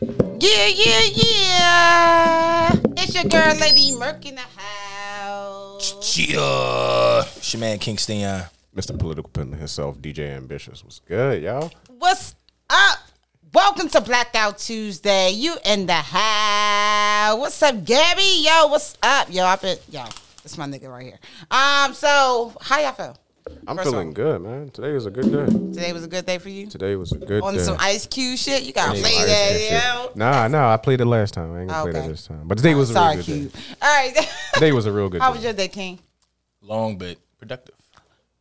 Yeah, yeah, yeah. It's your girl, Lady Merc in the house. Cheetah. It's your man Kingston. uh, Mr. Political Pimp himself, DJ Ambitious, was good, y'all. What's up? Welcome to Blackout Tuesday. You in the house? What's up, Gabby? Yo, what's up? Yo, I been yo. It's my nigga right here. Um, so how y'all feel? I'm First feeling off. good, man. Today was a good day. Today was a good day for you. Today was a good On day. some Ice Cube shit, you gotta Yeah, play Ice Cube shit. that, yo. Nah, nah, I played it last time. I ain't gonna play Okay. that this time. But today was a Sorry, real good Cube. day. All right. Today was a real good how day. was your day, King? Long but productive.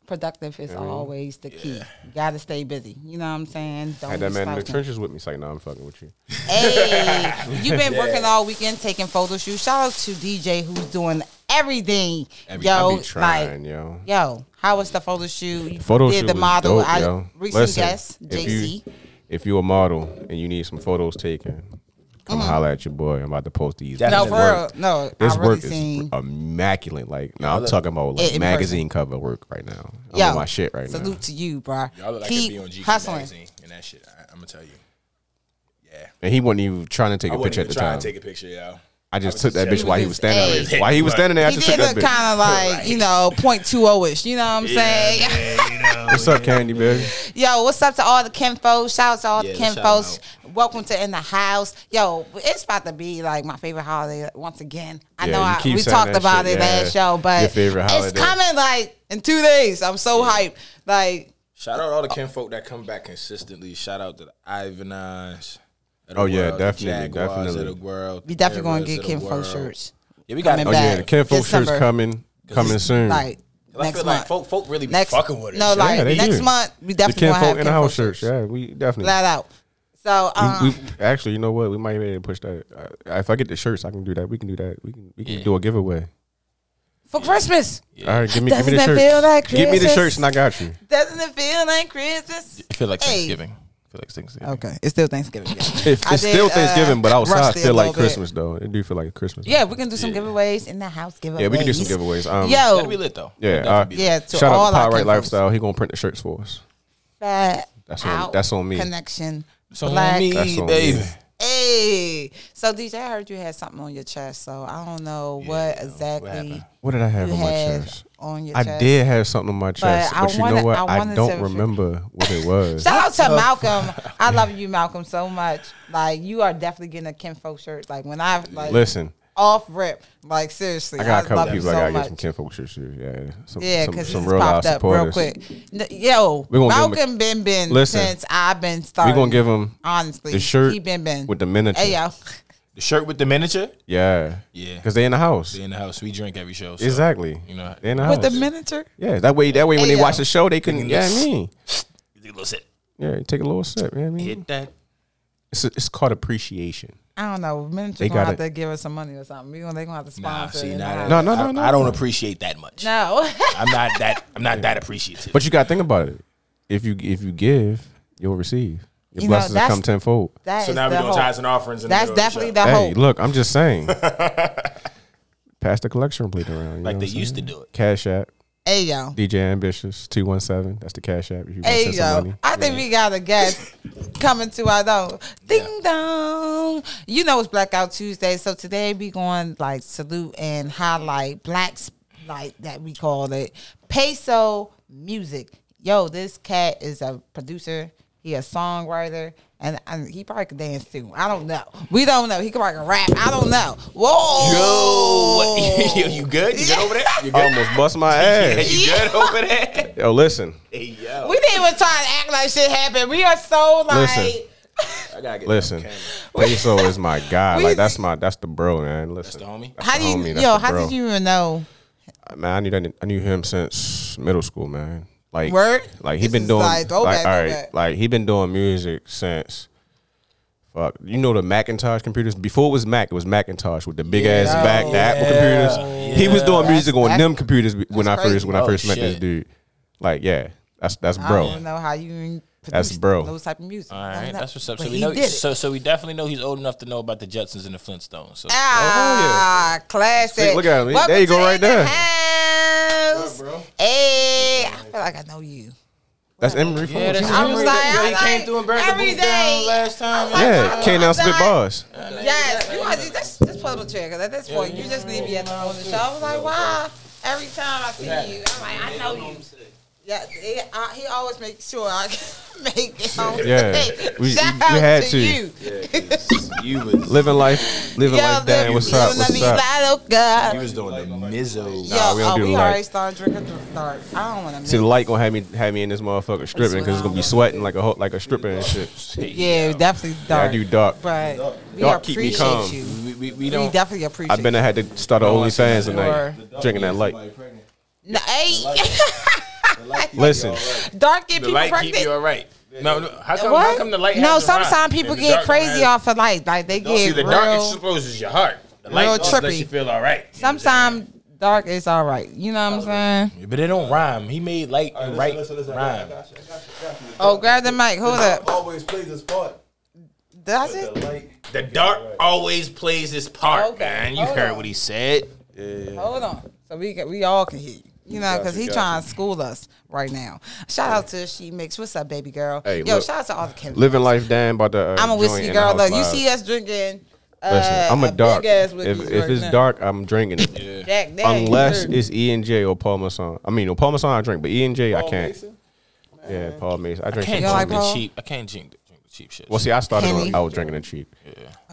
productive is always the key. You gotta stay busy. You know what I'm saying? Don't Had that be man in the slouching. trenches with me. It's like, nah, I'm fucking with you. Hey, you've been working all weekend taking photo shoots. Shout out to DJ who's doing everything. Every- I yo, be Trying, like, yo. yo, how was the photo shoot? You Photo did shoot the was model. dope, I yo. recent Listen, guest, if JC. You, if you a model and you need some photos taken, come holla at your boy. I'm about to post these. That Mm-hmm. No, is for real. No, This work- This I really work seen. is immaculate. Like, no, I'm talking about in like person. magazine cover work right now. I'm yo, on my shit right salute now. to you, bro. Y'all look like I could be on Keep GQ hustling. magazine and that shit. I, I'm gonna tell you. Yeah. And he wasn't even trying to take I a wasn't picture even at the trying time. to take a picture, y'all. I just was took that just- bitch while he He was was standing just- there. While he was Hey. standing there, I He just did took look that kind bitch. of like you know point two o ish. You know what I'm saying? What's up, Candy, Oh, baby? Yo, what's up to all the Ken folks? Shout out to all Yeah, the Ken shout folks. Welcome to in the house. Yo, it's about to be like my favorite holiday once again. I Yeah, know you I, keep we saying talked that about shit, it yeah. last show, but Your favorite it's holiday. coming like in two days. I'm so hyped. Like Shout out all the Ken folk that come back consistently. Shout out to the Ivanons. of the Oh, yeah, world, the definitely, Jaguars of definitely. the world, we definitely the gonna get Aras of Ken the folk world. shirts. Yeah, we got Coming Oh back. yeah, the Ken Folk shirt's December. coming, coming soon. Like I next feel month. like folk, folk really be next fucking with it. No, Yeah, like they next do. month we the definitely Ken gonna have Folk in Ken the folk house shirts. shirts. Yeah, we definitely. Flat out. So um, we, actually, you know what? We might be able to push that. I, if I get the shirts, I can do that. We can do that. We can we can do a giveaway. for Christmas, All right, give me give Doesn't me the that shirts. feel like give me the Christmas? shirts, and I got you. doesn't it feel like Christmas? I feel like Hey. Thanksgiving. I feel like Thanksgiving. Okay, it's still Thanksgiving. yeah. It's, I it's did, still uh, Thanksgiving, but outside Rusty a feel little like bit. Christmas though. It do feel like Christmas. Yeah, we can do some giveaways in the house giveaways. yeah, we can do some giveaways. Um, That'd be Yo, lit though. yeah. That'd all right. be lit. Oh. yeah, to Shout out all to Power our Right Ken folks. Lifestyle. He gonna print the shirts for us. Fat That's on- out that's on me. Connection. It's on Black. me, That's on me. baby. Hey, so DJ, I heard you had something on your chest. So I don't know what exactly happened? What did I have you on my had chest? on your I chest. did have something on my chest, I but, you wanted- know what? I I, wanted don't to- remember what it was. Shout out to Malcolm. I love you, Malcolm, so much. Like you are definitely getting a Kenfo shirt. Like when I like Listen, off rip. Like seriously, I got a love couple you people so I gotta much. get some kinfolk shirts. too. Yeah, some, Yeah, some, because some this real popped live up real supporters. quick. N- Yo, We gonna give 'em a- Malcolm been been Listen. since I've been We starting. gonna give them honestly the shirt He been been with the miniature. Hey yo, The shirt with the miniature. Yeah, Yeah. because they in the house. They in the house. We drink every show. so- Exactly. You know, they in the with house. the miniature. yeah, that way, that way, when Hey, they watch yo. the show, they can. Yeah, I mean, Listen, yeah, take a little sip. Yeah, I mean, hit that. it's it's called appreciation. I don't know. Miniature They gonna have to gotta- give us some money or something. We gonna they gonna have to Nah, sponsor. see, it. nah, No, no, no, no, no, I, no. I don't appreciate that much. no. I'm not that. I'm not that appreciative. But you gotta think about it. If you if you give, you'll receive. Your You know, blessings will that's- come tenfold. That so is now the we're doing hope. tithes and offerings. In the That's middle of definitely the, show. the Hey, hope. look, I'm just saying. Pass the collection plate around. you know like what they I'm used to saying? do it. Cash App, Hey yo, DJ Ambitious, 217. That's the Cash App. If you want hey to send some yo. money. I think we got a guest coming to our door. Ding dong. You know it's Blackout Tuesday, so today we going like salute and highlight blacks like that we call it peso music. Yo, this cat is a producer. He a songwriter, and, and he probably could dance too. I don't know. We don't know. He could probably rap. I don't know. Whoa. Yo, what- you good? You good over there? You good? Almost bust my Yeah, ass. you good over there? Yo, listen, Hey, yo, We didn't even try to act like shit happened. We are so like Listen. I gotta get listen. that on camera. Peso is my guy. We- Like that's my that's the bro, man. Listen, the homie? That's how the do you homie. That's yo, the how bro. did you even know? Man, I knew that, I knew him since middle school, man. Like Word? Like he This been is doing like, like, go back, go all right, back. like he been doing music since fuck. You know the Macintosh computers before it was Mac, it was Macintosh with the big ass Yeah. back, the Apple computers. He was doing music on that's- them computers when I crazy. first when I Oh, first met this shit. dude. Like yeah, that's that's I bro. don't know how you even That's produce bro. those type of music. All I don't right, know. that's what's up. But So we he know. did it. So so we definitely know he's old enough to know about the Jetsons and the Flintstones. So ah, classic. See, look at him. There Welcome you go to right In the there. House. What up, bro? Hey, I feel like I know you. That's Emory Yeah, Ford. that's I him. was like, I he was came like, through and burned the every booth day. down last time. like, Yeah, came down spit Like- bars. Yes, you are. Just, just pull up a chair because at this point you just leave me at the on the show. I was like, wow. Every time I see you, I'm like, I know you. Yeah, he, I, he always makes sure I make it home. Yeah. safe. We- Shout we out had to, to. you. Yeah, you was Living life, living Yo, life down. baby, What's you up? know What's me, up? like, oh, God. you was doing the Mizzo. Yo, we don't oh, do we already the light. started drinking. Dark. I don't want to. See, the light gonna have me have me in this motherfucker stripping because it's gonna be sweating like a ho- like a stripper and shit. Yeah, definitely Yeah, dark. I do dark. But we Dark keep me appreciate calm. you. We, we, we We don't. definitely appreciate I've been I had to start an OnlyFans Sure. tonight, drinking that light. you. No, hey, Listen, dark get The people light pregnant. keep you all right. No, no, how come? what? How come the light? no, has a rhyme sometimes people and the get dark one crazy has- off of light. Like they See, get the real. dark exposes your heart. The light real just lets trippy. you feel all right. sometimes dark is all right. You know what I'm saying? But it don't rhyme. He made light and right rhyme. Oh, grab the mic. Hold up. Always plays his part. That's it. Like The dark always plays his part, Okay, man. You hold heard on. what he said. Hold on. So we can, we all can hear you. You know, because he trying to school us right now. Shout out to She Mix. What's up, baby girl? Hey, Yo, look. shout out to all the Kim. living life down by the. Uh, I'm a joint whiskey in the girl. house Look, you live. see us drinking. Uh, Listen, I'm a, dark. Big ass If, whiskey if it's dark, I'm drinking it. Jack Daniels. Unless it's E and J or Paul Masson. I mean, no, Paul Masson I drink, but E and J I Paul can't. Mason? Yeah, Paul Mason. I I drink. can't You Paul like drink Mason. Paul? the cheap. I can't drink the, drink the cheap shit. well, see, I started. Henny. On, I was drinking the cheap.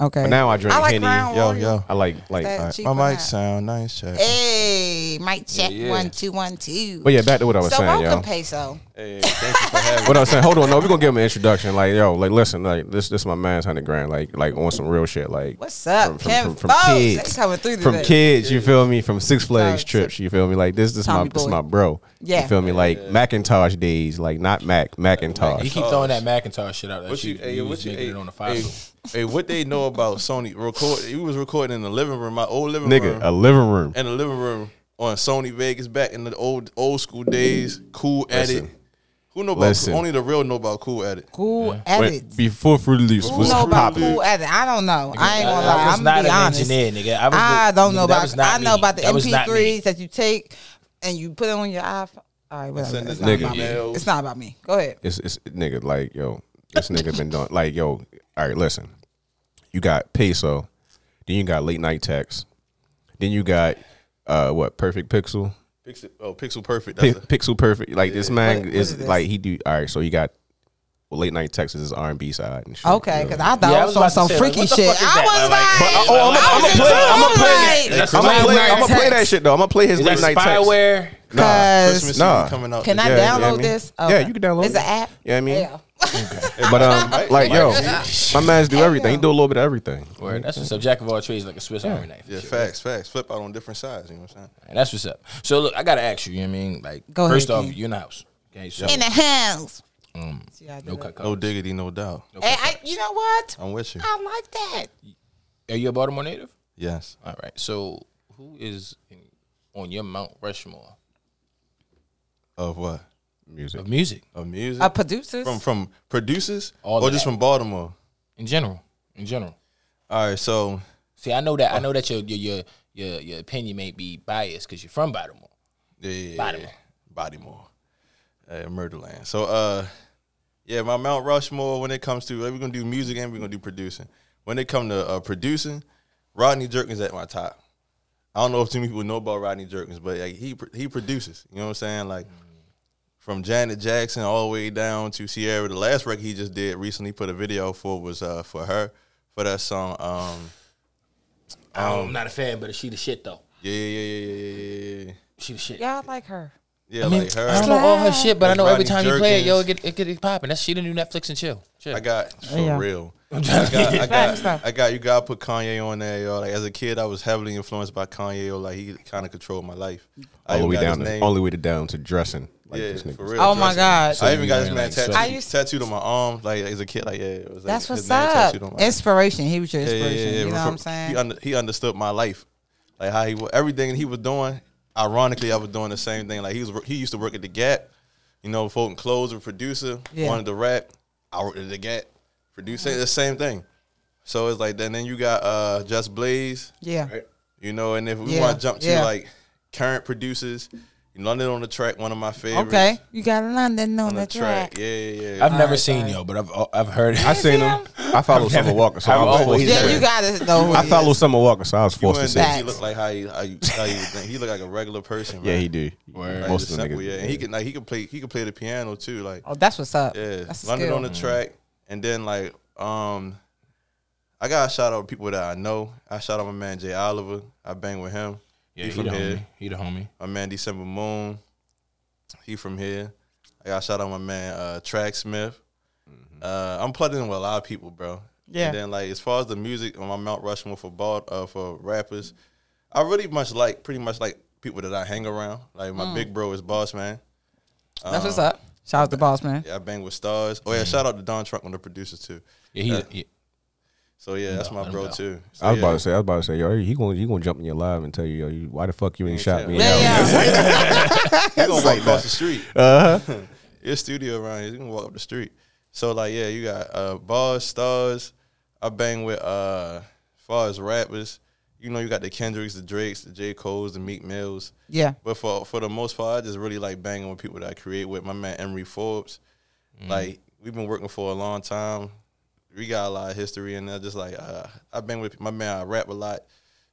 okay. But now I drink I like Henny. Crown yo Royal. yo. I like like. That I- cheap or My mic not. sound nice, check. Hey, mic check Yeah, yeah. one two one two. But yeah, back to what I was so saying, welcome, y'all. Peso. Hey, thank you for having What I was saying, hold on, no, we're gonna give him an introduction. Like, yo, like listen, like this this my man's hundred grand, like like on some real shit. Like What's up, from, from, Kim from, from Folks? They kids. coming through From today. kids, you feel me? From Six Flags Sorry, trips, you feel me? Like this this my Tommy this boy. my bro. Yeah. You feel me? Like Macintosh days, like not Mac, you Macintosh. keep throwing that Macintosh shit out. That What you, you, you, hey, was what you, making hey, it on the fossil. hey, hey, what they know about Sony record? He was recording in the living room, my old living Nigga, room, a living room. in the living room on Sony Vegas back in the old old school days. Cool edit. Listen. Who know about? Listen. Only the real know about cool edit. Cool Wait, edit. before Fruit Loops Who was know about popping. cool edit? I don't know. I ain't gonna I- I lie. was I'm not gonna be an honest. engineer, nigga. I was I the- don't know that about. was not I know me. about the That was not me. MP3s that you take and you put it on your iPhone. All right, whatever. Send It's this not nigga. about me. emails. It's not about me. Go ahead. It's it's nigga, like, yo, this nigga been doing like yo, all right, listen. You got peso, then you got late night text, then you got uh what, perfect pixel? Pixel, oh, Pixel Perfect. Pi- That's a, Pixel Perfect. Like this man What- what is is this? like he do. All right, so you got well, late night Texas is R and B side and shit. Okay, you know. because I thought Yeah, I was on some about to say, freaky like, what the shit. fuck is I that? was like, Like, like, oh, I was I'ma- I'ma play- into I'ma it, play like- That's I'm Late gonna play. Night I'm gonna play that Text. shit though. I'm gonna play his Is late that night text. spyware? Nah. Christmas Nah. season coming out. Can I Yeah, yeah, I download mean- this? Yeah, you can download It's it. an app. Yeah, I mean- Yeah. But um, like yo, my man's do everything. He do a little bit of everything. Word. That's what's up. Jack of all trades, like a Swiss Army knife. Yeah, Shit. facts, facts. Flip out on different sides. You know what I'm saying? And that's what's up. So look, I gotta ask you. You know what I mean? Like, Go ahead, first off, King. you're in the house. Okay, so In the house. See, I did no it. cut. No No, diggity, no Oh. doubt. Hey, I, you know what? I'm with you. I like that. Are you a Baltimore native? Yes. All right. So who is in, on your Mount Rushmore Of what? Music. of music Of music? A producer. from from producers All or of just that. from Baltimore? in general? In general. All right, so See, I know that I know that your your your your, your opinion may be biased because you're from Baltimore. yeah, yeah, Baltimore. Baltimore, Baltimore, uh, Murderland. So, uh, yeah, my Mount Rushmore when it comes to we're gonna do music and we're gonna do producing. When it comes to uh, producing, Rodney Jerkins at my top. I don't know if too many people know about Rodney Jerkins, but like, he pr- he produces. You know what I'm saying? Like from Janet Jackson all the way down to Sierra. The last record he just did recently put a video for was uh, for her for that song. Um, I'm not a fan, but she the shit though. yeah, yeah, yeah, yeah, yeah, yeah, yeah, yeah. She the shit. yeah, I like her. Yeah, like her. I don't know all her shit, but I Like know every Rodney time you play it, yo, it Jerkins. get it get it popping. That's she the new Netflix and chill. Chill. I got for Yeah. real. I got, I, Facts, though. got, I got you. Got to put Kanye on there, yo. Like as a kid, I was heavily influenced by Kanye. Yo. Like he kind of controlled my life. I All the even way got down. his To, name. all the way to down to dressing. Like yeah, this nigga. for real. Oh my Trust me. God. I even got this you man like, so- tattooed, I used- tattooed on my arm. Like as a kid, like yeah, it was like That's his what's name up. tattooed on my arm. Inspiration. He was your Yeah, yeah, inspiration. yeah, yeah. You know what I'm From- He, saying? under, he understood my life, like how he wa- everything he was doing. Ironically, I was doing the same thing. Like he was, wor- he used to work at the Gap, you know, folding clothes with producer. Yeah. Wanted to rap, I worked at the Gap, producing the same thing. So it's like then then you got uh Just Blaze, Yeah. you know, and if we Yeah, want to jump to yeah. like current producers, London on the track, one of my favorites. Okay, you got London on, on the, the track. track. Yeah, yeah, yeah. I've never seen yo, but I've I've heard. I seen him. I follow Summer Walker, so I I've was always forced to Yeah, been- see you it. got it though. I follow Summer Walker, so I was You forced to wouldn't see. think it. he looked like how you how you, how you would think. He looked like a regular person. Yeah, man. he do. Like, Most just of the simple, niggas. yeah. And he could like he could play he could play the piano too. Like Oh, that's what's up. Yeah, that's a London skill. on the track, and then like um, I got to shout out people that I know. I shout out my man Jay Oliver. I bang with him. Yeah, he he, from the here. homie. He the homie. My man December Moon. He from here. I got to shout out my man uh, Track Smith. Mm-hmm. Uh, I'm plugged in with a lot of people, bro. Yeah. And then like as far as the music on my Mount Rushmore for ball uh, for rappers, I really much like pretty much like people that I hang around. Like my big bro is Boss Man. That's uh, what's up. Shout out to Boss Man. I bang with stars. Oh yeah, Mm. shout out to Don Trump on the producers too. Yeah, he, he- So yeah, that's my bro too. So, I was yeah. about to say, I was about to say, yo, he gonna he gonna jump in your live and tell you, yo, you, why the fuck you ain't shot me? Yeah, out? yeah. You gonna walk across the street. Your studio around here, you can walk up the street. So like, yeah, you got uh, bars, stars. I bang with uh, as far as rappers, you know, you got the Kendricks, the Drakes, the J Coles, the Meek Mills. yeah. But for for the most part, I just really like banging with people that I create with. My man Emery Forbes, like we've been working for a long time. We got a lot of history in there. Just like uh, I've been with my man, I rap a lot,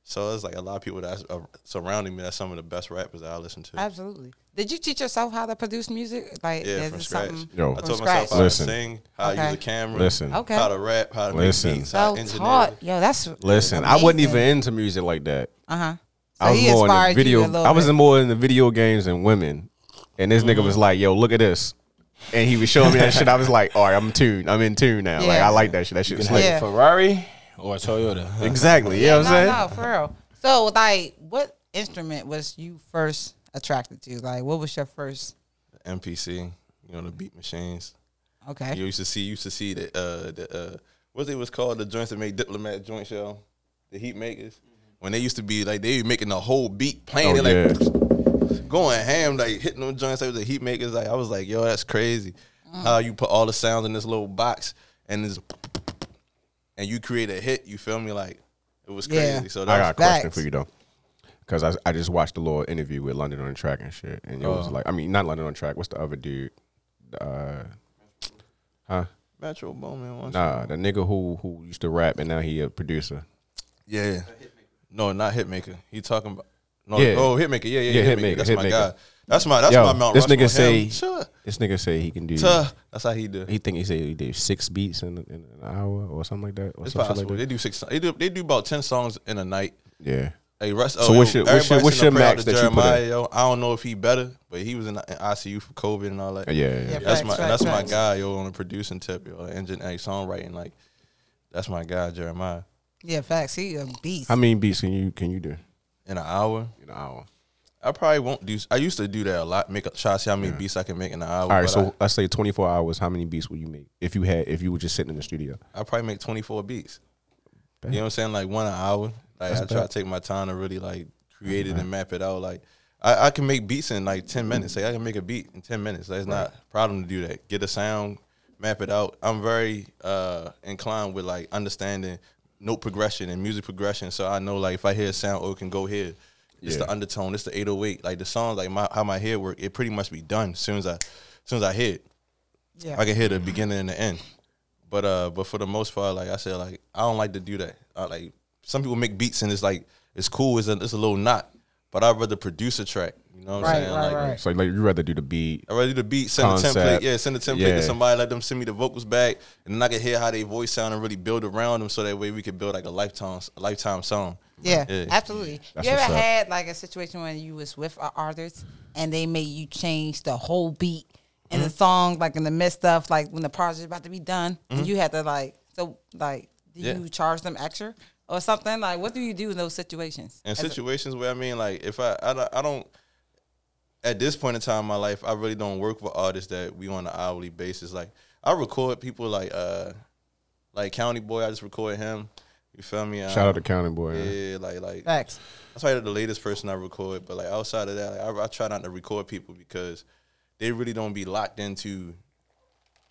so it's like a lot of people that are surrounding me. That's some of the best rappers that I listen to. Absolutely. Did you teach yourself how to produce music? Like, yeah, is from it scratch. something? Yo. I from taught scratch. myself how Listen. to sing, how to Okay. use a camera, Listen. Okay. how to rap, how to Listen. make beats, how So to engineer. taught. Yo, that's Listen, I wasn't even into music like that. Uh huh. So I was he more in inspired the video. you a little I was bit. in more in the video games and women. And this nigga was Mm-hmm. like, yo, look at this. And he was showing me that shit. I was like, all right, I'm tuned. I'm in tune now. Like Yeah. I like that shit. That shit's have like Yeah. Ferrari or a Toyota? huh? exactly. You know what I'm saying? no, no, for real. So, like, what instrument was you first attracted to? Like, what was your first? MPC, you know the beat machines. Okay. You used to see, used to see the uh, the uh, what they was called the joints that make diplomat joints, y'all, the heat makers. Mm-hmm. When they used to be like they be making the whole beat playing, Oh, they like yeah. going ham, like hitting them joints. They was the heat makers. Like I was like, yo, that's crazy. Mm. How you put all the sounds in this little box and this, and you create a hit. You feel me? Like it was Yeah. crazy. So I got that a was, question Facts. for you though. Cause I, I just watched the little interview with London on the track and shit. And it was Oh. like I mean not London on track, what's the other dude? Uh huh? Metro Bowman. Once. Nah, the nigga who who used to rap and now he a producer. Yeah. No, not Hitmaker. He talking about no. Yeah. Oh, Hitmaker. Yeah, yeah, Yeah, yeah. Hitmaker. Hitmaker, That's my Hitmaker. guy. That's my. That's Yo, my Mount this Rushmore. nigga say- Him. sure. This nigga say he can do Tuh. That's how he do. he think he said he did six beats in, in an hour or something like that. Or It's some shit possible. Like They that. do six. They do. They do about ten songs in a night. Yeah. Hey, rest. So oh, what's yo, your- what's your- everybody what's send your a prayer max to that you put Jeremiah, in? yo. I don't know if he better, but he was in, in ICU for COVID and all that. Yeah. yeah, yeah. Yeah. That's Facts, my. facts, that's my facts. guy, yo. On the producing tip, yo. Engine, like, songwriting, like. That's my guy, Jeremiah. Yeah, facts. He a beast. How many beats can you can you do In an hour, in an hour? I probably won't do. I used to do that a lot. Make up shots. How many beats I can make in an hour? All right. Oh, but So let's say twenty four hours. How many beats would you make if you had if you were just sitting in the studio? I probably make 24 beats. Bad. You know what I'm saying? Like one an hour. Like I try to take my time to really like create it and map it out. Like I, I can make beats in like 10 minutes. Like I can make a beat in 10 minutes. That's not a problem to do that. Get a sound, map it out. I'm very uh inclined with like understanding note progression and music progression. So I know like if I hear a sound, oh, it can go here. It's the Yeah. undertone. It's the 808. Like the songs, like my how my head work. It pretty much be done as soon as I, as soon as I hit. it. yeah. I can hear the beginning and the end. But uh, but for the most part, like I said, like I don't like to do that. I, like some people make beats and it's like it's cool, it's a, it's a little knot. But I'd rather produce a track. You know what Right, I'm saying? right, like, right. So like you rather do the beat. I'd rather do the beat, send Concept. a template. Yeah, send a template Yeah. to somebody, let them send me the vocals back, and then I can hear how they voice sound and really build around them so that way we could build like a lifetime a lifetime song. Yeah, absolutely. That's you ever what's up. had like a situation when you was with an artist and they made you change the whole beat in Mm-hmm. the song, like in the midst of like when the project's about to be done, Mm-hmm. and you had to like so like do Yeah. you charge them extra or something? Like what do you do in those situations? in As a- situations where I mean, like if I I don't, I don't at this point in time in my life, I really don't work with artists that we on an hourly basis. Like I record people like uh like County Boy, I just record him. You feel me? Um, Shout out to Counting Boy. man. yeah, like like Facts. that's probably the latest person I record. But like outside of that, like, I, I try not to record people because they really don't be locked into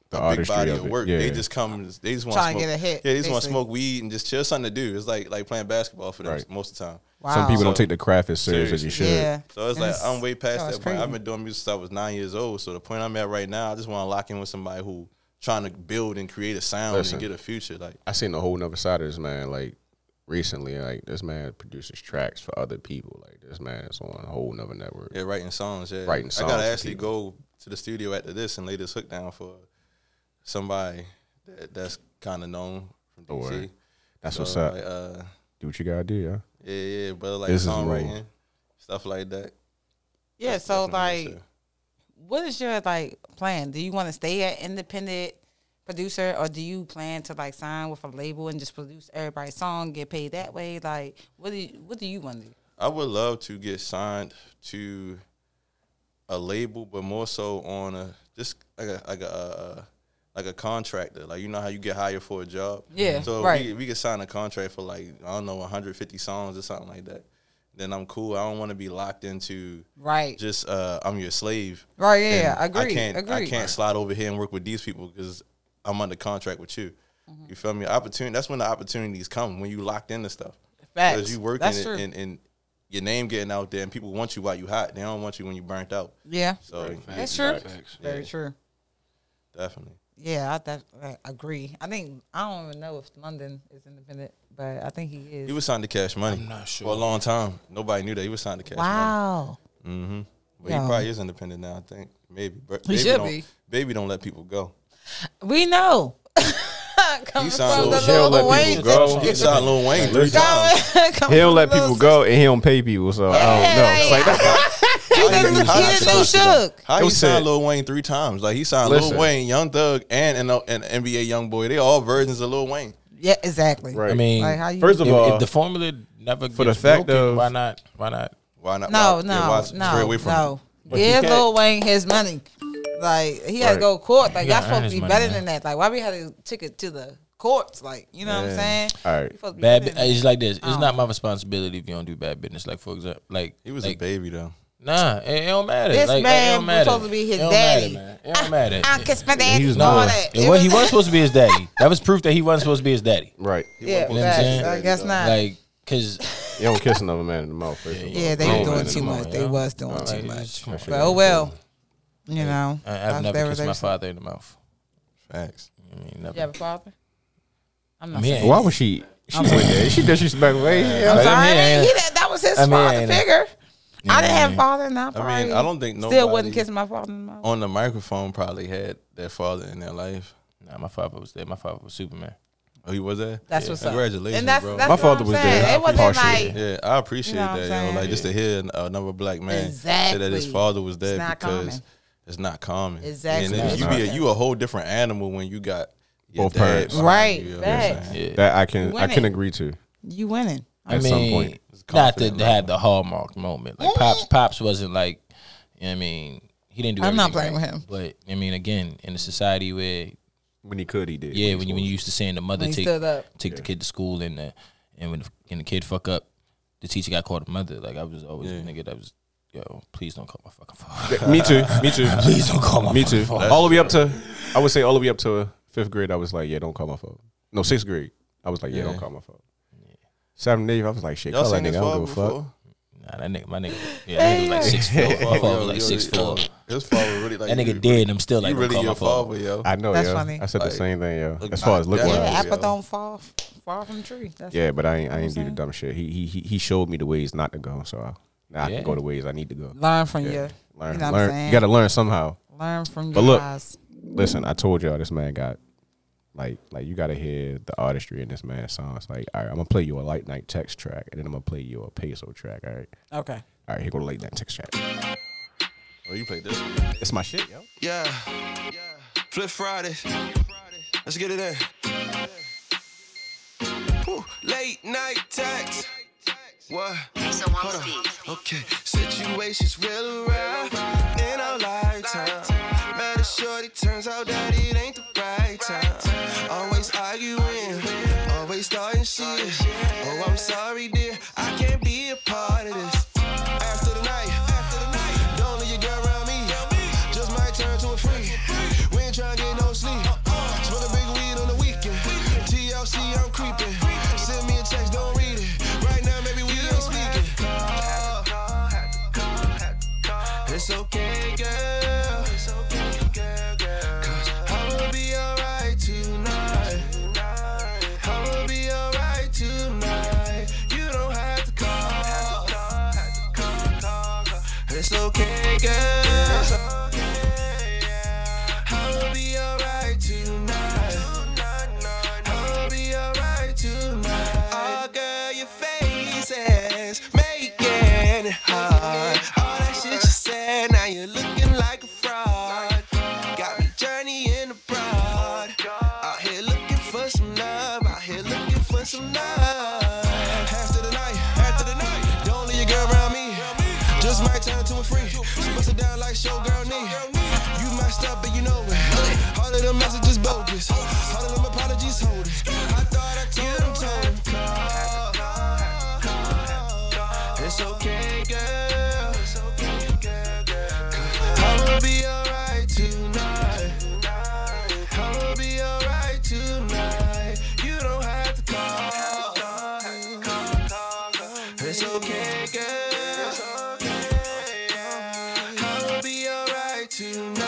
The a big artistry body of of it, work. yeah. They just come. They just want Tryna smoke. get a hit, Yeah, they just want to basically. smoke weed and just chill, something to do. It's like like playing basketball for them Right. most of the time. Wow. Some people don't So- take the craft as serious as you should. Yeah. So it's And like I'm way past oh, that it's point. crazy. I've been doing music since I was nine years old. So the point I'm at right now, I just want to lock in with somebody who trying to build and create a sound Listen. and get a future. Like I seen a whole nother side of this man. Like recently, like this man produces tracks for other people. Like this man is on a whole nother network. yeah, writing songs. Yeah, Writing I songs gotta for actually go to the studio after this and lay this hook down for somebody that, that's kind of known from Don't DC. worry. That's So, what's up. like, uh, Do what you gotta do, yeah. yeah, yeah, but like This is more- songwriting, stuff like that. Yeah. That's So definitely like, it. what is your like plan? Do you want to stay an independent producer, or do you plan to like sign with a label and just produce everybody's song, get paid that way? Like, what do you, what do you want to do? I would love to get signed to a label, but more so on a just like a like a uh, like a contractor. Like you know how you get hired for a job. Yeah, So if right. we we could sign a contract for like I don't know 150 songs or something like that. Then I'm cool. I don't want to be locked into Right. just uh, I'm your slave. Right, yeah, yeah, And agree, I can't I agree. can't slide over here and work with these people because I'm under contract with you. Mm-hmm. You feel me? Opportunity. That's when the opportunities come when you locked into stuff. Facts. you working That's it true. and, and your name getting out there and people want you while you hot. They don't want you when you burnt out. yeah. So That's true. Facts. Very true. definitely. Yeah, I, def- I agree. I think I don't even know if London is independent, but I think he is. He was signed to Cash Money not sure. for a long time. Nobody knew that he was signed to Cash Money. wow. But Yeah. he probably is independent now. I think maybe. But He baby should don't, be. Baby don't let people go. We know. Coming from He signed the Lil, Lil He'll let Wayne. people go. he signed Lil Wayne three Listen. times. Coming He'll from let the Lil people Sis- go and he don't pay people, so I don't know. Yeah, It's like, yeah. He How didn't- how he didn't do signed- shook. How Yo, he Sid. signed Lil Wayne three times? Like he signed Listen. Lil Wayne, Young Thug, and an, an NBA Young Boy. They all versions of Lil Wayne. Yeah, exactly. Right. I mean, Like, how you- First of if, all, if the formula never for the gets fact broken, of- why not? Why not? Why not? No, why- no, yeah, why stray no, away from no. you Give can't- Lil Wayne his money. Like he had to Right. go to court. Like He gotta y'all earn supposed his to be money, better man. than that. Like why we had to take it to the courts? Like you know what I'm saying? All right. You supposed to be Bad. better bu- than that. It's like this. It's Oh. not my responsibility if you don't do bad business. Like for example, like He was like, a baby though. Nah, it, it don't matter. This like, it man don't was matter. supposed to be his It don't daddy. Matter, man. It don't matter. I kiss my daddy. He was and all not. that. It wa- he was supposed to be his daddy. That was proof that he wasn't supposed to be his daddy. right. Yeah, You know what I'm facts. saying? I guess not. Like, cause You don't kiss another man in the mouth. First of all. yeah, they Grown were doing man in the too mouth. much. yeah. They was doing like, too it's- much. come on. But oh well, you know. I, that's- I've that never was kissed my everything. father in the mouth. Facts. I mean, never. You have a father? I'm not. I mean, saying- Why was she? She went there. She disrespect me. Yeah. I'm I sorry. I mean, mean, I- he, that, that was his I mean, I father ain't- figure. I didn't have a Yeah. father, and I I probably mean, I don't think nobody still wouldn't kiss my father in the mouth. on the microphone probably had their father in their life. Nah, my father was there. My father was Superman. Oh, he was there. That's yeah. what's up. Congratulations, and that's, bro. That's My what father I'm was saying. there. It wasn't Partially. like yeah, I appreciate You know what I'm that. Yo. Like saying? just to hear an- another black man say that his Exactly. father was there It's not because common. it's not common. Exactly. And It's you not. be a, you a whole different animal when you got your Both dad parents. behind Right, you, you know what I'm facts. saying? Yeah. That I can I Women. can agree to. you winning. I At mean, some point, not to confident have the hallmark moment. Eh. Like pops, pops wasn't like. You know what I mean, he didn't do. I'm not everything playing right. But I mean, again, in a society where When he could, he did. yeah, when you when you used to saying the mother When he take stood up. take the kid to school and the, and when the, and the kid fuck up, the teacher got called a mother. Like I was always a nigga that was yo, please don't call my fucking father. me too. Me too. please don't call my Me fucking too. father. All the way up to, I would say all the way up to fifth grade. I was like, yeah, don't call my phone. No, sixth grade. I was like, yeah, don't call my phone. Seventh, and eighth, I was like, shit, Y'all call that seen nigga. his I father don't give a before? Nah, fuck. that nigga, my nigga, yeah, that nigga was like six four. My father was like Yo, six yo, four. His father really like That you- nigga dead. and I'm still like You don't really call my your father. father, yo. I know. That's yo. funny. I said Like, the same thing, yo. look, As far as look yeah. Yeah, wise, Wow. apple don't fall f- far from the tree. That's yeah, but I ain't, I ain't do the saying. dumb shit. He he he- he showed me the ways not to go, so I, now I Yeah. can go the ways I need to go. learn from your Learn, You know what I'm learn. You saying? got to learn somehow. learn from But your look. eyes. Listen, I told y'all this man got like like you gotta hear the artistry in this man's songs. Like, all right, I'm gonna play you a light night text track and then I'm gonna play you a peso track. All right. Okay. All right, here go the late night text track. Oh, you played this. One. It's my shit, yo. Yeah. Flip Friday. Let's get it in. Whew. Late night text. What? Hold on. Okay. Situations will arrive in our lifetime. Matter short, it turns out that it ain't the right time. Always arguing, always starting shit. Oh, I'm sorry, dear. I can't be a part of this. After the night, don't leave your girl around me. Just might turn to a freak. We ain't tryna get no sleep. Smoke a big weed on the weekend. TLC, I'm creeping. Send me a text, don't read it. Right now, maybe we ain't speaking. It's okay, girl. I'll be alright tonight. I'll be alright tonight. Oh, girl, your face is making it hard. All that shit you said, now you're looking like a fraud. Got me journeying abroad. Out here looking for some love. Out here looking for some love. After the night, after the night. Don't leave your girl around me. Just might turn to a freak. She bust it down like showgirl knee. You messed up and you know it. All of them messages bogus. All of them apologies holding. I thought I told him, told him. no. It's okay, girl. I'ma be alright tonight. I'ma be alright tonight. You don't have to call. It's okay, girl. I'ma be alright tonight.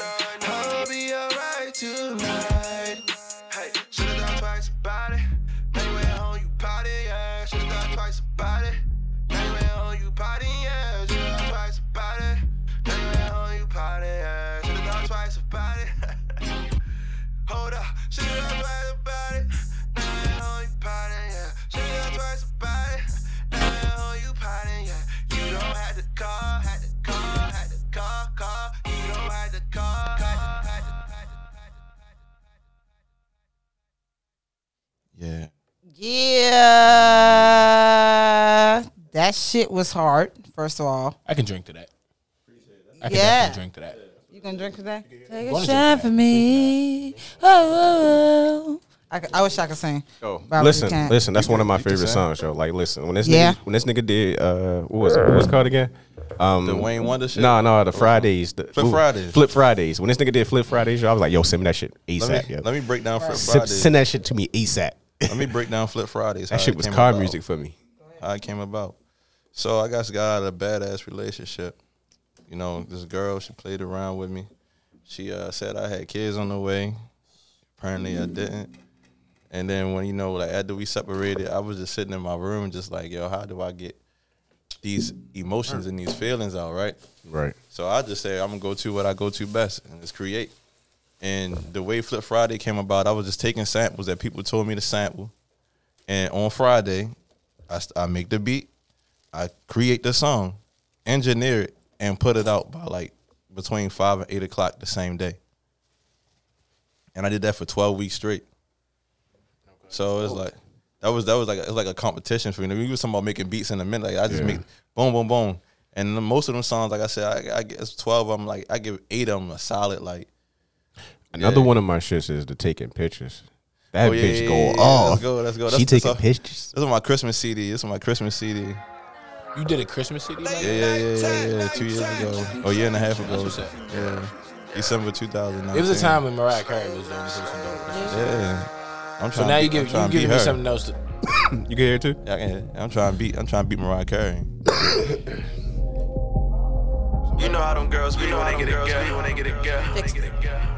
I'ma be alright tonight. Hey, should've thought twice about it. Now you at home, you potty, yeah. Should've thought twice about it. Now you at home, you potty, yeah. Should've thought twice about it. Now you at home, you potty, yeah. Should've thought twice about it. Hold up, should've thought twice about it. Now you at home, you potty, yeah. Should've thought twice about it. Now you at home, you potty, yeah. You don't have to call, had to call, had to call, call. You don't have to call, had to, had to, had to, had to. Yeah. Yeah. That shit was hard, first of all. I can drink to that. I can Yeah. definitely drink to that. You gonna drink today? Take Wanna a drink shot for me. Oh, oh, oh. I, c- I wish I could sing. Yo, But I really listen, can't. listen. That's one of my can favorite sing. songs, yo. Like, listen, when this Yeah. nigga, when this nigga did, uh, what was it? What was it called again? Um, The Wayne Wonder shit. No, no, the Fridays, the, Flip ooh, Fridays. Flip Fridays. When this nigga did Flip Fridays, yo, I was like, yo, send me that shit ASAP. Let me, yo. let me break down Flip Send- Fridays. Send that shit to me ASAP. Let me break down Flip Fridays. That how shit it was came car about. music for me. how it came about. So I got got out of a badass relationship. You know, this girl she played around with me. She uh, said I had kids on the way. Apparently I didn't. And then when you know, like after we separated, I was just sitting in my room, just like, yo, how do I get these emotions and these feelings out, right? Right. So I just say I'm gonna go to what I go to best, and it's create. And the way Flip Friday came about, I was just taking samples that people told me to sample, and on Friday, I, st- I make the beat, I create the song, engineer it, and put it out by like between five and eight o'clock the same day. And I did that for twelve weeks straight. So Oh. it's like that was that was like a, it was like a competition for me. We was talking about making beats in a minute. Like I just make boom, boom, boom, and the- most of them songs, like I said, I, I guess twelve of them. Like I give eight of them a solid like. Another one of my shits is the taking pictures. That Oh, yeah, bitch yeah, go yeah, yeah. off. Let's go, let's go. she That's- taking that's all- pictures. This is my Christmas CD. This is my Christmas CD. Yeah, You did a Christmas CD? Like? yeah, yeah, yeah, yeah. Two years ago, or a year and a half ago. what's up. Yeah, December two thousand nine. It was a time when Mariah Carey was the only person doing Christmas. Yeah. I'm So trying now to you beat- I'm give trying you to giving beat me her. something else. To, You get here too? Yeah, yeah, I'm trying to beat. I'm trying to beat Mariah Carey. You know how them girls be when they get a girl. When they get a girl.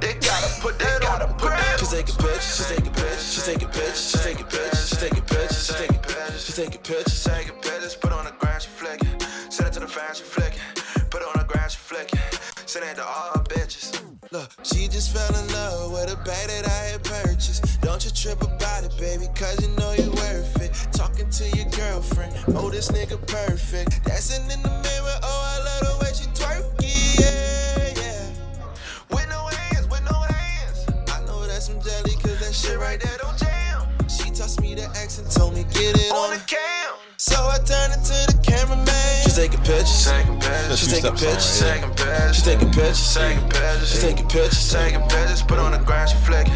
They gotta put that on the press. She's taking pictures. She's taking pictures. She's taking pictures. She's taking pictures. She's taking pictures. She's taking pictures. She's taking pictures. She's taking pictures. Put on the ground, she flick it. Send it to the fans, she flick it. Put it on the ground, she flick it. Send it to all her bitches. Look, she just fell in love with a bag that I had purchased. Don't you trip about it, baby, cause you know you worth it. Talking to your girlfriend, oh, this nigga perfect. Dancing in the mirror, oh, I love the way she twerk it, yeah, yeah. With no hands, with no hands. I know that's some jelly, cause that shit right there don't jam. She tossed me the X and told me get it on, the cam. So I turned it to the cameraman. She's taking pictures. Taking pictures. She's taking pictures. Taking pictures. She's taking pictures. Taking pictures. She's taking pictures. Taking pictures. Put on the ground, she flick.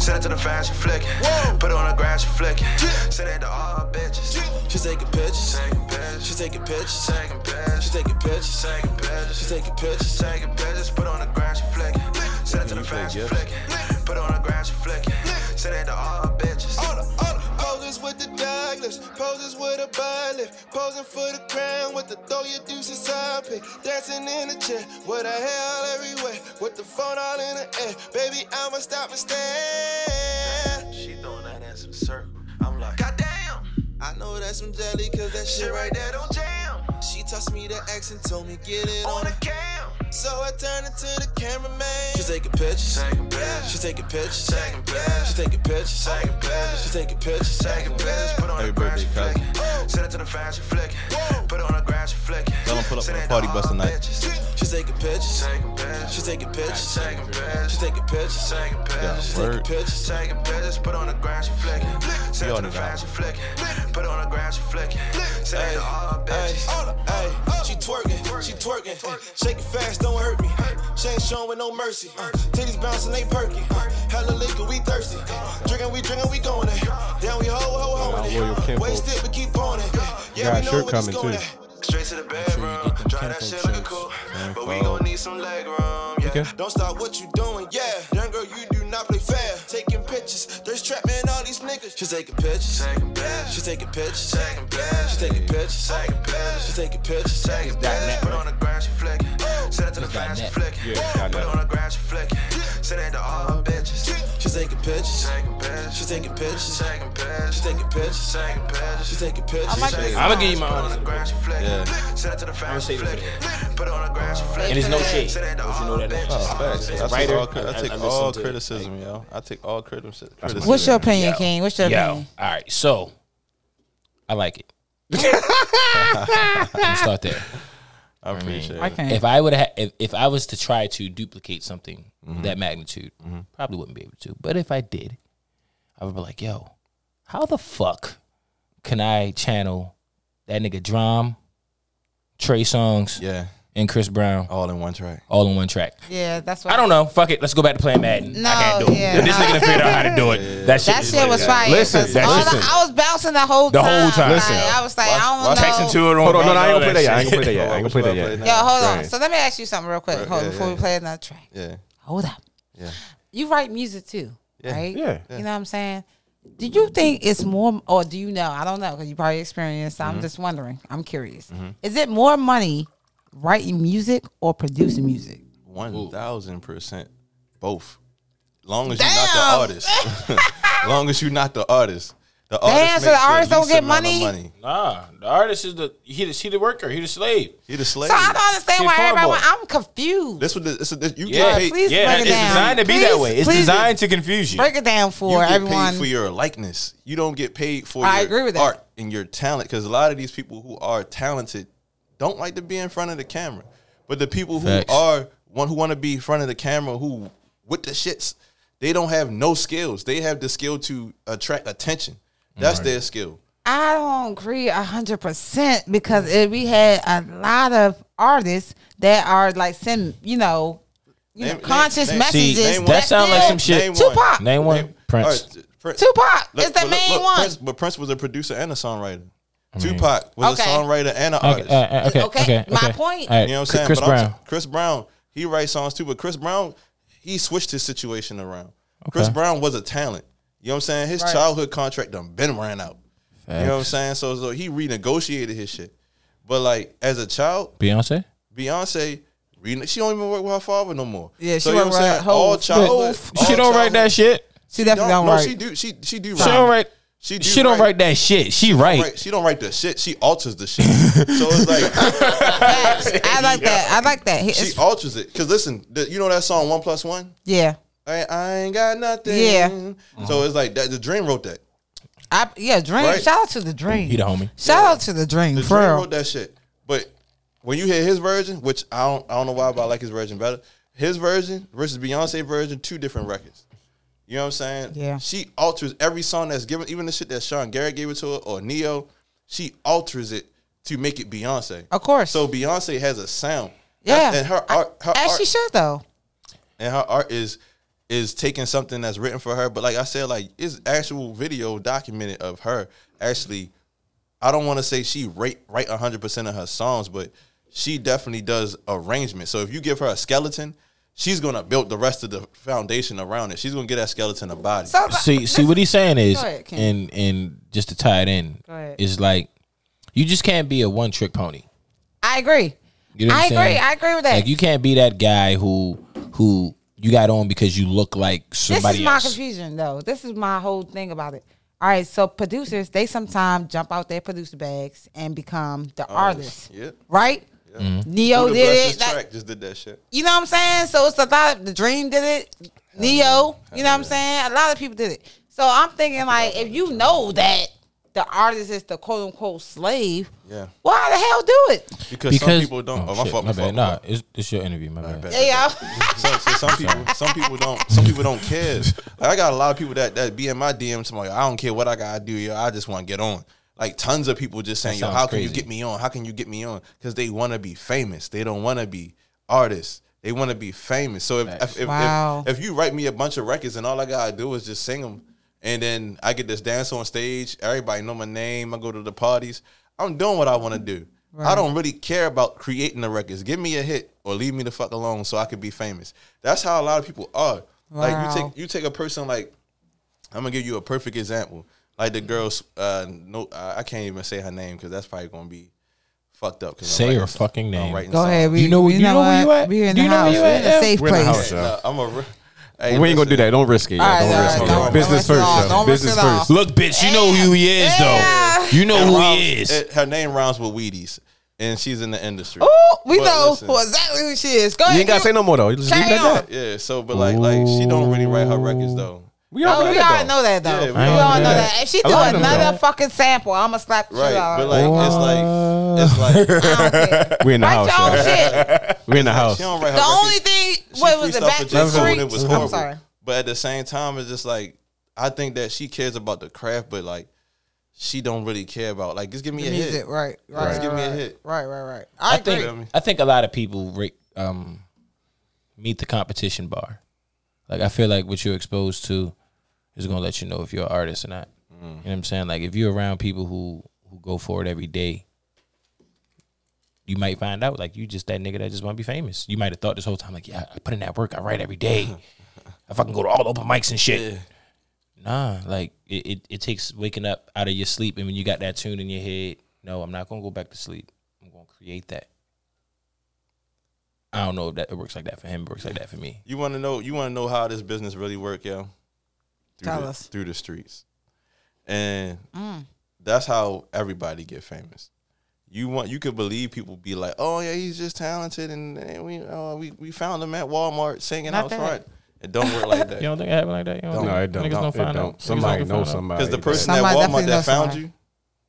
Send it to the fans, she flick. Put it on the ground, she flick. Send it to all her bitches. She's taking pictures. Taking pictures. She's taking pictures. Taking pictures. She's taking pictures. Taking pictures. She's taking pictures. Taking pictures. Put on the ground, she flick. Send it to the fans, she flick. Put it on the ground, she flick. Send it to all her bitches. All the, all the poses with the Douglas, poses with a butt lift, posing for the crown with the throw your deuces side pick, dancing in the chair with a hell everywhere, with the phone all in the air. Baby, I'ma stop and stare. She throwing that ass in a circle. I'm like, goddamn. I know that's had some jelly, cause that shit right there don't jam. She tossed me the X and told me get it on the cam. So I turned it to the cameraman. She taking pictures, taking pictures. She taking pictures, taking pictures. She taking pictures, taking pictures. She taking pictures, Oh. taking pictures. Put on Happy the birthday, grass, she cousin. flicking. Send it to the fans, she flicking. Put it on the grass, she flicking. Tell 'em put up Send on a it to party all bus her tonight. bitches. She taking pictures, taking pictures. She taking pictures, taking pictures. She taking pictures, taking pictures. She taking word. pictures, taking pictures. Put on the grass, she flicking. Send it on to the the ground. fans, she flicking. Put it on the grass, she flicking. Send it to all her bitches. Ay, she twerking, she twerking. Shake it fast, don't hurt me. She ain't showing with no mercy. Titties bouncing, they perky. Hella liquor, we thirsty. Drinking, we drinking, we going it. Down we ho, ho, ho Now, Royal it. Kinfolk. Waste it, we keep on it. Got Yeah, we a know shirt where this coming, going too. at. Straight to the bedroom. get them Drive kinfolk that shit like a shirts. coupe. But we gon' need some leg room. Yeah. Okay. Don't stop what you doing, yeah. Young girl, you do not play fair. Taking pictures, there's trapping all these niggas. She taking pictures, Taking pictures. she taking pictures, Taking pictures. she taking pictures, Taking pictures. she taking pictures, Taking pictures. Put it on the grass, she flicking. Send it to the fans, she net. flicking. Yeah, got Put it that. on the grass, she flicking. Send it to all her bitches. she taking pictures, Taking pictures. she taking pictures, Taking pictures. she taking pictures, Taking pictures. she taking pictures. I like this I'ma give you song. my honest opinion. Yeah. Send it to the fans, she saving it for flicking. Put it on the grass, she flicking. And it's no shade. Send it to Don't you all know her that now? bitches. Facts. I take writer, all, cri- I I- take I listen all to it, criticism, yo. I take all criticism. criticism. What's your opinion, King? What's your Yo, all opinion? right. So, I like it. Let's start there. I appreciate I it. can't. If I would have, if, if I was to try to duplicate something Mm-hmm. that magnitude, probably wouldn't be able to. But if I did, I would be like, yo, how the fuck can I channel that nigga Drum, Trey Songs, Yeah, and Chris Brown all in one track. all in one track? yeah, that's what I don't know. Fuck it. Let's go back to playing Madden. No, I can't do it. yeah, this no. nigga done figured out how to do it. That shit. That is shit like was that. fire. Listen, 'cause that- all listen. The, I was bouncing the whole The time. whole time. Like, Listen. I was like, I don't watch- know. Texting to it on. Hold on, no, no, I ain't Bro, gonna play that yet. I ain't gonna play that shit. yet. I ain't gonna play that yet. Yo, hold on. Right. So let me ask you something real quick. Hold yeah, on before we play another track. Yeah, Hold up. yeah. You write music too, right? Yeah. You know what I'm saying? Do you think it's more, or do you know? I don't know because you probably experienced. I'm Mm-hmm. just wondering. I'm curious. Is it more money writing music or producing music? One thousand percent, both. Long as Damn. you're not the artist. long as you're not the artist. The Damn, so the makes the artist don't least get amount of money? Nah, the artist is the he the, he the worker. He the slave. He the slave. So I don't understand Shit, why everybody. Carboy. I'm confused. This what the, this, this, you Yeah, get paid. please yeah. break it It's down. designed to be that Please- way. It's please- designed to confuse you. Break it down You for get everyone. paid for your likeness. You don't get paid for I your agree with that. art and your talent because a lot of these people who are talented don't like to be in front of the camera. But the people who Facts. are one who want to be in front of the camera who with the shits, they don't have no skills. They have the skill to attract attention. That's their skill. I don't agree a hundred percent because it, we had a lot of artists that are like send you know, you know Name- conscious name- name- messages. See, name that one- sound like did- some shit. Name one. Tupac. Name one. Prince. all right, Prince. Tupac is the but main one. Prince, but Prince was a producer and a songwriter. Tupac was Okay. a songwriter and an Okay, uh, artist. all right, okay, Okay, okay, my okay. point. All right, You know what I'm saying? Chris but I'm Brown. t- Chris Brown, he writes songs too, but Chris Brown, he switched his situation around. Chris Brown was a talent. You know what I'm saying? His childhood contract done been ran out. You know what I'm saying? So so he renegotiated his shit. But like as a child, Beyonce. Beyonce rene- she don't even work with her father no more. Yeah, she so you know work what I'm with saying? her All whole- Oh, childhood, all she don't write childhood- that shit. She definitely No, don't, no, write. she do. She she do. She don't write. She, She do don't write write that shit. She write. Right, she don't write the shit. She alters the shit. so it's like I like that. I like that. she It's- alters it. Cause listen, the, you know that song One Plus One. yeah, I, I ain't got nothing. Yeah. So it's like that. The Dream wrote that. I, yeah. Dream. Right. Shout out to the dream. He the homie. Shout out to the dream. The for Dream real. wrote that shit. But when you hear his version, which I don't, I don't know why, but I like his version better. His version versus Beyonce version, two different records. You know what I'm saying? Yeah. She alters every song that's given, even the shit that Sean Garrett gave it to her or Neo. She alters it to make it Beyonce. Of course. So Beyonce has a sound. yeah. And her art, her As art, she should though. and her art is is taking something that's written for her but like i said like it's actual video documented of her actually i don't want to say she write write 100% of her songs but she definitely does arrangement so if you give her a skeleton she's going to build the rest of the foundation around it she's going to get that skeleton a body So see, see what he's saying is, Go ahead, Ken. and and just to tie it in, Go ahead. is like you just can't be a one trick pony. I agree. You know what I I'm agree. saying? I agree with that. Like you can't be that guy who who you got on because you look like this somebody is my else. confusion though. This is my whole thing about it. All right, so producers, they sometimes jump out their producer bags and become the artists. Yep. Right? Mm-hmm. Neo Who the Oh, did Blessings it. like- track just did that shit. you know what I'm saying? So it's a lot of the dream did it. Neo, you know what I'm saying? A lot of people did it. So I'm thinking like if you know that the artist is the quote unquote slave, Yeah. why the hell do it? Because, some Because people don't. Oh, Oh, my shit, fault. My, my bad. fault. Nah, it's, it's your interview. My bad. bad. Yeah, y'all. So, so some people, some people don't, some people don't care. Like I got a lot of people that that be in my DMs. I'm like, I don't care what I gotta do, yo. I just want to get on. Like tons of people just saying, yo, sounds how can you crazy. get me on? How can you get me on? Because they want to be famous. They don't want to be artists. They want to be famous. So if if, if, Wow. if if you write me a bunch of records and all I gotta do is just sing them, and then I get this dance on stage, everybody know my name. I go to the parties. I'm doing what I want to do. I don't really care about creating the records. Give me a hit or leave me the fuck alone so I could be famous. That's how a lot of people are. Like you Wow. take you take a person like I'm gonna give you a perfect example. Like the girls, uh, no, I I can't even say her name because that's probably gonna be fucked up. 'cause I'm Say writing- her fucking I'm name. writing Go songs. ahead. We, You know- we you know where you what? at? We in Do the you know house. where We you in at, a Em? safe We're in the house, place. yo. Nah, I'm a. re- Hey, We ain't gonna listen. do that. Don't risk it. Yo. All right, Don't all risk right, it. yo. don't- don't Business risk it first. all. yo. Don't risk Business it all. first. Look, bitch, you know who he is, Yeah. though. You know who Rhymes- he is. it- her name rhymes with Wheaties, and she's in the industry. Ooh, Oh, we But know listen, who exactly who she is. Go ahead. You ain't gotta say no more though. Just leave it Carry at that. on. Yeah, so but like like she don't really write her records though. We Oh, all we already know that though. Yeah, we, we all already know know that. If she do A lot of them another know. fucking sample, I'ma slap the Right, shit out but of her. like it's like it's like I don't care. We in the Write your own house. yo. shit. We in the house. she don't write her The only records. thing She what was it freestyled back for to the J. Cole and it was street? I'm horrible. sorry. But at the same time, it's just like I think that she cares about the craft, but like she don't really care about like just give me a Music, hit. right, right, Just right, give me a right. hit. Right, right, right. I, I agree. feel me? think I think a lot of people re- um, meet the competition bar. Like I feel like what you're exposed to is gonna let you know if you're an artist or not. You know what I'm saying? Like if you're around people who who go for it every day, you might find out like you just that nigga that just want to be famous. You might have thought this whole time like, yeah, I put in that work, I write every day, I fucking go to all the open mics and shit. Nah, like it, it, it takes waking up out of your sleep and when you got that tune in your head, no, I'm not gonna go back to sleep. I'm gonna create that. I don't know if that it works like that for him, it works like that for me. You want to know? You want to know how this business really work, yo? Through Tell the, us. Mm. through the streets, and that's how everybody get famous. You want you could believe people be like, oh yeah, he's just talented, and, and we uh, we we found him at Walmart singing Not out that. front. It don't work like that You don't think it happened like that? You Don't. think- No, it don't. Niggas It find out. don't. Niggas Somebody don't knows find out. somebody. because the person that- at Somebody definitely Walmart that knows found somebody.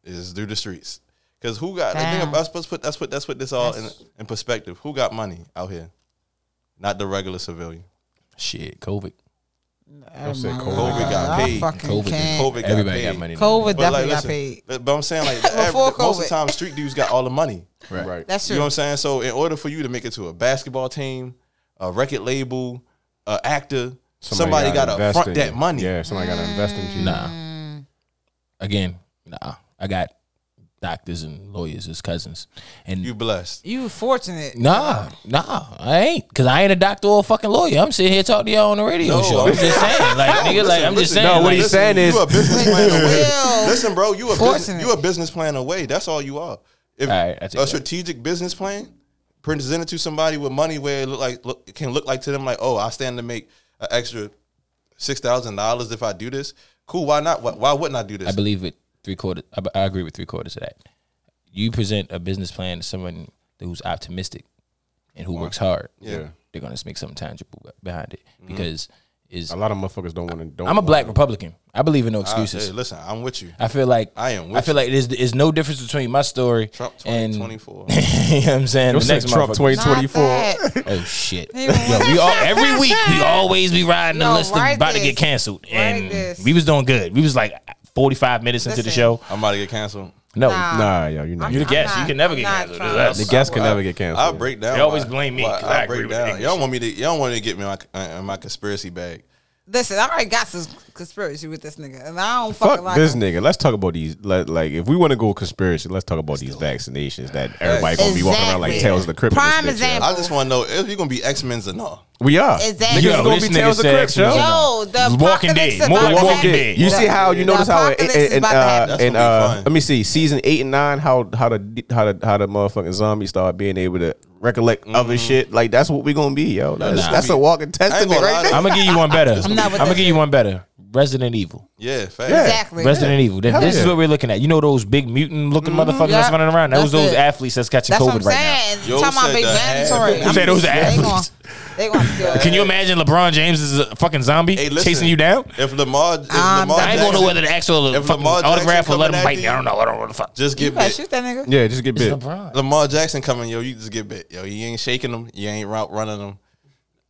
you is through the streets. Because who got? I Damn. think that's supposed to put that's what that's what this all in, That's- in perspective. Who got money out here? Not the regular civilian. Shit, COVID. Oh say my COVID God. got I paid. fucking COVID. can't. COVID got Everybody paid. got money. COVID But definitely like, got listen, paid. but, but I'm saying like the average, Before most of COVID. the time, street dudes got all the money. Right. That's You know what true. I'm saying? So in order for you to make it to a basketball team, a record label, a actor, somebody, got to invest front in that you. money. Yeah, somebody got to invest in you. Nah. Again, nah. I got doctors and lawyers as cousins, and You blessed. You fortunate. Nah, nah, I ain't, cause I ain't a doctor or a fucking lawyer. I'm sitting here talking to y'all on the radio No, show. I'm just saying, like, nigga, like, I'm just saying, no, what like, he's saying is- you a business plan away. Well, listen, bro, you a fortunate. business, you a business plan away. That's all you are. If All right, I take a that. strategic business plan presented to somebody with money where it look like look, it can look like to them like, oh, I stand to make an extra six thousand dollars if I do this. Cool, why not? Why, why wouldn't I do this? I believe with three quarters. I, I agree with three quarters of that. You present a business plan to someone who's optimistic and who works hard. Yeah. Mm-hmm. they're gonna make something tangible be- behind it because is A lot of motherfuckers don't want to. Don't I'm a wanna- black Republican. I believe in no I- hey, excuses. listen, I'm with you. I feel like I am I with feel like there's, there's no difference between my story Trump and 2024. you know what I'm saying. Don't The say next Trump motherfucker. 2024. Not that. Oh shit! He Yo, we all every week we always be riding the Yo, list of write about to this. get canceled, Write and this. we was doing good. We was like 45 minutes into the Listen. show. I'm about to get canceled. No, Nah. Nah, yo, you know. you the I'm guest. You not- can never I'm get not canceled. trying. That's- The guests can I- never get I'll canceled. break down. They always why- blame me, why 'cause I I agree break with down. niggas. Y'all want me to? Y'all want to get me in my, uh, in my conspiracy bag? Listen, I already got some conspiracy with this nigga, and I don't fucking Fuck like this him. nigga. Let's talk about these. Let, like, if we want to go conspiracy, let's talk about these vaccinations that everybody gonna be walking around like Exactly. tails of the crypt. in this Prime bitch, yo. example. I just want to know if you gonna be X Men's or not. We are. Exactly. Niggas Yo, is gonna this be nigga tails of said the crypt, yo. X-Men. Yo, the Walking apocalypse Dead. is More about like to Walking happen. Dead. You see how The you notice how it, apocalypse it, is and about to uh, happen. That's and gonna be uh, fun. let me see season eight and nine how how the how the how the motherfucking zombies start being able to recollect other shit like that's what we gonna be yo that's, Nah. that's a walking I ain't testament gonna right lie, there. I'm gonna give you one better. I'm, not with gonna that give you one better. Resident Evil. Yeah, fact. Exactly. Resident Evil. Th- Hell This is yeah. what we're looking at. You know those big mutant looking motherfuckers that's Mm-hmm. Yeah. running around. That's Those those it. athletes that's catching That's what I'm COVID right now. saying. Yo Talking about said big the mandatory. athletes. I'm- Say those are they athletes. gonna- They gonna kill Can you imagine LeBron James is a fucking zombie Hey, listen, chasing you down? If Lamar, if I'm Lamar I ain't Jackson, gonna know whether the actual if fucking Lamar Jackson autograph will let him coming at bite me. you- I don't know. I don't know what the fuck. just get You better bit. shoot that nigga. Yeah, just get bit. LeBron. Lamar Jackson coming, yo, you just get bit. Yo, you ain't shaking him. You ain't route running him.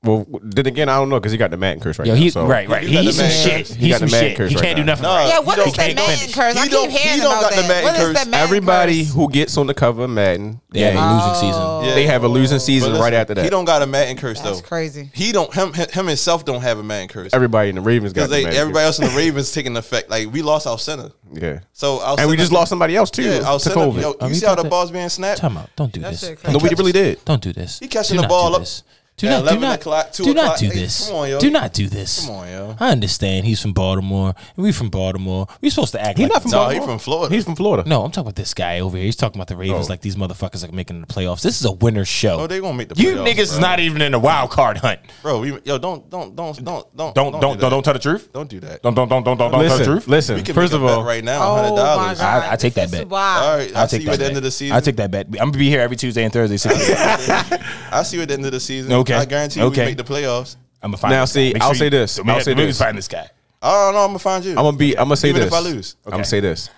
Well, then again, I don't know because he got the Madden curse right Yo, now. he so- right, right. You got He's the some man shit. curse. You He's got some the man shit. curse He right can't do now. nothing. Nah, right. Yeah, you what don't- is that can't man finish. curse? I You don't- keep hearing you don't about got the that. Madden What is curse. that man Everybody curse? who gets on the cover of Madden, Yeah, yeah, losing season. Yeah. they have a losing season But right listen, after that. He don't got a Madden curse That's though. crazy. He don't him him him himself don't have a Madden curse everybody in the Ravens got because the Madden everybody else in the Ravens taking effect. Like we lost our center, curse. Yeah, so our and we center- just lost somebody else too Yeah, our to center, COVID. Yo, Are you we see how about the to- ball's being snapped? Time out. Don't do this. shit no, crazy. we really did. Don't do this. He Do catching the not ball do up This. Do at not, do 11 not, o'clock, 2 do not o'clock. do Hey, this. come on, yo. Do not do this. Come on, yo. I understand he's from Baltimore and we from Baltimore. We supposed to act He like not from No, he Baltimore. from Florida. He's from Florida. No, I'm talking about this guy over here. He's talking about the Ravens Oh. like these motherfuckers are making the playoffs. This is a winner show. Oh, they gonna make the You playoffs, niggas is bro. not even in the wild card hunt. bro. We, yo, don't don't don't don't don't Don't don't do don't, don't tell the truth. not do that. Don't don't don't don't don't don't tell the Listen, truth. We listen. can First make of a bet all, right now, Oh hundred my dollars. god! I- I take that This is bet. wild. All right, I I'll see take you that at the bet. end of the season. I'll take that bet. I'm gonna be here every Tuesday and Thursday. So I'm I see you at the end of the season. Okay. I guarantee Okay. we make the playoffs. gonna find Now, this see, guy. Make I'll you- say this. We I'll have say to- we this. can find this guy. I don't know. I'm gonna find you. I'm gonna be. I'm gonna say Even this. if I lose. I'm gonna Okay. say this.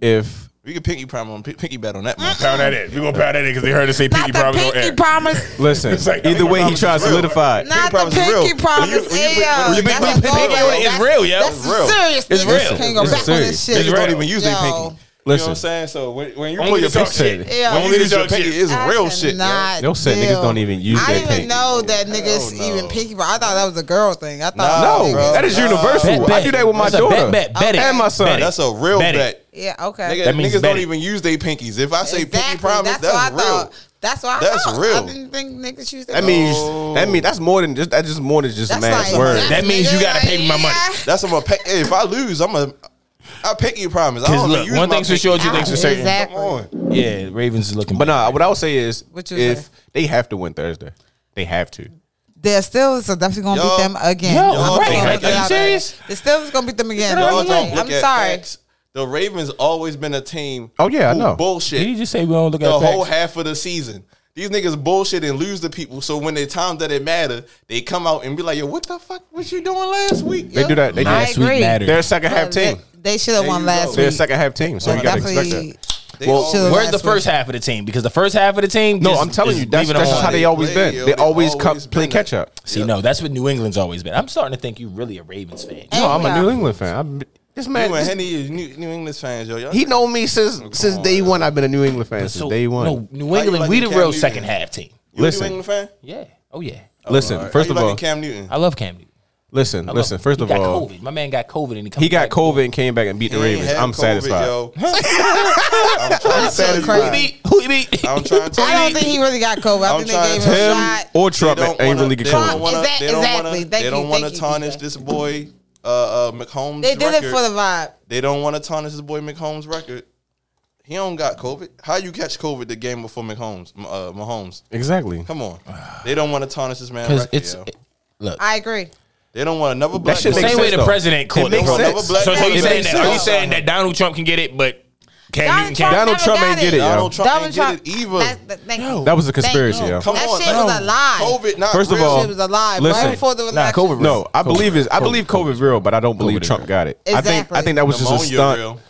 If we can pinky prime on pinky bet on that Mm, one. Pound that in. We gonna pound that in because they heard us say Not pinky the promise. on pinky air. promise. listen, like- either way, he tries to solidify. it. Not the promise is real. pinky promise. When you- when you put- yeah. when you That's put a pinky go on it, round. it's That's- real, yo. That's It's real. serious. It's niggas real. Can't go It's back on serious. this shit. Niggas don't even use their Yo. pinky. You know what Listen, I'm saying? So when, when you Only pull your the dark pinky, shit. Yeah. when Only you the use your dark pinky, shit. it's I real shit. yo. cannot They'll say niggas deal. don't even use I their didn't pinky. even know that niggas no. even pinky. But I thought that was a girl thing. I thought No, niggas- bro. That is Nah. universal. Bet, I do that with my That's a daughter Bet, bet, bet it. and my son. Bet it. That's a real Bet bet. it. Yeah. Okay. Nigga, That means niggas bet don't it. even use their pinkies. If I say pinky promise, what that's I real. Thought. That's what I That's thought. real. I didn't think niggas used that means that means that's more than just that's just more than just a That's man's like- word. That means you gotta Nigga, pay me my money. yeah. That's what I'm a pe- hey, if I lose, I'm a I pinky promise. I Because don't look, use one my thing's for pinky. sure, two things for out. certain. Exactly. Come on. Yeah, Ravens is looking. But nah, what I would say is What you if say? they have to win Thursday, they have to. The Steelers are definitely gonna Yo. beat them again. Yo, I'm right. gonna Are put it you out serious? there. The Steelers gonna beat them again. Y'all I'm, don't like, look I'm at sorry. facts. The Ravens always been a team. Oh, yeah, I who know. Bullshit. Did you just say we don't look at the facts? whole half of the season. These niggas bullshit and lose the people. So when the time that it matter, they come out and be like, "Yo, what the fuck? What you doing last week?" They yo?" do that. They do I that. Last week agree. mattered. They're a second half But They, team. they should have There won you last go. They're a week. second half team, so you gotta expect Definitely. that. They Well, always- should've Where's the last first half of the team? Because the first half of the team. No, just- I'm telling is you, that's leaving them that's just alone. how they always They been. They always always come been play that. catch up. See, no, that's what New England's always been. I'm starting to think you really a Ravens fan. No, Oh, I'm Yeah. a New England fan. I'm, this man, You and this- Henny is New, New England fans, yo. Y'all he know me since since day one. I've been a New England fan since So, day one. No, New How you England, like we the the Cam real Newton? second half team. you a listen. New England fan. Yeah. Oh yeah. listen, All right. first How of you liking all, Cam Newton. I love Cam Newton. listen, I love listen. him. First He of got all, COVID. my man got COVID and he, he comes got back. COVID and came back and beat the He ain't Ravens. had I'm COVID, satisfied. yo. I'm Who crazy. he beat? Who he beat? I'm trying to. I don't think he really got COVID. I I'm think trying they gave to him tell a you. shot. Or Trump They that don't ain't wanna- really get they don't COVID. Trump. wanna- Exact- They don't wanna- exactly. Thank they don't you, wanna thank you, tarnish DJ. this boy uh, uh, McCombs. They did it record. for the vibe. They don't want to tarnish this boy McHomes' record. He don't got COVID. How you catch COVID the game before McHomes? Uh, Mahomes. Exactly. Come on. They don't want to tarnish this man's Because record. it's yo. look. I agree. They don't want another black. shit the man- makes same way sense, the though. president It caught it. makes So, sense. so are you It saying makes that? Are you sense. saying that Donald Trump can get it, but Cam Newton Donald can't? Trump, Donald never Trump got ain't get it, yo. Donald Trump Donald ain't Trump. get it either. That's the- thank you. That was a conspiracy, Thank you. yo. Come that on, shit was a lie. COVID not First of real. all, Shit was a lie. Listen. right before the election. Nah, COVID. No, I believe it's I believe COVID. COVID real, but I don't believe COVID is Trump real. got it. I think I Exactly. think that was just a Pneumonia stunt. real.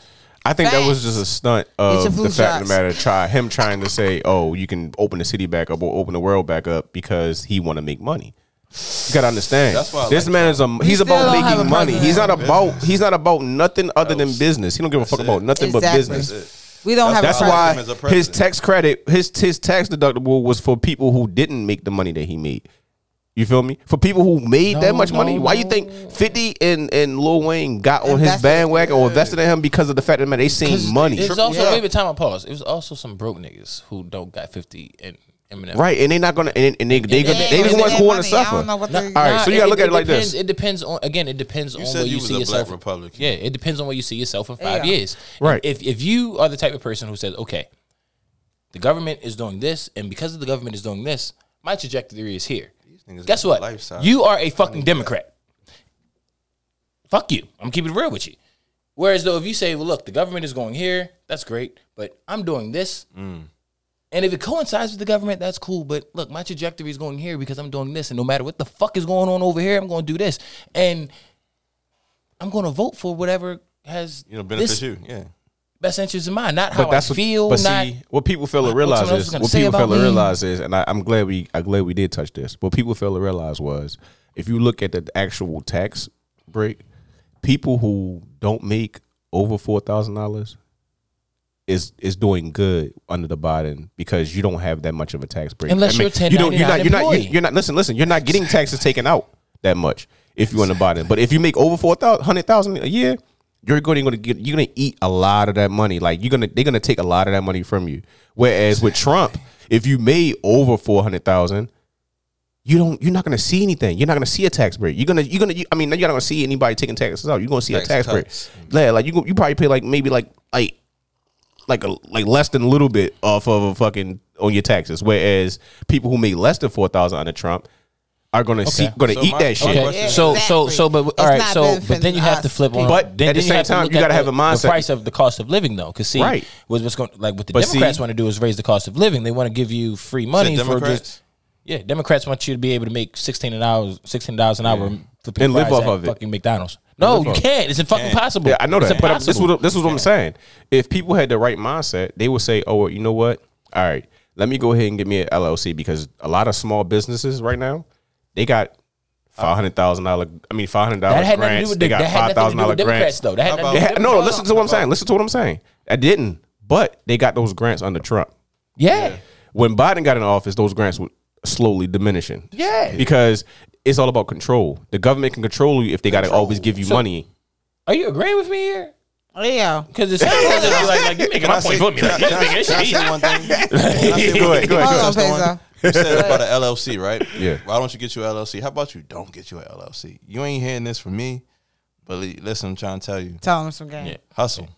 I think that was Facts. just a stunt your of flu the fact shots. of the matter. Try him trying to say, "Oh, you can open the city back up or open the world back up" because he want to make money. You gotta understand. That's why I this like man is a he's still about don't have a making money. president. He's not about he's not about nothing other than business. He don't give a fuck it. about nothing but Exactly. business. We don't have. That's a why I president. like him as a why his president. tax credit, his his tax deductible was for people who didn't make the money that he made. You feel me? For people who made No, that much money, no, why you no. think Fifty and and Lil Wayne got on his Invested. bandwagon or invested in him because of the fact that man, they seen money, It was also Yeah. maybe time I pause. It was also some broke niggas who don't got fifty and Eminem. right? And they not gonna and, and they they gonna they they ain't the gonna ones get who that want to money. I suffer. don't know what All they- right, so you gotta look at it like depends, this. It depends on again. It depends on said where you you was see a black yourself. Republican. Yeah, it depends on where you see yourself in five Yeah. years. Right. If if you are the type of person who says, okay, the government is doing this, and because of the government is doing this, my trajectory is here. niggas Guess got what? lifestyle. You are a fucking Democrat. Fuck you. I'm keeping it real with you. Whereas though, if you say, well, look, the government is going here, that's great, but I'm doing this. And if it coincides with the government, that's cool. But look, my trajectory is going here because I'm doing this. And no matter what the fuck is going on over here, I'm going to do this. And I'm going to vote for whatever has You know, benefits this you. Yeah. best interest in mind, not how But I that's what feel. But not, see, what people fail what to someone realize else is is gonna what say people about fail to me. realize is, and I, I'm glad we, I'm glad we did touch this. What people fail to realize was, if you look at the actual tax break, people who don't make over four thousand dollars is is doing good under the Biden because you don't have that much of a tax break. Unless you're a you don't- 1099 you're not, you're not, employee. you're not. Listen, listen. You're not getting taxes taken out that much if you're in the Biden. But if you make over four thousand, hundred thousand a year, you're going to get. You're going to eat a lot of that money. Like you're gonna, they're gonna take a lot of that money from you. Whereas with Trump, if you made over four hundred thousand, you don't you're not gonna see anything. You're not gonna see a tax break. You're gonna you're gonna you, I mean you're not gonna see anybody taking taxes out. You're gonna see Tax a tax cuts. break. Yeah, like you go- you probably pay like maybe like like like a like less than a little bit off of a fucking on your taxes. Whereas people who make less than four thousand under Trump are gonna see gonna So eat my- that shit. Okay. Yeah, so so exactly. so but It's all right not so but benefiting then you have to us. flip on But then, at the then same have to time, look you at gotta the- have a mindset. the price of the cost of living though cuz see Right. was what's going like what the But see- Democrats want to do is raise the cost of living they want to give you free money for Democrats? just yeah Democrats want you to be able to make 16 an hour 16 dollars an hour flipping And live fries off at of it. fucking McDonald's no live you off- can't it's fucking impossible Yeah, I know It's that. But I'm- this is impossible. what this is what I'm saying. If people had the right mindset, they would say, "Oh, well, you know what? All right, let me go ahead and get me an LLC because a lot of small businesses right now they got five hundred thousand dollar. I mean, five hundred dollar that had nothing to do grants. with they the- got that five had nothing thousand to do dollar with Democrats grants. though that had How nothing to They do had- with no, Democrats. listen to what I'm saying. Listen to what I'm saying. I didn't, but they got those grants under Trump yeah when Biden got in office, those grants were slowly diminishing. Yeah. Because it's all about control. The government can control you if they got to always give you money. are you agreeing with me here Yeah. because it sounds like you're like, like, you're making my point for me like, you're making this Can shit I easy. say one thing? Can I Go ahead, say one thing? go ahead, Can I go ahead. say one- Hold on, You said about an LLC, right? Yeah. Why don't you get your LLC? How about you don't get your LLC? You ain't hearing this from me, but li- listen, I'm trying to tell you, Tell them some game. Yeah. hustle.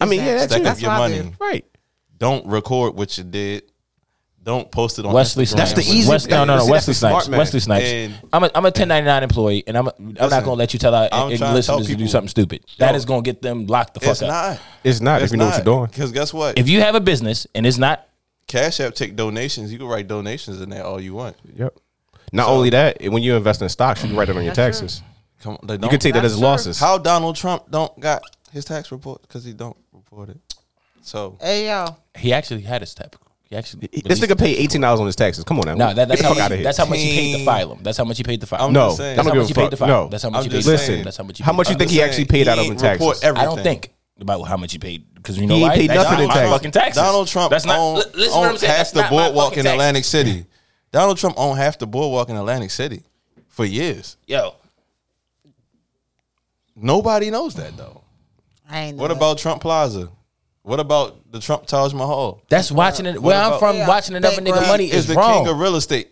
I mean, yeah, that's Stack true. up That's your what I money. do. right. Don't record what you did. Don't post it on Wesley Instagram. Snipes. That's the easy- West, no, no, no. Listen, Wesley that's the smart Snipes. man. Wesley Snipes. And- I'm a, I'm a 1099 employee, and I'm a, I'm not going Listen, to let you tell our I'm and, trying to tell listeners to do people- something stupid. That is going to get them locked the fuck It's up. not. It's not if you know what you're doing. Because guess what? If you have a business and it's not, Cash App take donations. You can write donations in there all you want. Yep. Not only that, when you invest in stocks, you can write it on your taxes. Come on, they You don't- can take that as losses. How Donald Trump don't got his tax report because he don't report it. So Hey yo. he actually had his type. He actually. This nigga paid eighteen dollars on his taxes. Come on now. No, that, that's, how Fuck much, outta here. that's how much he paid to file him. That's how much he paid to file. I'm him. no, just saying. I that's don't how give much a he fuck. paid to file. No, That's how much I'm he paid just to saying. file. Listen, That's how much. He how paid much to you file. think he actually paid out of in taxes? I don't think about how much he paid because you know He ain't why? paid That's nothing not in my taxes. fucking taxes. Donald Trump That's not. own, li- listen, to what I'm own saying. half That's the not my boardwalk fucking in taxes. Atlantic City. Donald Trump owned half the boardwalk in Atlantic City for years. Yo, Nobody knows that though. I ain't What know about Trump Plaza? What about the Trump Taj Mahal? that's watching it. Where I'm about- from, Yeah. watching another Bankrupt. nigga money He is is the wrong. king of real estate.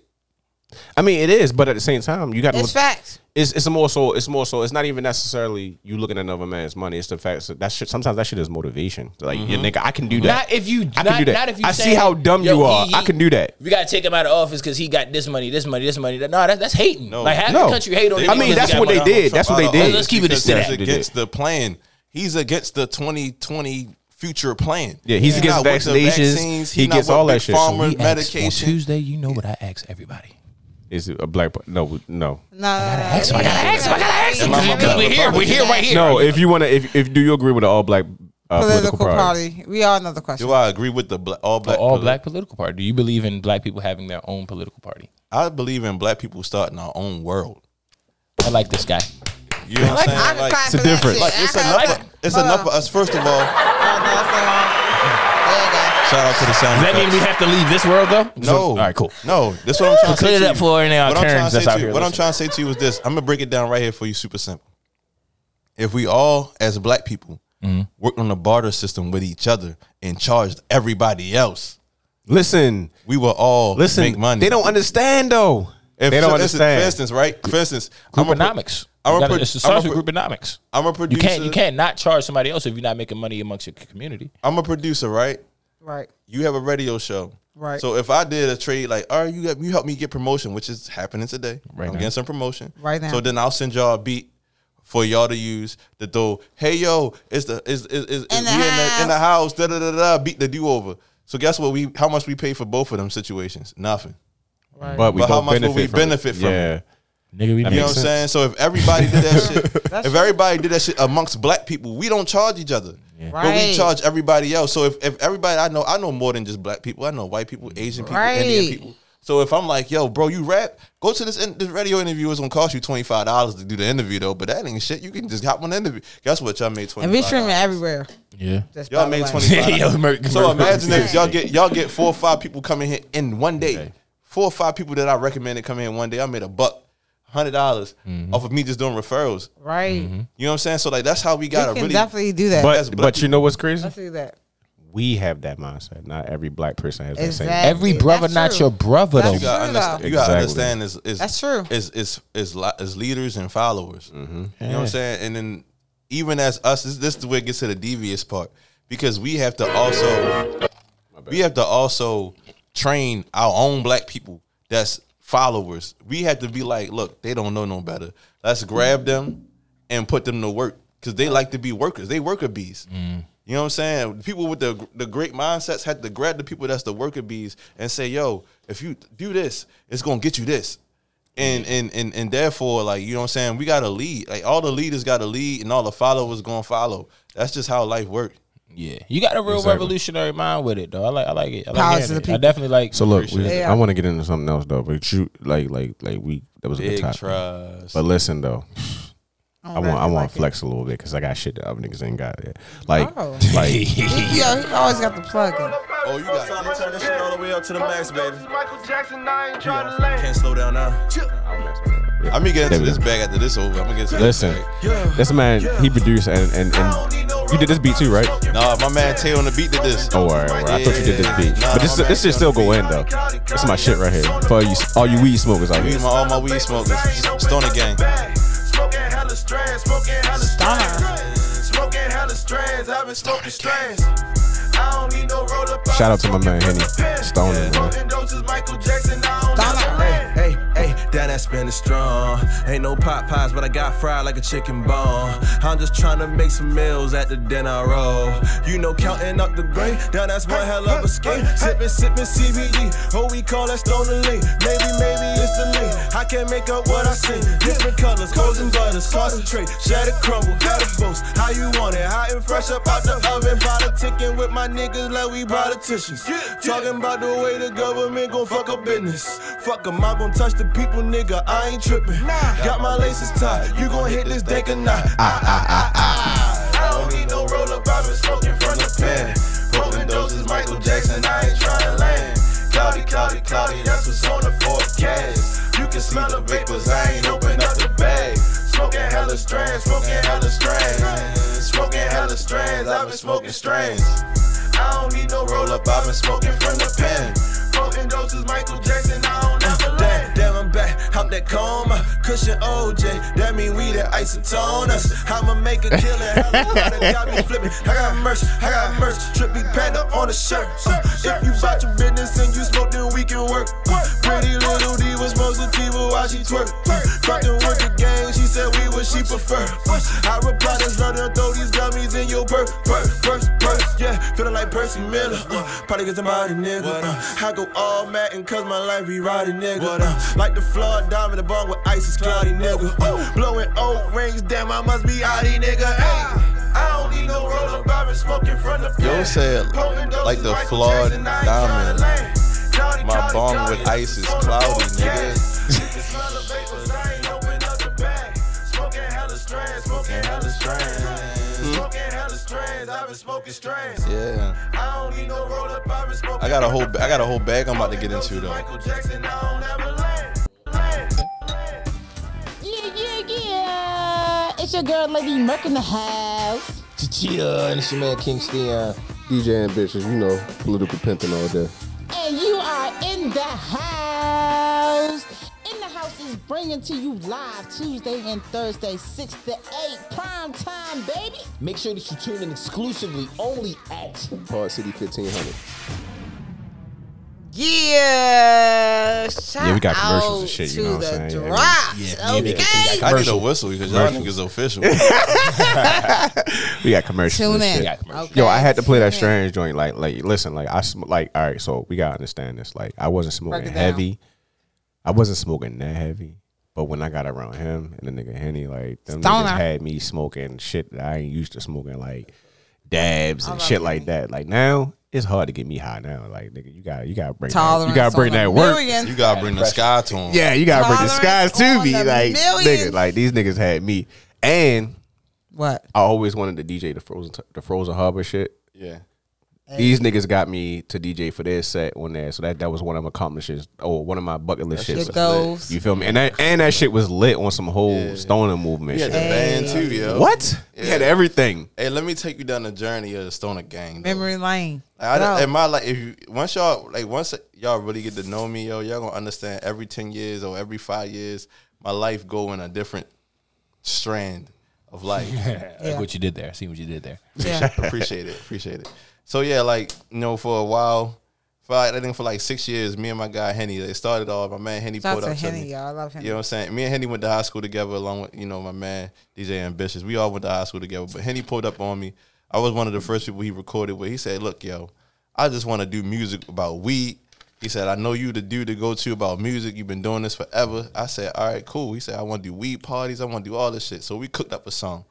I mean, it is, but at the same time, you got that. to It's facts. it's it's more so it's more so it's not even necessarily you looking at another man's money. It's the fact that, that shit sometimes that shit is motivation. Like yeah, nigga, I can do that. Not if you. I not, can do that. Not if you. I say, see how dumb yo, you are. he- he- I can do that. We gotta take him out of office because he got this money, this money, this money. No, that, that's hating. No. like half No. the country hate on. They him I don't mean, because let that's he you got what get they money. did. Donald That's what Trump they out of did. office Let's keep it because to that. He's against the plan. He's against the 2020 future plan. Yeah, he's against not with the vaccinations. vaccines. He not gets with all that big shit. So Farmer He asks, on medication. Tuesday, you know what I ask everybody. Is it a black? per- No, no, No, no, no. Ask him, I gotta ask him. I gotta ask him. Am I my Because we're brother? here. We're here right here. no. If you want to, if, if do you agree with an all black uh, Political political, party? party. We all know the question. Do I agree with the bla- all black? all polit- black political party. Do you believe in black people having their own political party? I believe in black people starting our own world. I like this guy. You know what I I'm saying? can Like, clap it's a for that difference. shit. like, it's I can enough. clap. For, it's Hold enough on. for us. First of all, shout Oh, no, it's all right. There you go. out to the sound. Does that mean we have to leave this world though? No. All right, cool. No, that's what I'm trying to Clear say it to up you. for any of our What I'm trying Karens to say that's out to you- here What I'm listening. trying to say to you is this: I'm gonna break it down right here for you, super simple. If we all, as black people, Mm-hmm. worked on a barter system with each other and charged everybody else, Listen, we will all listen. make money. They don't understand though. If, they don't for instance- understand. For instance, right? For instance, I'm a, pro- Grouponomics. I'm a You gotta- pro- It's the I'm a start with pro- grouponomics. I'm a You producer. can't you can't not charge somebody else if you're not making money amongst your community. I'm a producer, right? Right. you have a radio show. Right. So if I did a trade like, all right, you got, you help me get promotion, which is happening today. Right. I'm now. getting some promotion. Right now. So then I'll send y'all a beat for y'all to use to throw, hey yo, it's the is is is we In in the the, in the house. house, da da da da, beat the do over. So guess what? We how much we pay for both of them situations? Nothing. But we But how both much benefit will we from it. benefit from it? Yeah. Nigga, we You know make- what I'm saying? So if everybody did that shit, if everybody did that shit amongst black people, we don't charge each other. But we Right. charge everybody else. So if, if everybody I know, I know more than just black people. I know white people, Asian people, Indian Right. people. So if I'm like, yo, bro, you rap, go to this in, this radio interview. It's gonna cost you twenty five dollars to do the interview though. But that ain't shit. You can just hop on the interview. Guess what? Y'all made twenty. And we streaming everywhere. Yeah. Just by Y'all the made way. twenty five. Yo, Merc- so Merc- imagine if y'all get y'all get four or five people coming here in one day. Four or five people that I recommended come in one day. I made a buck, hundred dollars off of me just doing referrals. Right. You know what I'm saying? So like that's how we We gotta can really. definitely do that. That's But black but you know what's crazy? I see that. We have that mindset. Not every black person has that Exactly. same. Every brother, That's not true. your brother, That's though. You gotta True, though. understand. You gotta Exactly. understand is is That's true. Is is is li- is leaders and followers. You know what I'm saying? And then even as us, this, this is where it gets to the devious part because we have to also we have to also train our own black people that's followers. We have to be like, look, they don't know no better. Let's grab them and put them to work because they like to be workers. They worker bees. You know what I'm saying? People with the the great mindsets had to grab the people that's the worker bees and say, "Yo, if you do this, it's gonna get you this." And and and and therefore, like you know what I'm saying, we gotta lead. Like all the leaders gotta lead, and all the followers gonna follow. That's just how life works. Yeah, you got a real revolutionary mind with it, though. I like, I like it. I Powers like to hearing the it. I people. definitely like. So look, we, Yeah. I want to get into something else though. But you like like like we that was a good Big topic. trust. But listen though, I want glad I you want like to it. flex a little bit because I got shit that other niggas ain't got yet. Like Oh. like He, yo, he always got the plug in. Oh, you got Let's turn this shit all the way up to the max, baby. Michael Jackson, I ain't trying to land. Can't slow down now. I'm gonna get There into we this go. bag after this over. I'm gonna get into listen, This bag. this man he produced and and and you did this beat too, right? Nah, my man Tay on the beat did this. Oh, all right, all right. I thought you did this beat, but this this shit still go in though. This is my shit right here for you all you weed smokers out Weed, here. my, all my weed smokers, stoner gang. Smoking hella strands, smoking hella strands. Smoking hella strands, I've been smoking strands. I don't need no roll up. Shout out to my man Henny Stoner, man. Hey, hey, hey, down that spin is strong. Ain't no pot pies, but I got fried like a chicken bone. I'm just tryna make some meals at the dinner roll. You know, counting up the grain, down that's one hell of a skin. Sippin', sippin' CBD, oh, we call that stoner lean. Maybe, maybe it's the lean. I can't make up what I see. Different colors, codes and butters, concentrate, shatter, crumble, how to boast. How you want it, hot and fresh up out the oven. Politicking with my niggas like we politicians. Talking about the way the government gon' fuck up business. Fuck them, I gon' touch the people, nigga. I ain't tripping. Got my laces tied. You gon' hit this dick or not? Ah, ah, ah, ah. I don't need no roller, I've been smoking from the pen. Rolling doses, Michael Jackson. I ain't trying to land. Cloudy, cloudy, cloudy. That's what's on the forecast. You can smell the vapors. I ain't open up the bag. Smoking hella strands, smoking hella strands, smoking hella strands. I've been smoking strands. I don't need no roll up, I've been smoking from the pen. Broken doses, Michael Jackson, I don't ever damn, damn, I'm back, I'm that coma. Cushion OJ, that mean we the isotoners. I'ma make a killing, hella product, got me flipping. I got merch, I got merch, trippy panda on the shirt. Uh, if you bout your business and you smoke, then we can work. Uh, pretty little D was most of people while she twerk. Uh, Fucking with the gang, she said we what she prefer. Uh, I replied, just let her throw these gummies in your purse, purse, purse, purse. Yeah, feeling like Percy Miller. Uh, probably get somebody nigga. Uh, I go all mad and cause my life be riding nigga. Uh, like the floor diamond, the ball with ice is cloudy nigga. Uh, blowing old rings, damn, I must be out these nigga. Ay, I don't need no roller, I've been smoking from the Yo pen. said, Potent doses, like the Michael flawed Jackson, I ain't tryna diamond. land. Cloudy, My cloudy, bong cloudy, with ice is on the cloudy, forecast. nigga. You can smell the vapors, I ain't open up the bag. Smoking hella strands, smoking hella strands. Smoking hella strands, I've been smoking strands. Yeah, I don't need no roll up, I've been smoking. I got a whole, I got a whole bag I'm about to get into though. Michael Jackson, I don't ever land. Yeah, yeah, yeah. It's your girl, Lady Merc in the house. Yeah, and it's your man King Steon. DJ Ambitious, you know, political pimping all day. And you are in the house. In the house is bringing to you live Tuesday and Thursday, 6 to 8, prime time, baby. Make sure that you tune in exclusively only at Hard City 1500. Yeah, shout Yeah, we got out commercials and shit, to you know what the I'm saying? Yeah, drops. yeah, okay. they can take I need a whistle because y'all niggas official. We got commercials. Tune and in. shit. Okay. Yo, I had to play that Tune in. strange joint. Like, like, listen, like I sm- like. All right, so we gotta understand this. Like, I wasn't Break smoking it down. heavy. I wasn't smoking that heavy. But when I got around him and the nigga Henny, like them Stoner. niggas had me smoking shit that I ain't used to smoking, like dabs and shit like that. Like now, it's hard to get me high now. Like nigga, you got to you got to bring that, Tolerance you got to bring on a that work. million. You gotta bring the sky to him. Yeah, you got to bring the skies Tolerance to on me. a Like million. nigga, like these niggas had me, and What? I always wanted to DJ the frozen the frozen harbor shit. Yeah. These niggas got me to DJ for their set on there, so that that was one of my accomplishments or one of my bucket list Your shits. goals. You feel me? And that and that shit was lit on some whole stoner movement. We had Shit. the band too, yo. What? We had everything. Hey, let me take you down the journey of the Stoner Gang. though. Memory lane. Like, Go. I, in my life, if you once y'all like once y'all really get to know me, yo, y'all gonna understand every ten years or every five years, my life go in a different strand of life. Like what you did there. See what you did there. yeah. appreciate it, appreciate it. So yeah, like you know, for a while, for like, I think for like six years, me and my guy Henny, they started off. My man Henny Shout out pulled to up to Henny, me. y'all. I love Henny. You know what I'm saying? Me and Henny went to high school together, along with you know my man DJ Ambitious. We all went to high school together. But Henny pulled up on me. I was one of the first people he recorded with. He said, "Look, yo, I just want to do music about weed." He said, "I know you the dude to go to about music. You've been doing this forever." I said, "All right, cool." He said, "I want to do weed parties. I want to do all this shit." So we cooked up a song,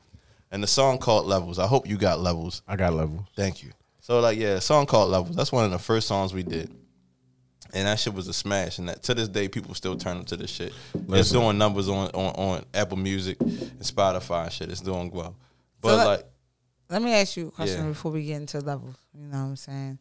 and the song called Levels. I hope you got levels. I got level. Thank you. So like yeah, a song called Levels. That's one of the first songs we did. And that shit was a smash. And that to this day people still turn up to this shit. It's doing numbers on, on, on Apple Music and Spotify and shit. It's doing well. But let- like Let me ask you a question Yeah. before we get into levels. You know what I'm saying?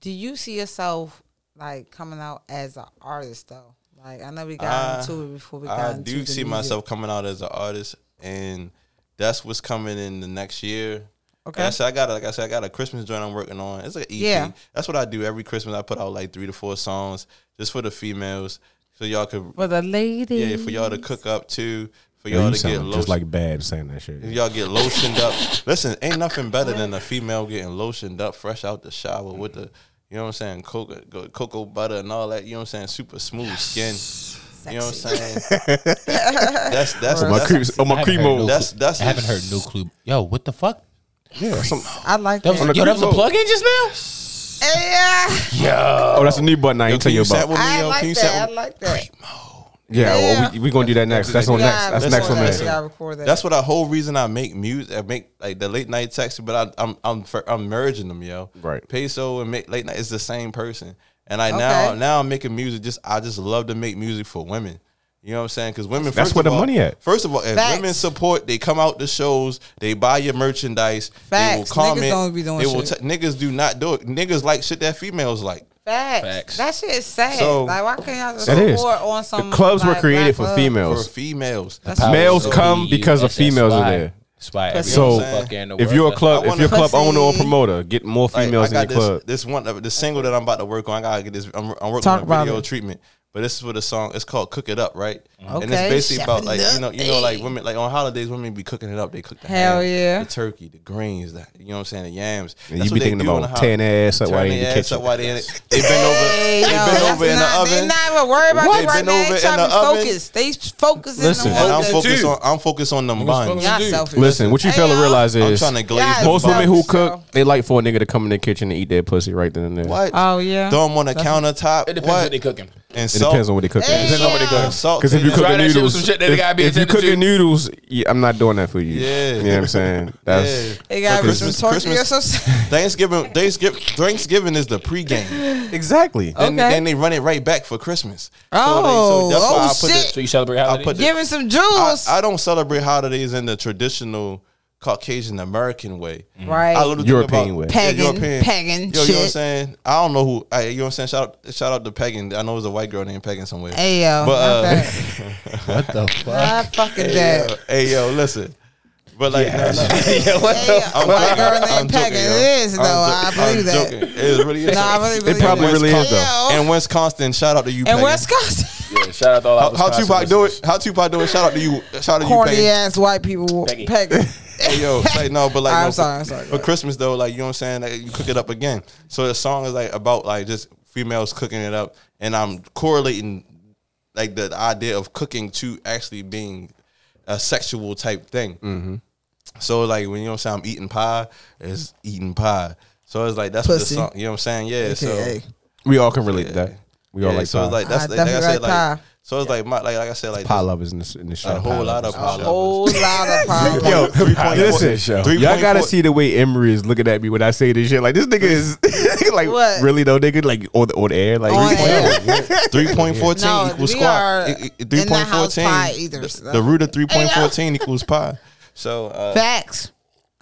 Do you see yourself like coming out as an artist though? Like I know we got Uh, into it before we got I into do the see music. myself coming out as an artist and that's what's coming in the next year. Okay. And I said I got a, like I said, I got a Christmas joint I'm working on. It's like an EP. Yeah. That's what I do every Christmas. I put out like three to four songs just for the females. So y'all could for the lady. Yeah, for y'all to cook up too, for Yo, y'all you to get sound just lotion. like Bab saying that shit. if y'all get lotioned up. Listen, ain't nothing better than a female getting lotioned up fresh out the shower with the, you know what I'm saying, cocoa, go- cocoa butter and all that. You know what I'm saying, super smooth skin. You know what I'm saying? that's that's My that's, creeps, oh I my haven't heard no cremo. That's- clue. that's- I haven't heard no clue. Yo, what the fuck? Yeah, some- I like That that. was, the yo, that was a Cremo. plug in just yeah, oh, that's a new button. I Yo, ain't tell can you you sat about. with me? I yo? like Can you that. sat I with- like that. Yeah. Yeah, well, we, we gonna do that next. That's on Yeah, next. That's we next on gotta- next. we gotta record that. That's what the whole reason I make music. I make like the late night text, but I, I'm I'm fer- I'm merging them, yo. Right. Peso and make, late night is the same person, and I now Okay. now I'm making music. Just I just love to make music for women. You know what I'm saying? Because women, That's first where of the all- money at. First of all, and Facts. women support. They come out to shows. They buy your merchandise. They will Facts. Niggas comment. don't be doing they will shit. t- niggas do not do it. Niggas like shit that females like. Facts. Facts. That shit is sad. So- like why can't y'all just That is. support on some? The clubs were like, black created for love? For females. females, That's now. Males Powers come of because the BUSSY. females are there. That's why every So, fuck in the if world you're a does- club, if wanna- you're a club Pussy. owner or promoter, get more Like, females I in got your club. this, this one, uh, the single that I'm about to work on. I gotta get this. I'm, I'm working Talk on a about video it. treatment, but this is for the song. It's called "Cook It Up," right? Mm-hmm. And Okay, it's basically chef about it like you up, know, you know, like women like on holidays, women be cooking it up. They cook the Hell ham, yeah. the turkey, the greens, the, you know what I'm saying, the yams. And you That's what be they thinking do on about the hol- tearing their ass up while turning they in the their ass up kitchen. while they in it. They been over, they been over in the They oven. not even worried about What? it They right been now. over They in trying to the be oven. focused. They focusing Listen, on And I'm the- focused on I'm focused on them buns. Y'all Dude. selfish. Listen, what you fail to Hey, realize I'm is trying to glaze Yes. them most women who Selfish, cook, though. they like for a nigga to come in the kitchen and eat their pussy right then and there. What? Oh, yeah. Throw them on the countertop. It depends what? what they cooking. And It salt. depends on what they cooking. Hey, Depends on what they cooking. And salt. Because if you They- Try cooking that shit with noodles, some shit that they gotta if, be if you attentive cooking to. noodles, yeah, I'm not doing that for you. Yeah. you know what I'm saying. That's Yeah. They got Christmas- some tortilla Christmas- or something. Thanksgiving, Thanksgiving, Thanksgiving is the pregame. exactly. Then, Okay. then they run it right back for Christmas. Oh, oh, I shit. So you celebrate holidays. put the- Give him some I, jewels. I don't celebrate holidays in the traditional Caucasian American way. Right. I literally think European about- way. Pagan, pagan Yo, you know what I'm shit. saying? I don't know who. I, you know what I'm saying? Shout out, shout out to Pagan. I know there's a white girl named Pagan somewhere. Hey yo, But, uh, what the fuck? not fucking that. Hey, yo, listen. But like, no, no. Hey, I'm my joking. girl I'm named joking, Pagan. It yo. is though. I'm I joking. I'm believe that. joking. It really is. No, I really believe It probably that. really is though. Yo. And Wisconsin, shout out to you. And Pagan. Wisconsin, Yeah, shout out to all How, our how Wisconsin Tupac do listeners. it? How Tupac do it? Shout out to you. Shout out to you, corny Pagan. ass white people. Peggy. Pagan. Hey, yo, say no, but like, I'm no, sorry, for- I'm sorry, go For Christmas though, like you know what I'm saying, like, you cook it up again. So the song is like about like just females cooking it up, and I'm correlating like the idea of cooking to actually being a sexual type thing. Mm-hmm. So like when you know what I'm saying, I'm eating pie, it's eating pie. So it's like that's Pussy. what the song. You know what I'm saying? Yeah. AKA. So We all can relate to that. We all yeah, like so it's pie. like that's I like, Ah, like I definitely said like like pie. so it's like my like, like I said like pie this- lovers in this in the show. a whole lot of pie. pie. whole lot of problems. Yo, point- listen, three y'all point gotta four- see the way Emery is looking at me when I say this shit. Like this nigga is like What? really though, nigga. Like on the on the air, like On air. Three point fourteen No, equals we squat. are Three in the point house fourteen. pie eaters, The, the root of three point fourteen equals pi. So uh, Facts.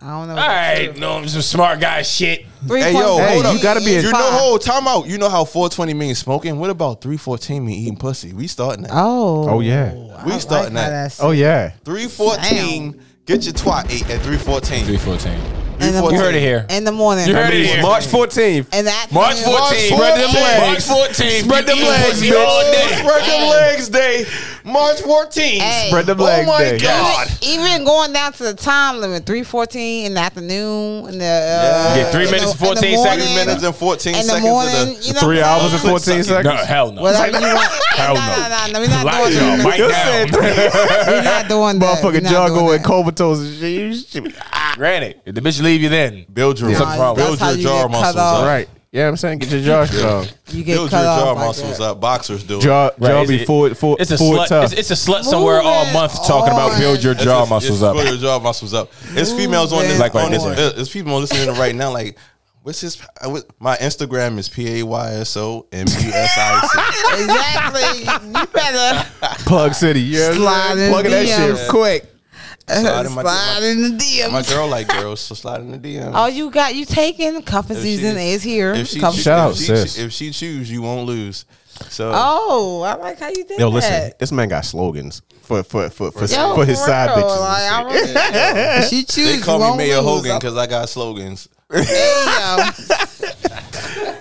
I don't know. All right, no, I'm some smart guy shit. Three Hey, yo, point hold four up. is You gotta be a- you fine. know, hold time out. You know how four twenty means smoking. What about three fourteen mean eating pussy? We starting that. Oh, Oh yeah, we starting that. oh yeah. Three fourteen. Get your twat ate at three fourteen. 314. in the, You You morning. heard it here. In the morning. You heard it here. March 14th. And that March 14th. March them 14th. March legs. 14th. Spread you them eat legs, pussy bitch. all day. Spread them legs day, March fourteenth. Hey. Spread the Oh legs. my day. god. Even going down to the time limit, three fourteen in the afternoon, in the uh, Yeah, three in the- minutes and in the 14 seconds, morning, minutes and fourteen in the seconds morning, of the you know Three what I'm hours and saying? fourteen No, seconds. hell no. Whatever you want. Hell no, no. no, no, no, we're not Lock doing y'all that. right You down. We're not doing that. We're Motherfucking not Jago doing that. and comatose and shit. You shit. Granted, if the bitch leave you then. Build your Nah, that's build how your you jaw get cut muscles off. up. Right. Yeah, I'm saying get your jaw strong. You get Build your cut jaw off like muscles that. up. Boxers do. it. Jaw, jaw Right, be it's- full, full, It's a full slut. tough. It's, it's a slut somewhere all Moving month talking about on. build your It's jaw just- muscles it's up. Build your jaw muscles up. It's females on this. Like right on this there. uh, it's people listening right now. Like, what's his? I would- My Instagram is p a y s o m u s i c. Exactly. You better Plug City. Yeah, Slide in plugging that DMs. shit quick. Slide in my- slide in the DM. My girl like girls, so slide in the DM. All you got, you taking. Cuffing she- season is here. If she, Cuff- choo- Shout out, if she, sis. If she choose, you won't lose. So oh, I like how you did Yo, that. listen, this man got slogans for for for for, Yo, for his for side real, bitches. like, I and shit. really- she choose. they call you me won't Mayor lose. Hogan because I got slogans. Damn.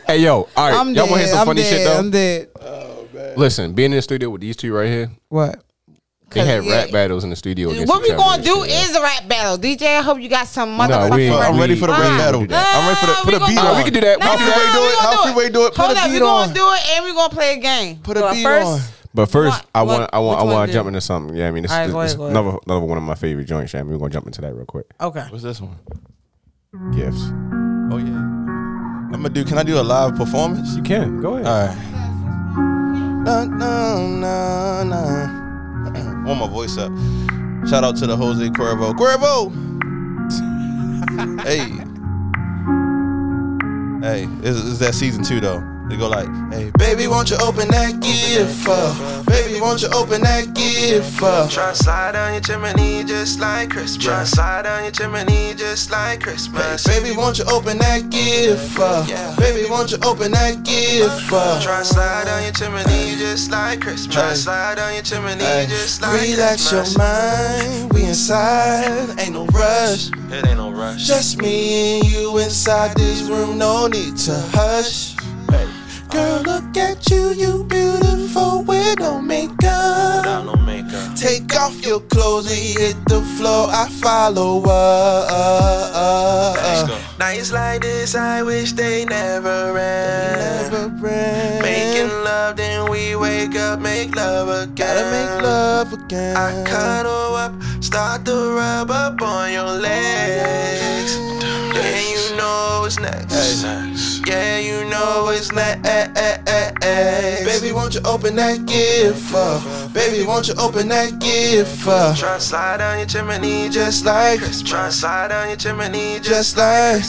Hey yo, all right, I'm y'all dead. wanna hear some I'm funny dead. shit though? I'm dead. Listen, being in the studio with these two right here, What? they had yeah. rap battles in the studio. against What each we other gonna and do shit, yeah. is a rap battle, DJ. I hope you got some No, we motherfucking. ain't- rap I'm ready for the we rap ain't battle. gonna do that. I'm ready for the Nah, put we a gonna beat do Nah, on. we can do that. How Nah, freeway nah, do we it? gonna How do it. freeway do it? Put Hold a up, we beat gonna on. do it and we gonna play a game. Put a Well, beat on. But first, I what- want I want I which want one to do? jump into something. Yeah, I mean, it's, All right, go it's ahead, go ahead. another another one of my favorite joints. Yeah, I mean, we're gonna jump into that real quick. Okay. What's this one? Gifts. Oh yeah. I'm gonna do. Can I do a live performance? You can go ahead. All right. Na, na, na, na. Want my voice up. Shout out to the Jose Cuervo. Cuervo! hey. Hey, it's, it's that season two though. They go like, hey, Baby, won't you open that gift up? Baby, won't you open that gift up? Try and slide down your chimney just like Christmas. Try and slide down your chimney just like Christmas. baby, won't you open that gift up? Baby, won't you open that gift up? Try and slide down your chimney just like Christmas. Try and slide down your chimney just like Relax Christmas. Relax your mind, we inside, ain't no rush. It ain't no rush. Just me and you inside this room, no need to hush. Girl, look at you, you beautiful with no makeup. Take off your clothes and hit the floor. I follow up. Nights like this, I wish they never end. Making love, then we wake up, make love again. Gotta make love again. I cuddle up, start to rub up on your legs. Yeah, you know what's next. Yeah, you know it's not. eh, Baby, won't you open that gift up? Baby, won't you open that gift up? Try and slide down your chimney just like. Try and slide down your chimney just like.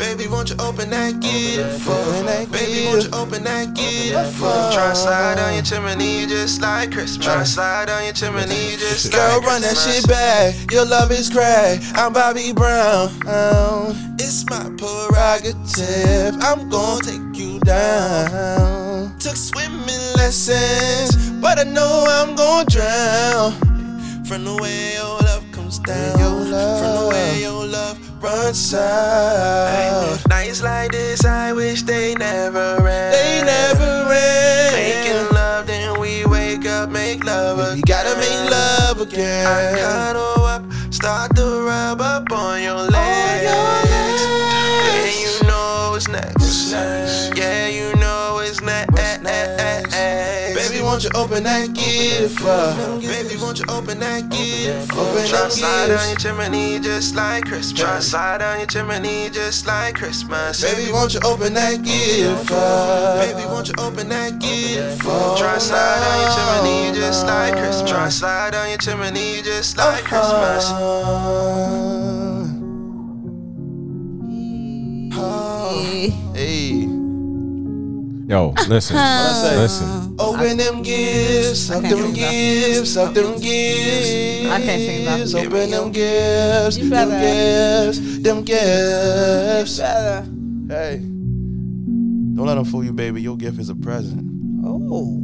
Baby, won't you open that gift up? Baby, won't you open that gift up? Try and slide down your chimney just like Christmas. Try and slide down your chimney just Uh. Girl, like Girl, run that shit back. Your love is crack. I'm Bobby Brown. Um, It's my prerogative. I'm gonna take you down. Took swimming lessons, but I know I'm gonna drown. From the way your love comes down, from the way your love runs out. Nights like this, I wish they never end. They never end. Making love, then we wake up, make love again. You gotta make love again. I cuddle up, start to rub up on your legs. Yeah, you know eh, it's next. Yeah, you know it's next. eh. won't you open that gift up? Baby, won't you open that gift up? Open Try that slide down your gift. chimney just like Christmas. Try slide down your chimney just like Christmas. Baby, won't you open that gift up? Baby, won't you open that gift up? Try slide down your chimney just like Christmas. Try slide down your chimney just like Uh-huh. Christmas. Uh-huh. Hey. Yo, listen, say? listen. Open them gifts, up can't sing them about- gifts, up them gifts. I can't sing about gifts, it. Open them gifts, You them better. gifts, them gifts. uh, Hey, don't let them fool you, baby. Your gift is a present. Oh.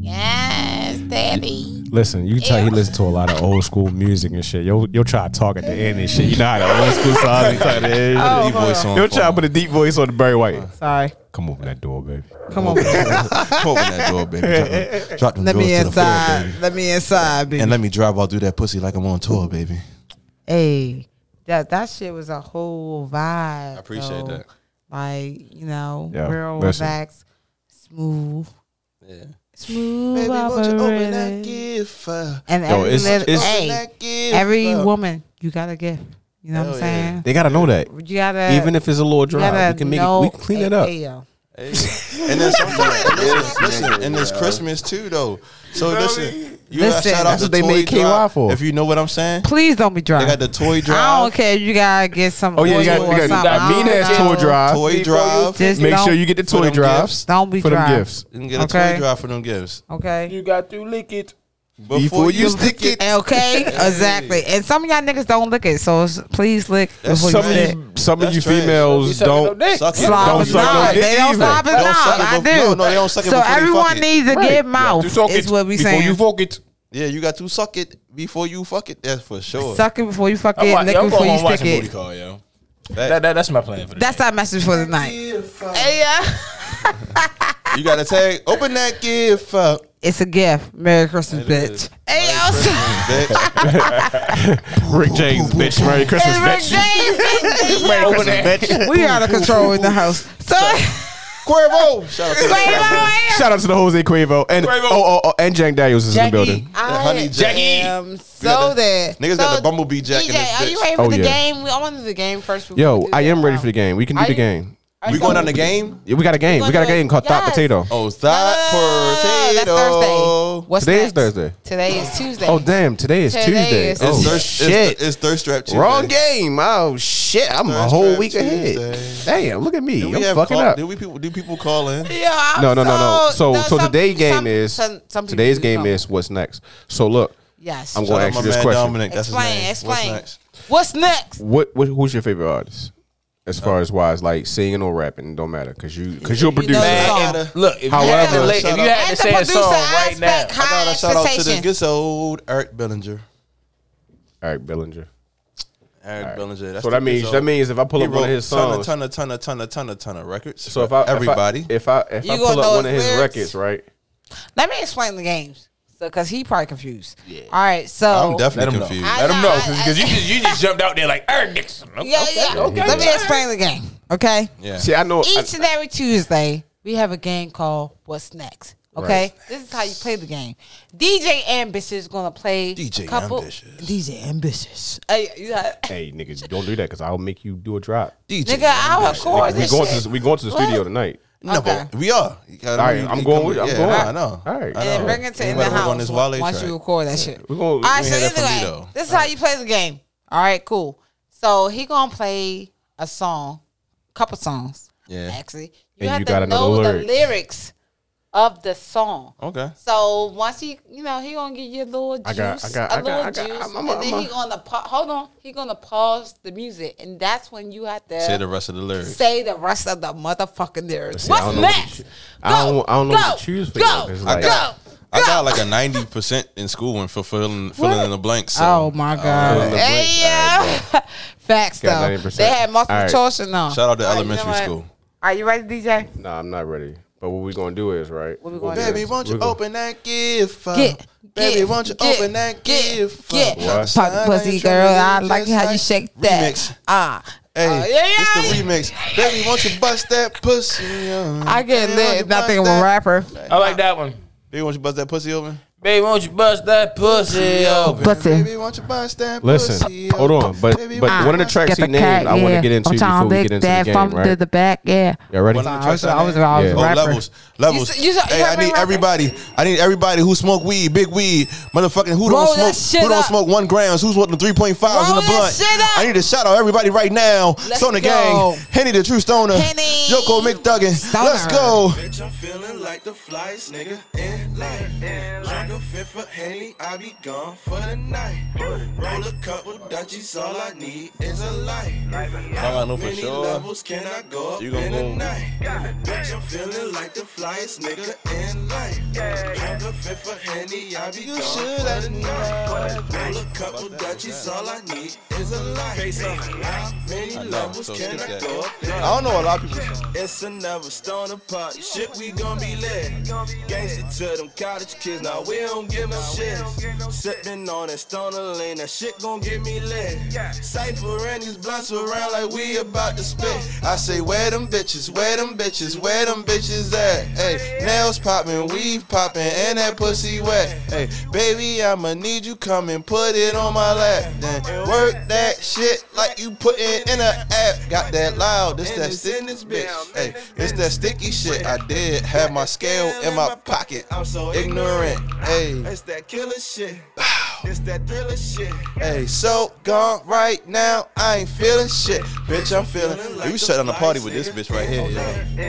Yes, Daddy. Listen, you can tell he listened to a lot of old school music and shit. Yo, yo, try to talk at the end and shit. You know how the old school songs be talking at the end. Oh, hold voice on. on. Yo, try to put a deep voice on the Barry White. Sorry. Come open that door, baby. Come on. Open that door, baby. Drop them, drop them Let me drawers to the floor, inside. baby. Let me inside, baby. And let me drive all through that pussy like I'm on tour, baby. hey, that that shit was a whole vibe. I appreciate that. Like you know, Yeah, real listen. relaxed, smooth. Smooth Baby, won't you open that operator. gift? up? And Yo, every, it's- little, it's- hey, That gift. every up. woman, you got a gift. You know what I'm Hell yeah. saying? They gotta know that. You gotta Even if it's a little you dry, we gotta can make it. know- We can clean it up. Hey, yo. And then sometimes, listen, listen, and it's Christmas too, though. So listen, you gotta Listen. shout out That's the what they toy made KY drive. for. If you know what I'm saying, Please don't be dry. they got the toy drive. I don't care. You gotta get some. Oh yeah, oil you got, or you got, you something. I got don't mean ass know. toy drive. Toy drive. Just Make don't- sure you get the toy them drives. gifts. Don't be for them dry. gifts. You can get a Okay. toy drive for them gifts. Okay. got to lick it. Before, you stick it. Okay. exactly. And some of y'all niggas don't lick it, so s- please lick That's before Some you of lick. you, some of That's you trash. females don't. Suck it. Slob Don't is suck no not. dick They don't either. slop it Don't out. suck it I before- do. no, no, they don't suck it so before they everyone fuck it. needs a You good have mouth. to suck Is it what we before saying. you fuck it. Yeah, you got to suck it before you fuck it. That's for sure. suck it before you fuck I'm it. wa- lick yeah, it I'm before going you home stick watching it. booty call, yo. That, that, that's my plan for the That's our message for the night. Hey, yeah. You got to tag. Open that gift up, It's a gift. Merry Christmas, bitch. is. Hey, yo. bitch. Rick James, bitch. Merry Christmas, It's bitch. Merry Christmas, bitch. We out of control in the house. So, Cuervo. Shout out to wait, wait, wait. Shout out to the Jose Quavo and oh, oh, oh, and Jack Daniels is in E. the Jackie. building. I honey jack. am so there. Niggas so, got the bumblebee jack DJ, in this are you bitch. ready for Oh, the yeah. game? We- I want to do the game first. before we Yo, do Uh, I that. am ready for the game. We can do Are the you- game. We going on the game? Yeah, we got a game. We got gonna- a game called Thought yes. Potato. Oh, Ah, that That's Thursday. potato. What's Today is next? Uh, Thursday. Today is Tuesday. Oh damn! Today is Today Tuesday. is oh It's thirst, shit! It's, it's thirst trap Tuesday. Wrong game. Oh shit! I'm a Thirst whole trap week ahead. Tuesday. Damn! Look at me. Do we I'm have fucking call, up. Do we people? Do people call in? Yo, I'm no, no, no, no. So, no, so some- today's game some- is some- some people today's do game something. is what's next. So look, yes. I'm going Shout to out ask my you this man question. Dominic. That's explain, his name. explain. What's next? What's next? What, what who's your favorite artist as Uh, far as wise like singing or rapping? Don't matter because you because you're a You know the producer. song. Gotta- Look, if you had However- to, lay- if you had to And say the a producer song right now, aspect, I high gotta shout out to the expectations. good old Eric Bellinger. All right, Bellinger. Eric Bellinger. That's So that the means good that old- means if I pull He up one wrote of his ton of songs. ton of ton of ton of ton of ton of records. So if I if I- everybody, if I if I, You gonna pull know up one of his his lyrics? records, right? Let me explain the games. So, cause he probably confused. All right. So I'm Let definitely him know. confused. I let them know, know I- I- because you just you just jumped out there like Eric Dixon. Yeah, yeah. Let me explain the game. Okay. Yeah. See, I know. I- Each and every Tuesday, we have a game called What's Next. Okay, this is how you play the game. DJ Ambitious is gonna play DJ couple, Ambitious. DJ Ambitious. Hey, Uh, you got, hey, niggas, don't do that because I'll make you do a drop. DJ. nigga, I'll record We Oh, this going shit. to we going to the studio What? tonight. No, Okay. but we are. You gotta All know right, you- I'm you going come with- I'm yeah, going. I know. All right. I And know. bring it to You in the better work house on this Wale once track. you record that shit. We're going. All right, You so hear that from me, anyway, though. this is how you play the game. All right, cool. So he gonna play a song, couple songs, Yeah. actually. You And have you to gotta know know the the lyrics of the song. Okay. So once he, you know, he gonna give you a little juice, I got- I got- a I got- little I got- juice, I'm- I'm- and then I'm- he gonna pa- hold on. He gonna pause the music, and that's when you have to Say the rest of the lyrics. say the rest of the motherfucking lyrics. See, I What's don't know what to next? choo- I don't- I don't know what to choose for go, y'all, 'cause, like- go, I got- go. I got like a ninety percent in school and fulfilling filling in the blanks. So. oh my uh, god! the hey, yeah. facts Got though. 90%. They had multiple All right. choice uh, and all. Shout out to All right, you know elementary what? school. Are you ready, DJ? Nah, I'm not ready. But what we gonna do is right. What we what gonna do? Baby, is- won't you we gonna- open that gift Uh, up? Get, Baby, get, won't you get, open that get, gift Get, up? What? pop the pussy, girl. I like how you shake that. Remix. Ah, Hey, Oh, yeah, yeah, it's the remix. Baby, won't you bust that pussy? I get lit. Nothing of a rap. rapper. I like that one. Baby, want you to bust that pussy open? Baby, won't you bust that pussy open? Baby, want you to bust that Listen, pussy hold open? on, but Baby, but won't you one of the bust- tracks he named, I want to get into before we get into the game, to right? the back, yeah. Y'all ready? One of the I was- tracks I was- named? I was Oh, rapper. levels, levels. You s- you s- you hey, heard I me need rapping? everybody. I need everybody who smoke weed, big weed, motherfucking who Roll don't that smoke, shit who don't up. smoke one grams, who's wanting three point fives in Roll the that blunt. shit up. I need to shout out everybody right now. Let's Stoner go. gang, Henny the true stoner, Henny. Yoko McDuggin. Stoner. Let's go. Bitch, I'm feeling like the flyest nigga in life. Drink a fifth of Henny, I be gone for the night. Roll a couple Dutchies, all I need is a light. I know for Many levels can I go up You gon' in the go- night? Bitch, I'm feeling like the flyest nigga in life. Drink a fifth of Henny, I be gone for the night. Roll a couple Dutchies, all I need is a light. How Many levels so can skip I that. go up in I don't know a lot of people. it's another stone apart. Shit, we gon' be lit. Gangsta to them college kids. Now we don't give a shit. Sippin' on that stoner lane. That shit gon' get me lit. Cypher and these blunts around like we about to spit. I say, where them bitches, where them bitches, where them bitches at? Hey, nails poppin', weave poppin', and that pussy wet. Hey, baby, I'ma need you come and put it on my lap. Then work that shit like you put it in a app. Got that loud, this that stick, this bitch. Hey, it's that sticky shit. I did have my scale in my pocket. I'm so ignorant. Hey, it's that killer shit. It's that thriller shit. Hey, so gone right now. I ain't feeling shit. Bitch, I'm feeling. We shut down the party with this bitch right here, yo.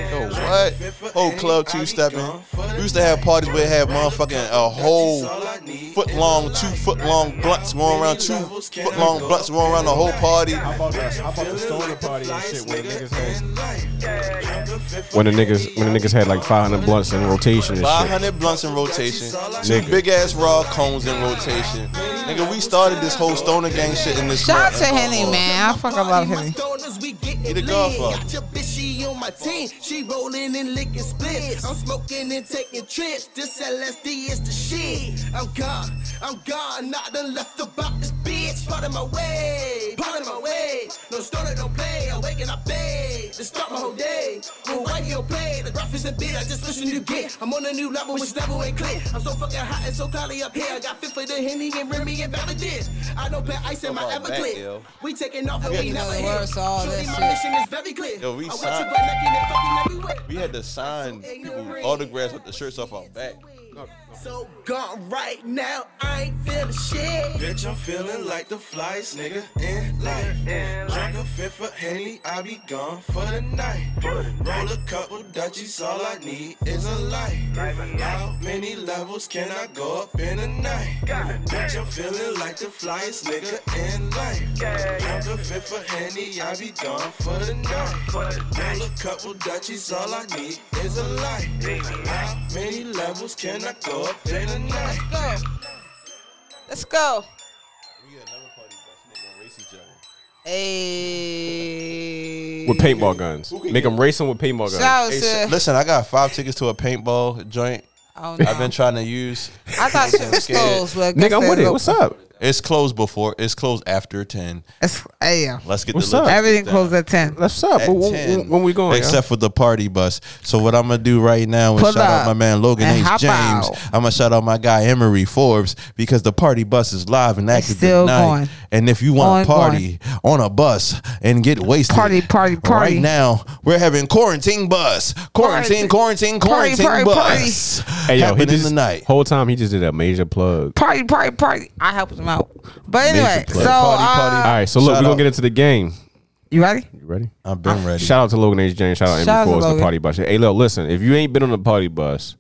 Yo, what? Whole club two stepping. We used to have parties where it had motherfucking a whole foot long, two foot long blunts going around, two foot long blunts going around the whole party. about the how about the stoner party and shit where niggas had When the niggas when the niggas had like 500 blunts in rotation and shit. 500 blunts in rotation, two Nigga. big ass raw cones in rotation. Nigga, we started this whole stoner gang shit in this. Shout out month. to Henny, man. I fucking love Henny. He the godfather. Got your bitch, she on my team. She rolling and licking splits. I'm smoking and taking trips. This LSD is the shit. I'm gone, I'm gone. Not done left about this bitch. Part of my way, part of my way. No stoner, no play. I wake and I beg to start my whole day. On radio play, the graph is a bit. I just listen to get. I'm on a new level, which level ain't clear. I'm so fucking hot and so cloudy up here. I got fit for the Henny and Remy and Validate. I don't bet ice in my Come on back, yo. Everclear. We taking off and we You know never the hit. words to all Surely that my shit. mission is very clear. Yo, we I want signed. your butt naked and fucking everywhere. We had to sign people with autographs with the shirts off our back. So gone right now, I ain't feeling shit. Bitch, I'm feeling like the flyest nigga in life. Drink a fifth of Henny, I be gone for the night. Roll a couple Dutchies, all I need is a light. How many levels can I go up in a night? Bitch, I'm feeling like the flyest nigga in life. Drink a fifth of Henny, I be gone for the night. Roll a couple Dutchies, all I need is a light. How many levels can I go up in a night? Let's go. Let's go. Hey. With paintball guns. Make them race them with paintball Shout guns. out Hey, to. so- listen, I got five tickets to a paintball joint. Oh, no. I've been trying to use. I thought shit was closed. Well, guess Nigga, I'm with that's it. What's up? It's closed before. It's closed after ten. It's, hey, yeah. Let's get What's the up? logistics Everything down. closed at 10. That's up. At When, when- 10, when we going? Except yo? for the party bus. So what I'm gonna do right now is Pull shout out up my man Logan and H. hop James. out. I'm gonna shout out my guy Emery Forbes because the party bus is live and active still tonight. going. And if you want to Ongoing. party on a bus and get wasted, Party, party, party. Right now we're having quarantine bus, quarantine, quarantine, Party, quarantine party, bus. Hey, yo, he happening just, tonight. Whole time he just did a major plug. Party, party, party. I helped him out. But anyway, so. plug. Party, uh, party. All right, so look, Shout we're gonna out. get into the game. You ready? You ready? I've been ready. Shout out to Logan H. James. Shout out Shout out to Emory Forbes, the Logan. party bus. Hey, look, listen, if you ain't been on the party bus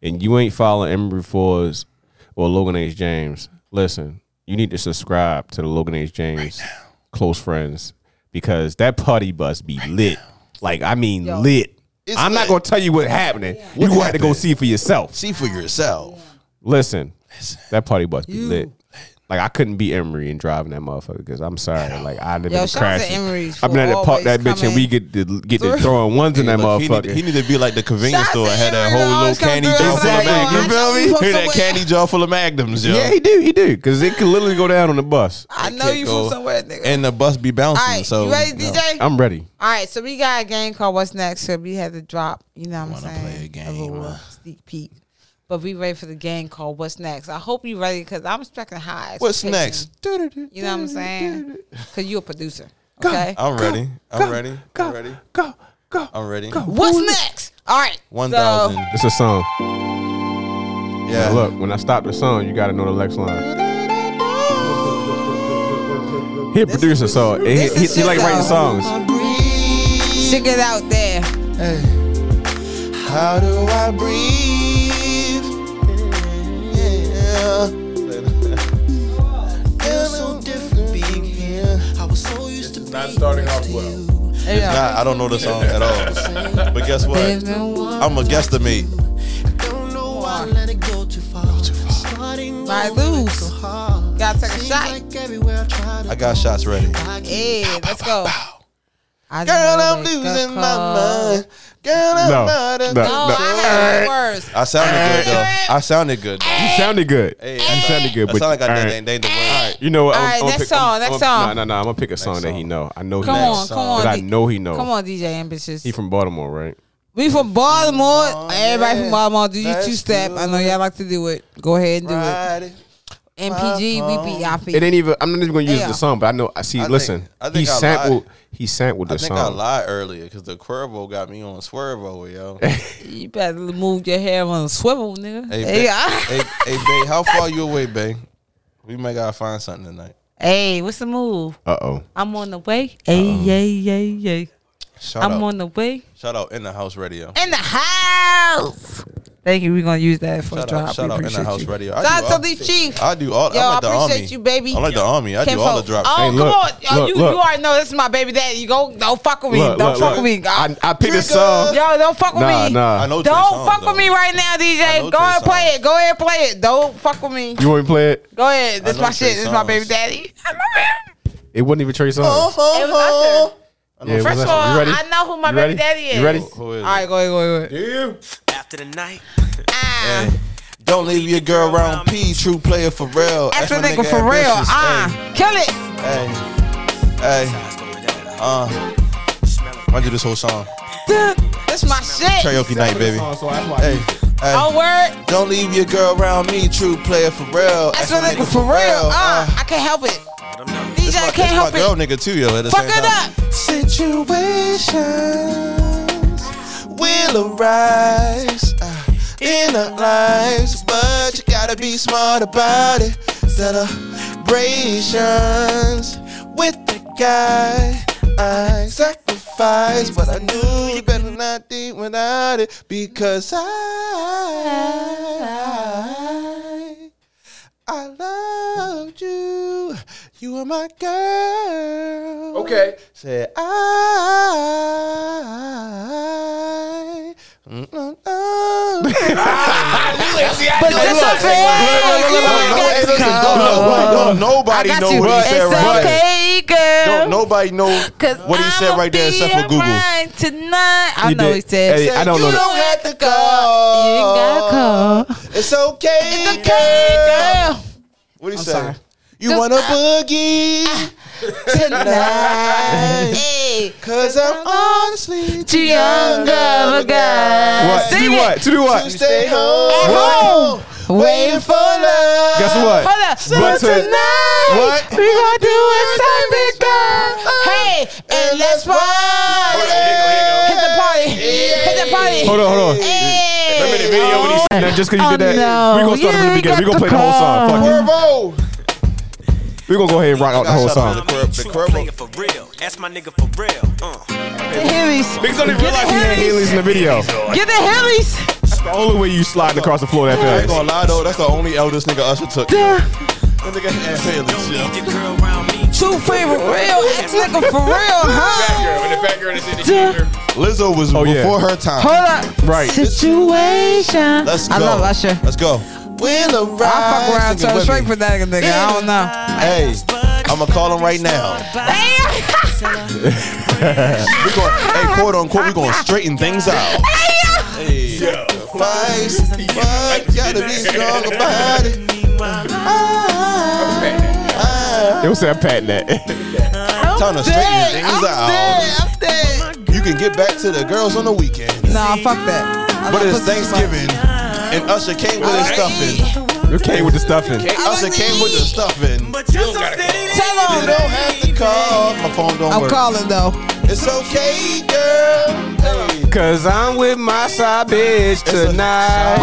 and you ain't following Emory Forbes or Logan H. James, listen, you need to subscribe to the Logan H. James close friends because that party bus be lit. Like, I mean, lit. It's I'm not lit. gonna tell you what happening. you gonna have to go happened? see for yourself. See for yourself. Listen, that party bus be lit. Like I couldn't be Emory and driving that motherfucker because I'm sorry. Like I done Yo, shout been out to crashing. Emery's I've been for at to park always that bitch and coming we get to, get to through. throwing ones in that Look, he need- motherfucker. He need, to be like the convenience Shout out store. to Had that Emory, whole little always come candy through. jar full of Exactly. magnums. You feel me? Hear that Somewhere- candy jar full of magnums, yo. yeah, he do. He do because it could literally go down on the bus. I know you go. from somewhere, nigga. And the bus be bouncing. All right, so you ready, no. DJ? I'm ready. All right, so we got a game called What's Next. So we had to drop, you know what I'm saying? play a game, little huh? sneak peek. But be ready for the game called What's Next. I hope you ready because I'm expecting high. What's expectations. next? You know what I'm saying? Because you're a producer. Okay. I'm ready. I'm ready. go, I'm ready. Go. Go. I'm ready. What's next? All right. One so- thousand. It's a song. Yeah. Now look, when I stop the song, you gotta know the next line. He a producer, so he, he, this he, is like just writing a- songs. Should get out there. How do I breathe? Yeah. Feel so different being here. I was so used to Not starting off well. It's not, I don't know the song at all. But guess what? I'm a guesstimate. By lose. Gotta take a shot. I got shots ready. Yeah, let's go. I Girl, just I'm wake up losing my call. mind. Girl, I'm No, not a no, No, no. Oh, I heard words. I sounded good though. I sounded good. Though. You sounded good. Hey, you sounded good, I but sound like I all did. right. ain't- ain't the word. You know what? All right, next song, next song. No, no, no. I'm gonna pick a song that he know. I know. Come he on, knows. come on, 'Cause I D- know he knows. Come on, DJ Ambitious. He from Baltimore, right? We from Baltimore. Everybody from Baltimore, do you two step? I know y'all like to do it. Go ahead and do Ride it. it. MPG, we be out for you. It ain't even. I'm not even gonna use Yeah. the song, but I know. I see. I think- listen, I think he I sampled. lied. He sampled the I think I song. lied earlier because the Cuervo got me on Swervo, yo. You better move your hair on a swivel, nigga. Hey, Hey, Bay, I- hey, hey, Bay, how far you away, Bay? We may gotta find something tonight. hey, what's the move? Uh oh. I'm on the way. Hey, yay, yay, yay. Shout I'm out, on the way. shout out in the house radio. In the house. Thank you. We're going to use that for a Shout drop. out, shout we out in appreciate the house you. radio. I Shout do all, out to the chief. I do all. Yo, I'm I like the appreciate army. you, baby. I like the army. I do all the Kinfolk. drops. Oh, Hey, come on. look, Yo, look, you, look. you already know this is my baby daddy. You go, don't fuck with me. Look, don't look, fuck look. with me. I, I picked a Yo, song. don't fuck with Nah, me. nah. I know. Trey Don't songs, fuck though. with me right now, I DJ. know Go ahead, Trey and play songs. it. Go ahead, and play it. Don't fuck with me. You want me to play it? Go ahead. This I my know Trey shit. This my baby songs. Uh-huh. daddy. I love him. It wasn't even Trey song. It was Usher. Yeah, it was First of Usher. all, you I ready? know who my You baby ready? daddy is. You ready? Who is All right, go ahead, go ahead. Go ahead. After the night, Ah, Don't leave your girl around P. True player for real. that's a my nigga for real. Ambitious. Ah, kill it. Hey, hey, hey. it's going down. Uh, I do this whole song. That's my shit. Karaoke night, baby. Hey, hey. Oh word, Don't leave your girl around me, true player for real. that's Ask a my nigga for real. Uh, Ah, I can't help it. It's DJ my, I it's can't help my girl it. nigga too, yo. At the Fuck it same time. up. Situations will arise uh, in our lives, but you gotta be smart about it. Celebrations with the guy I sacrificed, but I knew you better not think without it because I. I loved you. You were my girl. Okay. Say I. Mm-mm-mm. But that's okay. No, no, Nobody I got know you. what he said It's right there. okay, girl. Don't nobody know Cause what he said I'ma right there be except for Google. around Tonight. I He know did. he said. Hey, I don't you know. that. don't have to You call. ain't got call. It's okay. It's okay, girl. What he I'm say? sorry. You wanna boogie tonight? Hey, Cause I'm honestly too young of a guy. What? To Sing do it. what? To do to what? stay home, waiting for love. Guess what? Hold up. But to- tonight, What? we gonna do it something good. Hey, and let's party. Hit the party. Hit the party. Hold on, hold on. Hey. Remember the video when he said that just because you Oh, did that? no. We're going to start from You the beginning. We're got going to play the the whole call. song. Fuck Cuervo. it. We're going to go ahead and Oh, rock out the whole song. I'm a true player for real. That's my nigga for real. Uh. Get the Hillies. Niggas don't even realize he had Haley's in the video. Get the Hillies. That's the only way you slide across the floor that I ain't fast. gonna lie though, that's the only eldest nigga Usher took. That nigga had Haley's, yo. Your girl around me. True favorite real ex nigga for real, huh? Lizzo was Oh, yeah. before her time. Hold up. Right. Situation. Let's go. I love Usher. Let's go. Will arise. I fuck around sing it so with straight me. for that nigga. I don't know. Hey, I'm gonna call him right now. We going hey, quote unquote, we gonna straighten things out. Sacrifice, but gotta be strong about it. It was that pat that. Time to straighten Dead. things I'm out. dead. I'm dead. You can get back to the girls on the weekend. Nah, fuck that. I But love it's pussy so much. Thanksgiving. And Usher came with his stuffing. You came with the stuffing. Usher came with the stuffing. But you don't gotta Tell on. You don't have to call. My phone don't I'm work. calling though. It's okay, girl. Cause I'm with my side bitch tonight.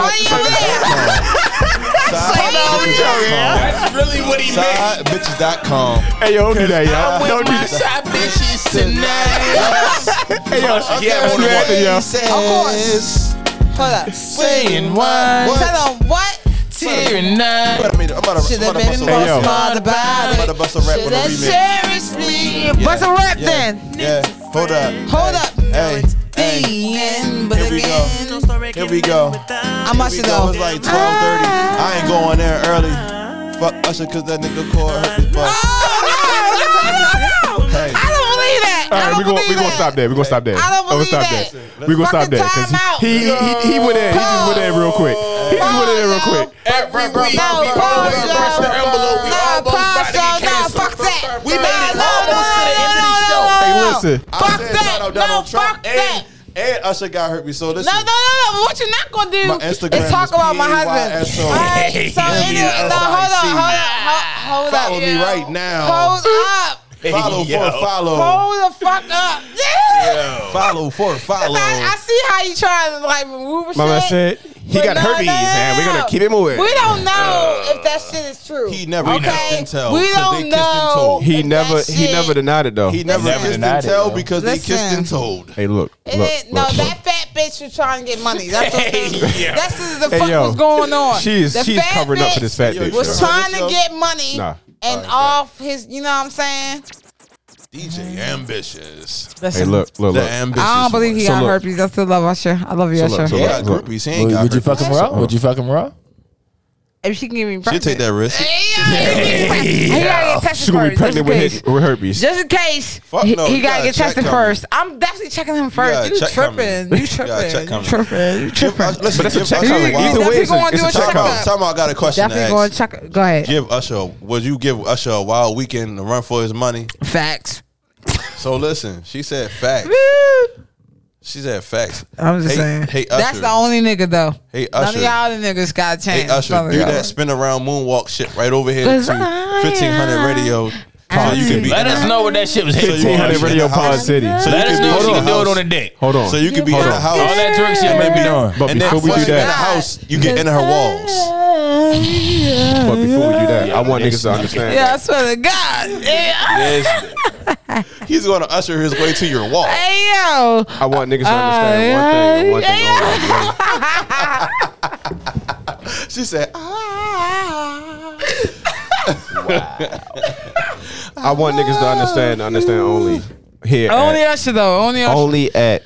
That's really what he meant. Sidebitches.com. Hey yo, don't do that, I'm y'all. with Don't do that. Side bitches tonight. Hey yo, he had more than Hey, yo. course. Hold up. Saying why? Tell them what. Tear and night. Wait a minute. I'm about to, Should I'm about have to bust been a more Hey, rap. yo. smart about I'm about it. to bust a rap with a That remix. cherish me. What's a rap then? Yeah. Hold up. Hold up. Hey. Hey. The end, but Here we go. again. Here we go. How much We to go. go? It's like 12:30. I ain't going there early. Fuck Usher, cause that nigga core hurt his butt. Oh, no, no, no. I don't Hey. believe that. All I right, don't we gonna believe we gonna that. stop there. We gonna stop there. I don't Oh, we believe stop that. there. We gonna stop there because Fucking he, he, he he went in. He just went in real quick. He just went in real quick. Every week, we bro, bro, always bro, press the bro. envelope. We Nah, almost about to Pasha, get nah, canceled. fuck that. We made it Nah, nah, almost to the nah, end of the nah, show. nah, nah, Hey, nah. listen. I Fuck said that. shout out No, Donald Trump fuck that. and, and Usher got hurt me. So listen. No, no, no, no. But what you're not gonna do My Instagram is talk is about my husband. P-A-Y-S-O. All right. So anyway, no, hold on, hold on, hold, hold up. Follow me right now. Oh. Hold up. Follow for follow. Hold the fuck up. Follow for follow. I, I see how you trying to like remove Mama shit. said he but got no, herpes, no, no, and we're no. gonna keep him away. We don't know if that shit is true. He never okay? kissed and tell, We 'cause they don't kissed and know. told. He if never that he shit- never denied it though. He never Never kissed denied and it, tell yo. because he kissed Listen. and told. Hey, look, It look, ain't- no, look, look. that fat bitch was trying to get money. That's what Hey, yo. that's just the Hey, fuck yo. was going on. She is the she is fat covering up for this fat Yo, bitch. you yo. Was Sure. trying to get money Nah. and off his. You know what I'm saying? DJ ambitious. Hey, look, look, The look. ambitious. I don't believe one. he So got look. herpes. I still love Usher. I love you, So look, Usher. so He look, got look. groupies. He ain't Would, got would you fuck herpes. him raw? Would you fuck him raw? If she can get me She'll pregnant, take that risk. he gotta get She tested gonna be first. just in pregnant with case. his with herpes. Just in case, Fuck he, no, he you gotta gotta get check tested coming. first. I'm definitely checking him first. gotta You, check tripping? coming. You You gotta check tripping? You coming. tripping? You Give tripping? Usher, listen, But that's a give check Usher coming. wild- Either way, it's Definitely a, gonna it's do a a Time check checkup. out. out, time out. I got a question. to Definitely ask. going to check. Go ahead. give Usher would you give Usher a wild weekend to run for his money? Facts. So listen, she said facts. She said facts. I'm just hey, saying. Hey Usher. That's the only nigga though. Hey, None of Usher. y'all the niggas got a chance. Hey Usher, None of do y'all. that spin around moonwalk shit right over here to Cause I 1500 radio. So am you can be Let us know what that shit was So hit you for. 1500 Hold on. Radio Pod City. So Let us you know can if be she in can the do it house. on a dick. Hold on. So you can be in Hold the on. house. All that drug shit may be doing. But and then before we once do you in the that, house, you get in her walls. but before we do that, I want niggas to understand. Yeah, I swear to God. Yeah. Yes. He's going to usher his way to your wall. Hey yo. I want niggas to understand one thing. One thing. only. She said, "Uh, I want niggas to understand. Understand only here. Only at, Usher though. Only Usher. only at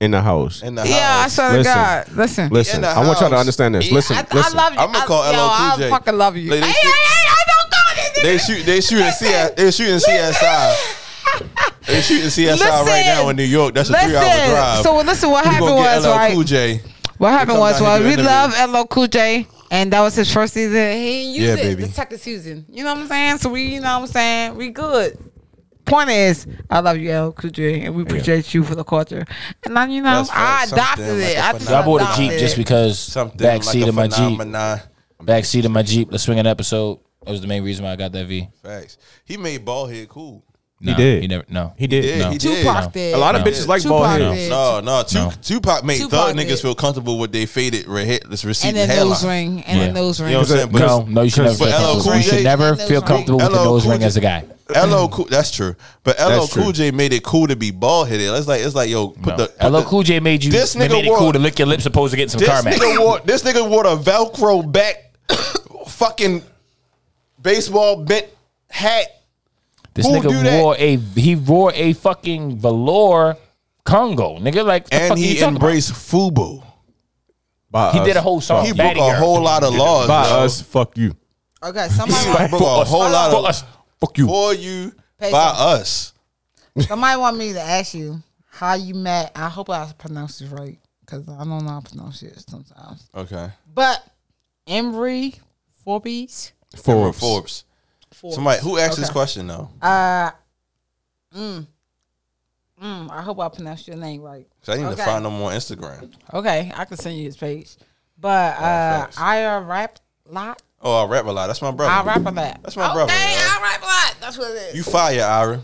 in the house. in the yeah, I house. swear to Listen. God. Listen. Listen, In the I want y'all to house. understand this. Listen, I, listen. I love you. I'ma I- call yo, LL I Cool J. fucking love you. Like, they hey, shoot- hey, hey, I don't call this They nigga. shoot. They shooting CSI. They shooting CSI. They shooting CSI right now in New York. That's a three-hour drive. So listen, what We happened gonna get was LL right. Cool J. What happened come was, down well, here we doing love LL Cool J, and that was his first season. He didn't use Yeah, it. baby. The second season, you know what I'm saying? So we, you know what I'm saying? We good. Point is, I love you, LL Cool J, and we appreciate you for the culture. And I, you know, That's I facts. adopted Something it. like I a just So I bought a adopted Jeep just it. because Something backseat like a of my Jeep. phenomenon. Backseat of my Jeep. The swinging episode. That was the main reason why I got that V. Facts. He made bald head cool. Nah, did. He never. No. he did. Yeah, No. he did. Tupac did. A lot of No. bitches like bald Tupac heads. did. No, no, Tu- No. Tupac made Tupac thug did. niggas feel comfortable with they faded re- head, this and receding then nose hairline. ring, and Yeah. then nose ring. You know what I'm saying? No, no, you should never for feel LL comfortable. Cool You J- should never Nose feel ring. comfortable with the LL nose Cool ring J- as a guy. LL Cool, that's true. But LL That's Cool true. J made it cool to be bald headed. It's like it's like yo, put the put LL the- Cool J made you. This This nigga nigga made it wore- cool to lick your lips opposed to getting some This Carmax. nigga wore this nigga wore a Velcro back, fucking baseball bent hat. This Who do that? nigga wore a he wore a fucking velour Congo, nigga. Like what the and fuck are you he talking embraced FUBU. By About? He us. did a whole song. He broke Oh, Batty a Girl. uh, whole lot of laws. By bro. us, fuck you. Okay, somebody, broke a whole lot for of us. Fuck you. for you Pay by some. us. somebody want me to ask you how you met. I hope I pronounced this right because I don't know how to pronounce it sometimes. Okay. But Embry Forbes. Forbes. Forbes. Forbes. Somebody who asked this question though? Mm, I hope I pronounced your name right. Because I need to Okay. find him on Instagram. Okay, I can send you his page. But uh, I uh, rap lot. Oh, I rap a lot. That's my brother. I rap a lot. Oh. That's my brother. Okay, man. I rap a lot. That's what it is. You fire, Ira.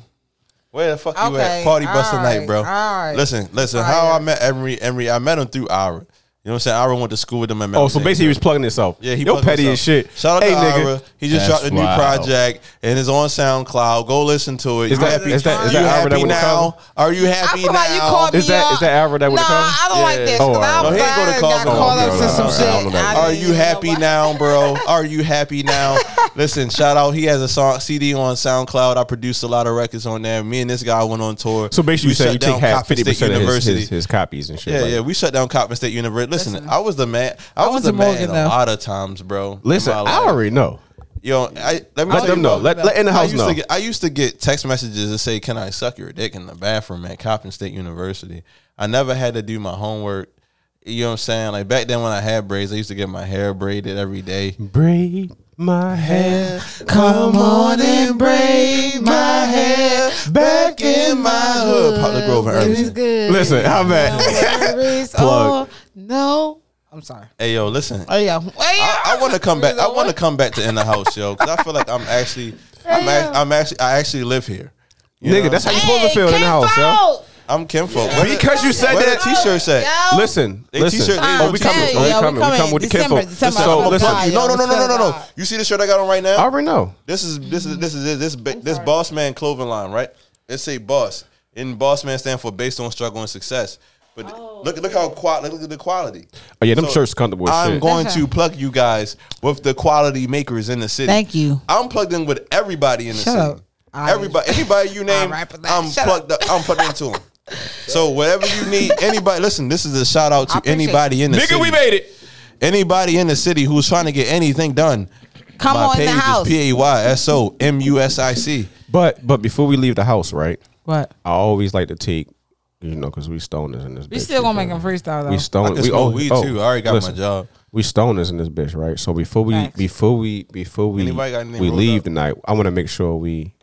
Where the fuck you Okay, at? Party bus all tonight, right, bro. all right. Listen, listen. How I met Emery, Emery, I met him through Ira. You know what I'm saying? Ira went to school with him. And Oh, so everything. basically he was plugging himself. Yeah, he Yo, plugged petty as himself. shit. Shout out Hey, to nigga. Ira. He That's just dropped a new wild. project and it's on SoundCloud. Go listen to it. Is you that- happy, is that- is you that Ira happy that went to now? Are you happy I feel now? like you called Is me that up. is that Albert that would Nah, have I don't like Yeah. this. Oh, all Cause right. I No, was he ain't go to glad call I got no caught more. up to some All right, shit. I don't know. I Are didn't you know happy why. now, bro? Are you happy now? Listen, shout out. He has a song CD on SoundCloud. I produced a lot of records on there. Me and this guy went on tour. So basically, We you said shut you take down half Coppin fifty State percent of his, his, his copies and shit. yeah, like yeah, we shut down Coppin State University. Listen, I was the man. I, was went the to man Morgan, a though. lot of times, bro. Listen, in my life. I already know. Yo, I, let Let me tell them you know. what. Let- let in the I house used know. To get, I used to get text messages that say, "Can I suck your dick in the bathroom at Coppin State University?" I never had to do my homework. You know what I'm saying? Like back then when I had braids, I used to get my hair braided every day. Braid my hair, Come on and braid my hair back in my hood. Poplar Grove and It is Irvington. good. Listen, how bad? Worries, Plug. oh, no. I'm sorry. Hey yo, listen. Oh yeah. Oh, yeah. I, I want to come back. I want to come back to in the house, yo, because I feel like I'm actually, I'm, act- I'm actually, I actually live here. You know Nigga, what that's how I'm you supposed to feel in the house, yo. Kinfolk. saying? I'm kinfolk. Where the- Because you said where that. the t-shirts at? Yo. Listen, They listen. t-shirt, they oh, we t-shirt. coming. Oh, we Yeah, we coming. We coming. coming with the December, kinfolk. December. I'm So gonna listen, plug you. No, no, no, no, no, no, no. December. You see the shirt I got on right now? I already know. This is this is this is it. this this, this boss man clothing line, right? It say boss, and boss man stand for based on struggle and success. But look look how qual look at the quality. Oh yeah, them So, shirts comfortable. as I'm shit. going to plug you guys with the quality makers in the city. Thank you. I'm plugged in with everybody in the Shut city. up. I- everybody, anybody you name, right for that. I'm Shut plugged up. I'm plugged into them. So whatever you need, anybody, listen. This is a shout out I to appreciate anybody in the city. Nigga, we made it. Anybody in the city who's trying to get anything done. Come My on in page the house. is P A Y S O M U S I C. But but before we leave the house, right? What? I always like to take, you know, because we stoners in this. We bitch, still gonna make you him feel me? freestyle though. We I stoners. can we smoke oh, weed oh, too. I already got my job. We stoners in this bitch, right? So before we Facts. before we before we Anybody got anything we rolled leave up? tonight, I want to make sure we.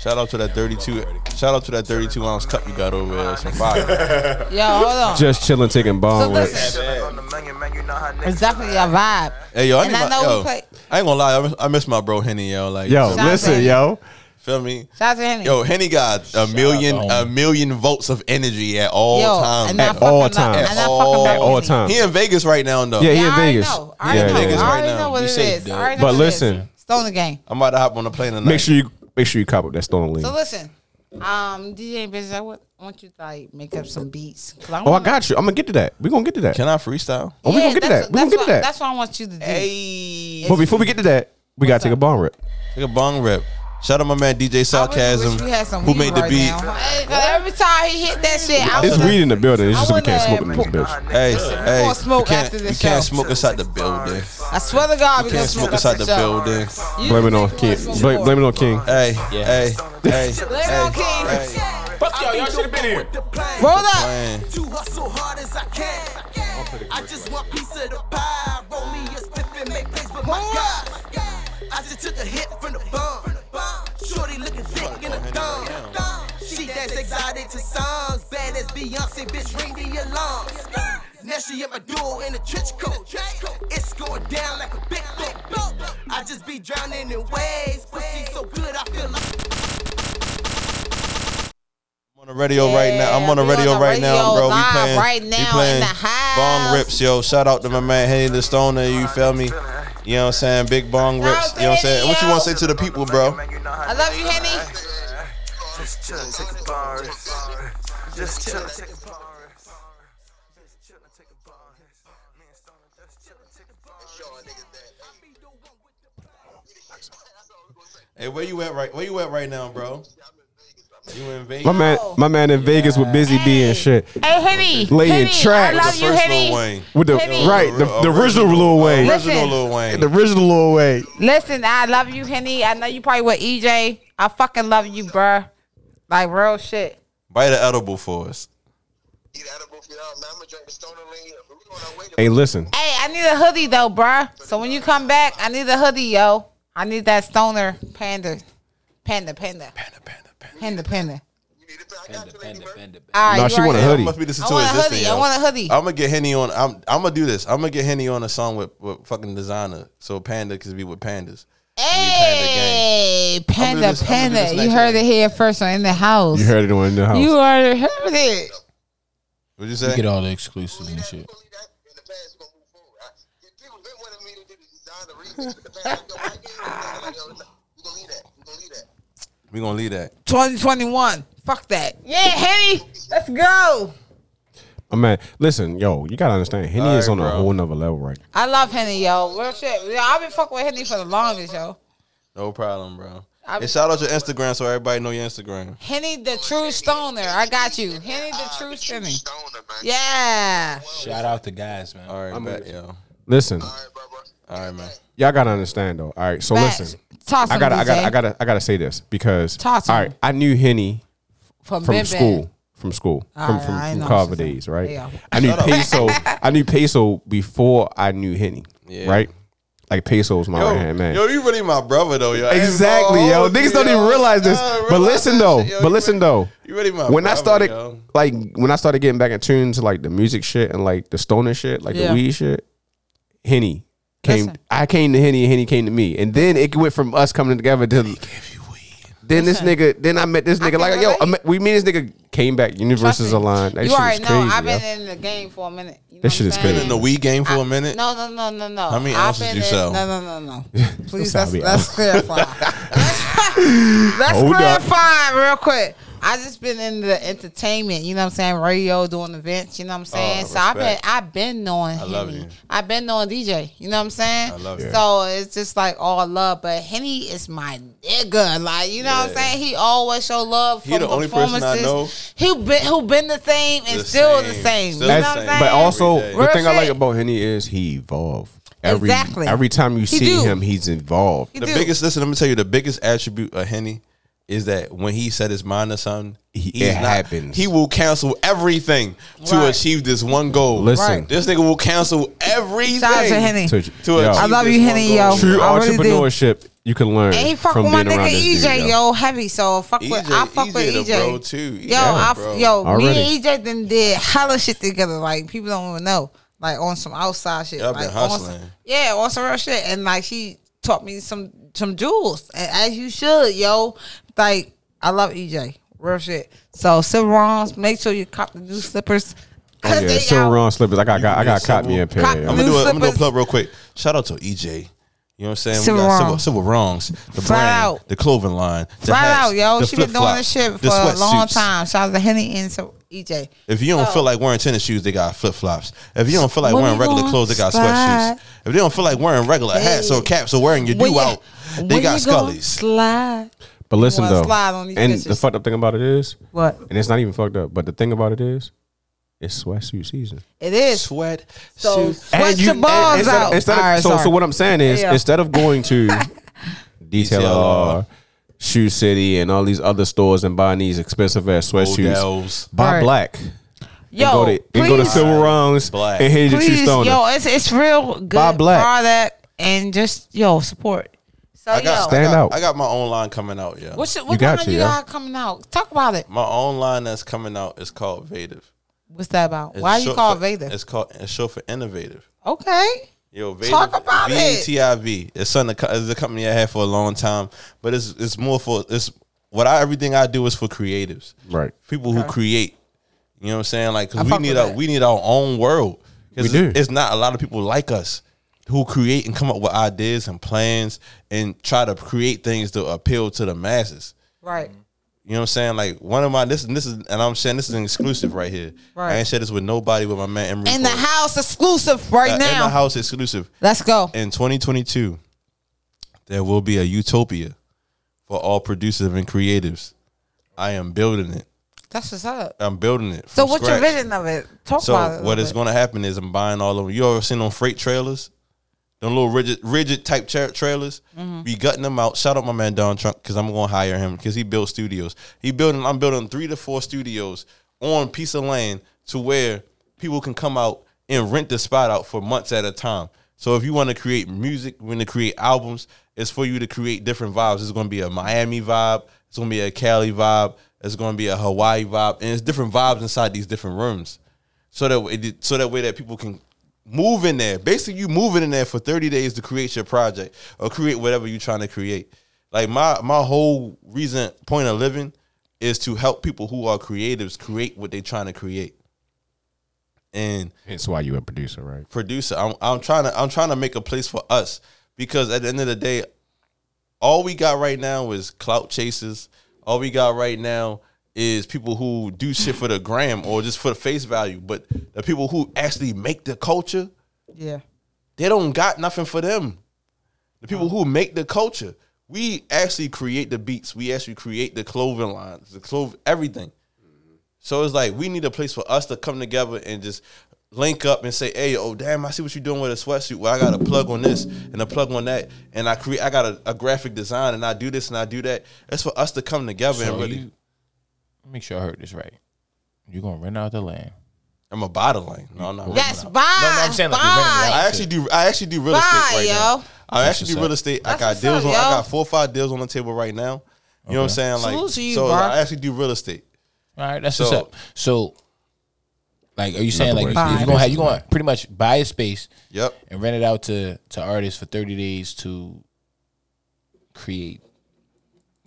Shout out to that 32. Shout out to that 32 ounce cup you got over there. Some fire. Yo, hold on. Just chilling, taking So bomb rips. listen, it's definitely a vibe. Hey yo, I, And need I my, know yo, we play- I ain't gonna lie, I miss, I miss my bro Henny, yo. Like, Yo, out listen, to yo. feel me? Shout out to Henny. Yo, Henny got a million, a million volts of energy at all Yo, times. and I At fucking all love- times. and I fucking At love At all Henny. times. He in Vegas right now, though. Yeah, he Yeah, in I already Vegas. know. I already know. Yeah, yeah, yeah. I already Right now. know what You it safe, is. dude. I already know But what it is. listen. Stone the game. I'm about to hop on a plane tonight. Make sure you make sure you cop with that stone Mm. lean. So listen, um, DJ and Business, I would- I want you to like make up some beats. 'Cause Oh, I wanna- got you. I'm gonna get to that. We are gonna get to that. Can I freestyle? oh, we Yeah, gonna get to that's- that. We gonna that's get to what- that. That's what I want you to do. Hey, But before we get to that, we gotta take a bomb rip. take a bong rip. Shout out my man DJ I really Sarcasm, wish we had some who weed made the right beat. now. Hey, 'cause Every time he hit that shit, I It's was weed in the building. It's just I we can't wanna- smoke in this bitch. Hey, hey, gonna smoke you can't, after you this can't show. smoke inside the building. I swear to God, we Can't gonna smoke smoke inside the up some shit. building. You Blame it think on we King. smoke Blame, more. blame it on King. Hey, Yeah. hey, hey, Blame it on hey. King. Fuck y'all, y'all should have been here. Roll up. Man, to hustle hard as I can. I just want piece of the pie. Roll me a stiff and make place for my God. I just took a hit from the bum. Shorty looking thick in the thumb. She dance exotic to songs. Bad as Beyonce, bitch, ring the alarm. Now she at my door in a trench coat. It's going down like a big boat. I just be drowning in waves. Pussy so good, I feel like. I'm on the radio right now. I'm on the Yeah, we radio on the right now, radio bro. We live playing, right we now playing in the house. bong rips, yo. Shout out to my man Henny the Stoner. You feel me? You know what I'm saying? Big bong rips. You know what I'm saying? What you want to say to the people, bro? I love you, Henny. Just chillin', take a bar. Just chillin', take a bar. Just chillin', take a bar. Me and Stoner, just chillin', take a bar. Hey, where you at right? Where you at right now, bro? You in Vegas? My man, my man in Vegas with Busy B and shit. Hey, Henny. Laying Henny, tracks. I The love first you, Lil Henny. Wayne. With the Hit me. right, the, the original Lil Wayne, Original Listen. Lil Wil the Wayne. original Lil Wayne. Listen, I love you, Henny. I know you probably with EJ. I fucking love you, bruh. Like real shit. Bite the edible for us. Eat edible for y'all, man. I'm gonna drink the Stoner Lean. We on our way to Hey, listen, Hey, I need a hoodie though, bruh. So when you come back, I need a hoodie, yo. I need that stoner panda. Panda, panda. Panda, panda, panda. Panda, panda. You Bender, bender, bender. All right, No, you she are want a good. hoodie. Must be listening I to want a existing, hoodie. I yo. want a hoodie. I'm gonna get Henny on. I'm I'm gonna do this. I'm gonna get Henny on a song with, with fucking designer. So Panda can be with pandas. Hey, I'ma do panda, this- I'ma do this panda. You next heard it here first on in the house. You heard it in the house. You already heard it. What you say? get all the exclusives and shit. We gonna leave that. 2021. Fuck that. Yeah, Henny. Let's go. Oh, man, listen, yo, you gotta understand. Henny is on a whole nother level, right? I love Henny, yo. Real shit. Yo, I've been fucking with Henny for the longest, yo. No problem, bro. I'm- and shout out your Instagram so everybody know your Instagram. Henny the true stoner. I got you. Henny the true stoner. Yeah. Shout out to guys, man. All right, bet, yo. Listen, All right, man. y'all gotta understand though. All right, so Facts. listen, Talk to I gotta, me, I gotta, DJ. I gotta, I gotta say this because Talk to all right, me. I knew Henny From, from Ben Ben. school, from school, All from right, from, I from know Carver what you're saying. days, right? Yeah. I knew peso. I knew peso before I knew Henny, Yeah. right? Like peso was my Yo, right hand man. yo, you really my brother though, yo. Exactly, Hey, bro, yo. hold Niggas you, don't even yo. realize this. Nah, but realize listen that though. shit, yo. But You listen really- though. You really my when I brother, started yo. like when I started getting back in tune to like the music shit and like the stoner shit, like Yeah. the weed shit, Henny came. Listen. I came to Henny and Henny came to me, and then it went from us coming together to. Then this nigga, then I met this nigga. can Like, yo, I relate. met, we me and this nigga came back. Trust Universes me. aligned. That you shit already is know. crazy. I've been yo. in the game for a minute. You know That shit what is I'm crazy. saying? in the weed game for a minute. No, no, no, no, no. How many I've ounces been you in- sell? No, no, no, no. Please, let's, Sorry. let's clarify. let's Hold up. clarify real quick. I just been in the entertainment, you know what I'm saying? Radio, doing events, you know what I'm saying? Oh, so I've been respect. I've been knowing Henny. love you. I've been knowing DJ, you know what I'm saying? I love you. So it's just like all love, but Henny is my nigga. Like, you know what I'm Yeah. saying? He always show love He from the only person I performances. Who been who been the same and The still the same. same. Still you know the what I'm same. saying? But also, Every day. the thing I Real like shit. about Henny is he evolved. Every, Exactly. Every time you He see do. him, he's involved. He The do. biggest listen, let me tell you, the biggest attribute of Henny is that when he set his mind to something, He- he's it not- happens. He will cancel everything to Right. achieve this one goal. Listen. Right. this nigga will cancel everything. Shout out to Henny. To- To yo. achieve I love this you, one Henny, goal. yo. true I really do. entrepreneurship you can learn And he fuck from with my being nigga around this EJ, dude, yo. yo, heavy. So fuck with, I EJ fuck with E the EJ. bro, too. Yo, Yeah, I, bro. f- yo, me Already. and EJ then did hella shit together. Like people don't even know. Like on some outside shit. Yeah, I've like, been on hustling. some- yeah, on some real shit. And like she taught me some some jewels, and as you should, yo. Like I love EJ, real shit. So Silverons, make sure you cop the new slippers. Oh, Cause yeah, they Silver out. Run slippers. I got, You can got I got get caught me Silver- a pair. Cop- yo. I'm gonna do New a, I'm gonna do a slippers. plug real quick. Shout out to EJ. You know what I'm saying? Civil we got civil, wrong. civil wrongs, the Flat brand, out. the clothing line, the Right hats, out, yo. the She been doing flip-flop, this shit for the a long sweatsuits. time. Shout out to E Henny and so EJ. If you don't feel like wearing tennis shoes, they got flip flops. If you don't feel like When wearing we regular gonna clothes, they got slide? sweatshirts. If you don't feel like wearing regular hats or caps or wearing your When do you- out, they when got you gonna scullies. Slide. But listen wanna though, slide on these and the bitches. fucked up thing about it is, What? and it's not even fucked up. But the thing about it is, it's sweatsuit season. It is. Sweat, So suit. sweat you- your balls instead, out. Of, instead of, All right, so, Oh, sorry. so what I'm saying is, Yeah. instead of going to DTLR, DTLR, Shoe City, and all these other stores and buying these expensive ass sweatsuits, Odell's. buy Right. black. yo, and go to, and go to please, Silver Rounds Black. and hit your true please, stoner. yo, it's it's real good Buy black. product and just yo support. So I got, yo, Stand I got, out. I got my own line coming out, yeah. what's your, You what got kind to, you yo. got coming out? Talk about it. my own line that's coming out is called Vative. What's that about? It's Why you short call for- Vader? It's called it's short for innovative. Okay, Yo, E Vative, Talk about it. VTIV. It's something that co- it's a company I had for a long time, but it's it's more for it's what I everything I do is for creatives. Right. people who create. You know what I'm saying? Like 'cause I we fuck with need our that. we need our own world. 'Cause We it's, do. It's not a lot of people like us who create and come up with ideas and plans and try to create things to appeal to the masses. right. You know what I'm saying? Like one of my this and this is and I'm saying this is an exclusive right here. Right. I ain't shared this with nobody but my man Emery. In the Ford. house exclusive right Uh, in now. the house exclusive. Let's go. In 2022, there will be a utopia for all producers and creatives. I am building it. That's what's up. I'm building it. So from what's scratch. your vision of it? Talk So about it. a what little is bit. going to happen is I'm buying all of them. You ever seen them freight trailers? Them little rigid, rigid type tra- trailers. Mm-hmm. Be gutting them out. Shout out my man Don Trump because I'm going to hire him because he built studios. He building. I'm building three to four studios on piece of land to where people can come out and rent the spot out for months at a time. So if you want to create music, want to create albums, it's for you to create different vibes. It's going to be a Miami vibe. It's going to be a Cali vibe. It's going to be a Hawaii vibe, and it's different vibes inside these different rooms, so that it, so that way that people can move in there. Basically, you moving in there for thirty days to create your project or create whatever you're trying to create. Like my my whole reason point of living is to help people who are creatives create what they're trying to create. And That's why you a producer, right? producer. I'm I'm trying to I'm trying to make a place for us because at the end of the day, all we got right now is clout chasers. All we got right now is people who do shit for the gram or just for the face value. But the people who actually make the culture, Yeah. they don't got nothing for them. The people who make the culture, we actually create the beats. We actually create the clothing lines, the clove, everything. So it's like we need a place for us to come together and just link up and say, "Hey, oh damn, I see what you're doing with a sweatsuit. Well, I got a plug on this and a plug on that, and I create. I got a, a graphic design, and I do this and I do that. That's for us to come together So and really. you- make sure I heard this right. You're gonna rent out the land. I'm a bottle lane. No, I'm not. renting That's out. bye. No, no, I'm saying like you're renting it out. I actually do. I actually do real estate Bye, right yo. now. I That's actually do what's up. real estate. That's I got what's deals up, on. yo. I got four or five deals on the table right now. You know what I'm saying? Like, Salute to you, so bro. I actually do real estate. All right, that's So- what's up. So, like, are you saying like words, you- Buy. you're gonna have you gonna pretty much buy a space Yep. and rent it out to to artists for thirty days to create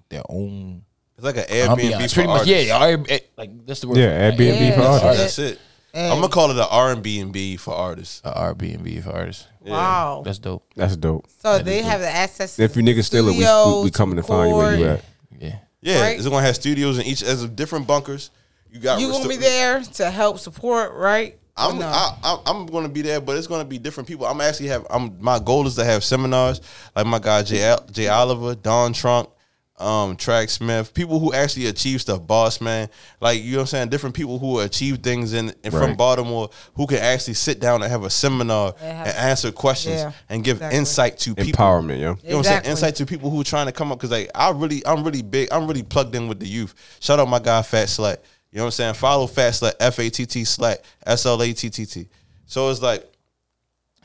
their own It's like an Airbnb ambiance. for Pretty much, artists. yeah, yeah. R- eh, Like that's the word. Yeah, for it. Airbnb Yeah. for artists. Alright. That's it. I'm gonna call it an R and B and B for artists. A Airbnb for artists. Wow. That's dope. That's dope. So they have the access. to If you niggas steal it, we, we, studios, we coming to find you where you record. at. Yeah. Yeah, Right. it's gonna have studios in each as of different bunkers. You got You gonna resta- be there to help support, right? Or I'm no? I, I, I'm gonna be there, but it's gonna be different people. I'm actually have. I'm my goal is to have seminars like my guy Jay Al- Jay Oliver, Don Trunk, um, Track Smith, people who actually achieve stuff. Boss man, like you know what I'm saying. Different people who achieve things in, in from Right. Baltimore who can actually sit down and have a seminar They have- and answer questions Yeah, and give exactly. insight to people. Empowerment, yo. You know what I'm Exactly. saying? Insight to people who are trying to come up because like I really, I'm really big, I'm really plugged in with the youth. Shout out my guy Fat Slat. You know what I'm saying? Follow Fat Slat, F A T T Slat, S L A T T T. So it's like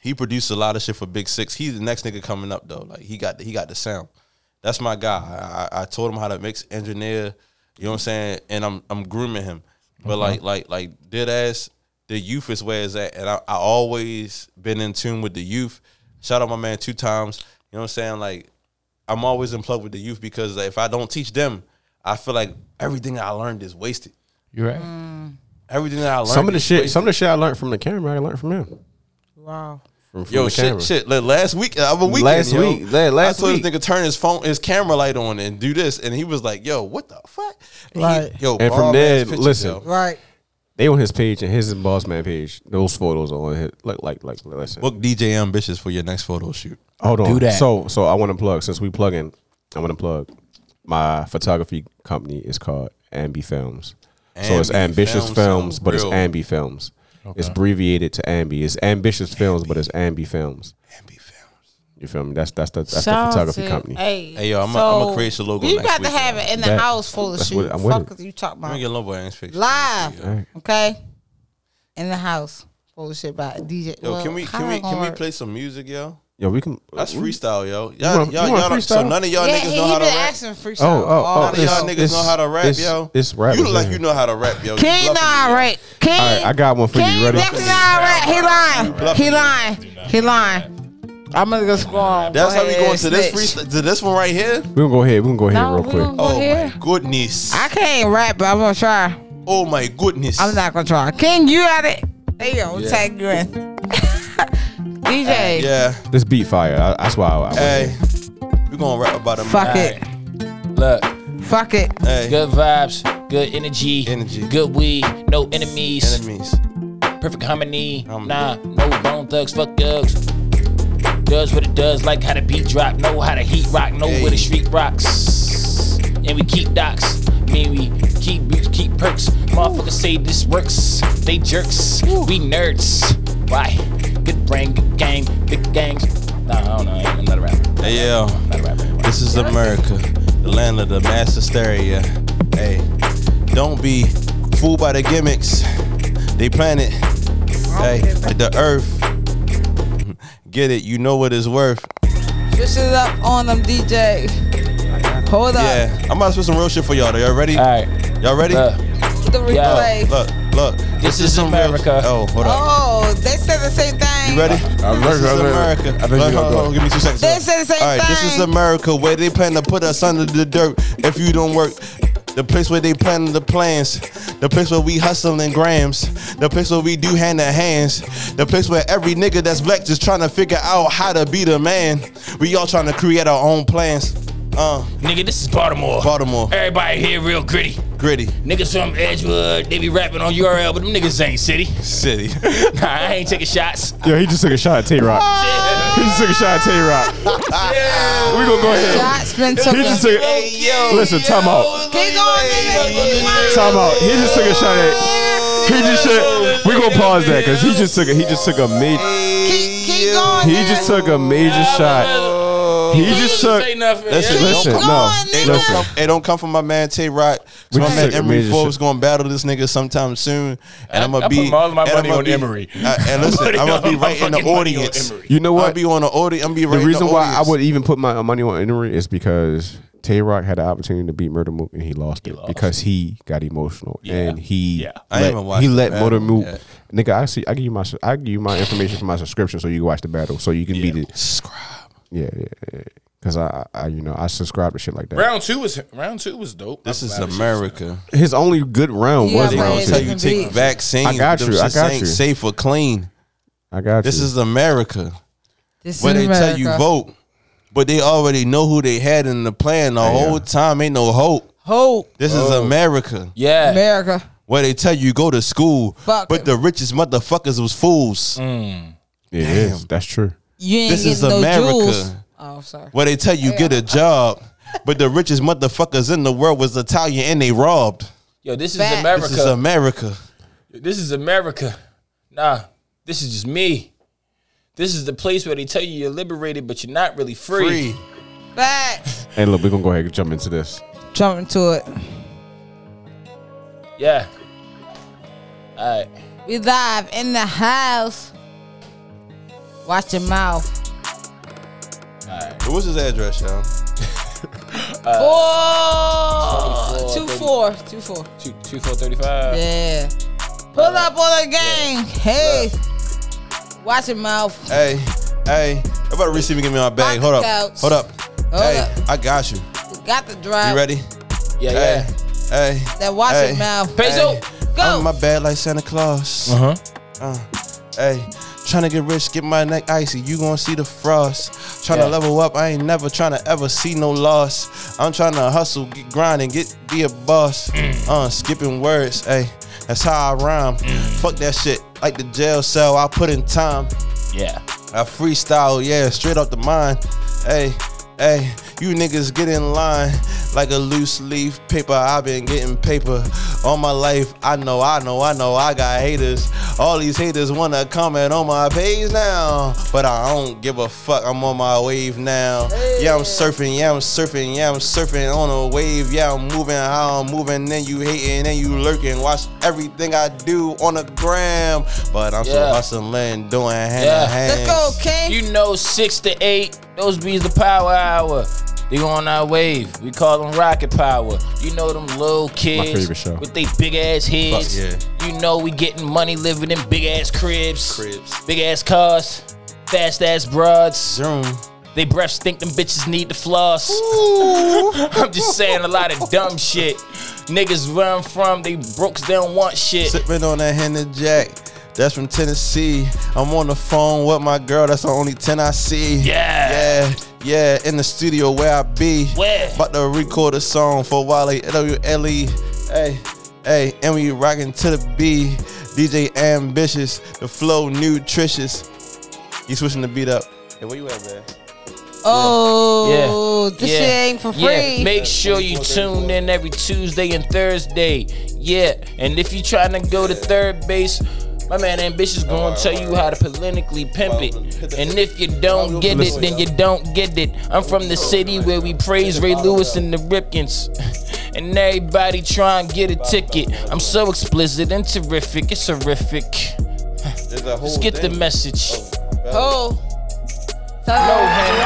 he produced a lot of shit for Big Six. He's the next nigga coming up though. Like he got he got the sound. That's my guy. I, I told him how to mix engineer. You know what I'm saying? And I'm I'm grooming him. But like like like dead ass, the youth is where it's at. And I, I always been in tune with the youth. Shout out my man two times. You know what I'm saying? Like I'm always in plug with the youth because if I don't teach them, I feel like everything I learned is wasted. You right? Mm. Everything that I learned. Some of the is shit, wasted. some of the shit I learned from the camera, I learned from him. Wow. From, from Yo, the shit, camera. shit. Like last week, I have a weekend. Last yo. week, la- last I saw week. this nigga turn his phone, his camera light on, and do this, and he was like, "Yo, what the fuck?" And he- Right. yo, And from bomb-ass there, pictures, listen. yo. Right. They on his page and his is boss man page. Those photos are on his like like like listen. book DJ Ambitious for your next photo shoot. Hold on. Do that. So so I want to plug since we plug in. I want to plug my photography company is called Ambi Films. so it's Ambi ambitious Films films, sounds but it's real. Ambi Films. It's abbreviated to Ambi. It's ambitious films, but it's Ambi Films. Ambi Films. You feel me? That's that's the that's Shout the photography to- company. Hey, Hey, yo, I'ma- I'ma create your logo We next got to week, have man. it in the That- house full of that's shit. what- I'm with Fuck it. is you talking Let me about? get Lobo Ass picture. Live, All right. okay? In the house, full of shit by DJ. Yo, Well, can we how can that we gonna can we work? play some music, yo? Yo, we can. That's freestyle, yo. Y'all, wanna- y'all, you wanna y'all don't- so freestyle? none of y'all yeah, niggas he, know he how to been rap. asking for Oh, oh, oh! None of y'all it's- niggas know how to rap, it's, yo. It's rap. You is look like in you here. know how to rap, yo. You King bluffing me, not yo. right. King. All right, I got one for King you. Ready? definitely not right. He lying. He lying. He lying. I'm gonna go score. That's how we going to this freestyle, to this one right here. We gonna go ahead. We gonna go ahead No, real we don't quick. go Oh here. my goodness. I can't rap, but I'm gonna try. Oh my goodness. I'm not gonna try. King, you at it? They gonna tag you in. DJ, Yeah. This beat fire. I, that's why. I, I Hey, we gonna rap about a fuck it, Look, fuck it. Hey, good vibes, good energy, Energy. good weed, no enemies, enemies. perfect harmony. Harmony. Nah, no bone thugs, fuck thugs. Does what it does, like how the beat drop, know how to heat rock, know where Hey. the street rocks. And we keep docs, mean we keep beats, keep perks. Motherfuckers say this works, they jerks, we nerds. Why? Good brain, good game, big gangs. Nah, I don't know, I'm not a rapper, Hey yo, not a rapper. anymore. this is America, the land of the mass hysteria. Hey, don't be fooled by the gimmicks. They plan it. Hey, like the earth. Get it, you know what it's worth. Switch it up on them, DJ. Hold up. Yeah, I'm about to spit some real shit for y'all. Are y'all ready? All right, Y'all ready? The replay. Look, look. This, is America. Oh, hold up. Oh, they said the same thing. You ready? I'm ready, this is I'm ready. America. I think Look, you gonna hold do on, it. give me two seconds. They said the same All right, this is thing. America where they plan to put us under the dirt if you don't work. The place where they planning the plans. The place where we hustling grams. The place where we do hand to hands. The place where every nigga that's black just trying to figure out how to be the man. We all trying to create our own plans. Uh, Nigga, this is Baltimore. Baltimore. Everybody here real gritty. Gritty. Niggas from Edgewood, they be rapping on URL, but them niggas ain't city. City. nah, I ain't taking shots. Yeah, he just took a shot at Tay Rock. Oh, He just took a shot at Tay Rock. We gonna go ahead. Shots been He just taken. took. Listen, time out. Keep going, nigga. Time out. He just took a shot at. He just should. We gonna pause that because he just took. A, he just took a major. Keep, keep going. He nigga. just took a major shot. He just took. Say nothing. Listen, Listen, Keep no. going, Hey, nigga. don't Listen. come, hey, don't come for my man Tay Rock. We So my just man took a Emery major Forbes shit. gonna battle this nigga sometime soon, and I, am gonna I put be all my and money I'ma on be- Emery. I- and listen, Money I'm gonna on- be right my in the fucking money on audience. Emery. You know I'll what? be on the audience. I'm be right The reason in the why audience. I would even put my money on Emery is because Tay Rock had the opportunity to beat Murder Mook and he lost it lost. because he got emotional and he Yeah. I let, haven't watched he the let battle Murder Mook. yet. Nigga, I see. I give you my I give you my information for my subscription so you can watch the battle so you can beat it. subscribe. Yeah, yeah, yeah. Because I, I, you know, I subscribe to shit like that. Round two was round two was dope. This I'm is glad this shit America. His only good round Yeah, was but round it two. Tell you Doesn't take beat. vaccines. I got them you, I shits got ain't you. Safe or clean. I got This you. is America. This Where is they tell you America. vote, but they already know who they had in the plan the whole time. Ain't no hope. Hope. This is Oh. America. Yeah. America. Where they tell you go to school, Fuck but it. the richest motherfuckers was fools. it is. That's true. You ain't This is getting America. no jewels. Oh, sorry. where they tell you get a job, but the richest motherfuckers in the world was Italian and they robbed. Yo, this is Fact. America. This is America. This is America. Nah, this is just me. This is the place where they tell you you're liberated, but you're not really free. Free. Facts. Hey, look, we're going to go ahead and jump into this. Jump into it. Yeah. All right. We live in the house. Watch your mouth. What's his address, y'all? Oh, two four, two four. Two, two, four, thirty-five. Yeah. Pull up on the gang. Hey. Watch your mouth. Hey, hey. I'm about to receive and give me my bag. Hold up. Knockouts. Hold up. Hold hey, up. I got you. Got the You drive. ready? Yeah, Hey, yeah. hey. That watch Hey. your mouth. Peso. Hey. Go. I'm in my bag like Santa Claus. Uh huh. Uh, hey, trying to get rich, get my neck icy. You gonna see the frost. Trying to Yeah. level up, I ain't never trying to ever see no loss. I'm trying to hustle, get grind, and get be a boss. Mm. Uh, skipping words, hey, that's how I rhyme. Fuck that shit, like the jail cell. I put in time. Yeah. I freestyle, yeah, straight off the mind. Hey, hey, you niggas get in line like a loose leaf paper. I've been getting paper all my life. I know, I know, I know, I got haters. All these haters wanna comment on my page now, but I don't give a fuck. I'm on my wave now. Yeah, I'm surfing, yeah, I'm surfing, yeah, I'm surfing on a wave. Yeah, I'm moving how I'm moving, then you hating, then you lurking. Watch everything I do on the gram, but I'm still Yeah. hustling, doing hand Yeah. in hand. Let's go, King. You know, six to eight, those bees the power hour. They on our wave. We call them rocket power. You know them little kids favorite show. with they big ass heads. Fuck You know we getting money living in big ass cribs, Cribs. big ass cars, fast ass broads. Zoom. They breath stink. Them bitches need to floss. I'm just saying a lot of dumb shit. Niggas where I'm from, they brooks don't want shit. Sipping on that Henny Jack. That's from Tennessee. I'm on the phone with my girl. That's the only 10 I see. Yeah. Yeah. Yeah. In the studio where I be. Where? About to record a song for Wale WLE. E. Hey, hey. And we rocking to the B. DJ Ambitious. The flow nutritious. You switching the beat up. Hey, where you at, man? Oh, this yeah, shit ain't for free. Yeah. Make sure you tune in every Tuesday and Thursday. Yeah. And if you trying to go to third base, my man Ambitious gonna tell you how to politically pimp it. And if you don't get it, then you don't get it. I'm from the city where we praise Ray Lewis and the Ripkins. And everybody try and get a ticket. I'm so explicit and terrific. It's horrific. There's a whole Let's get the thing. message. Oh. So, No, Hannah.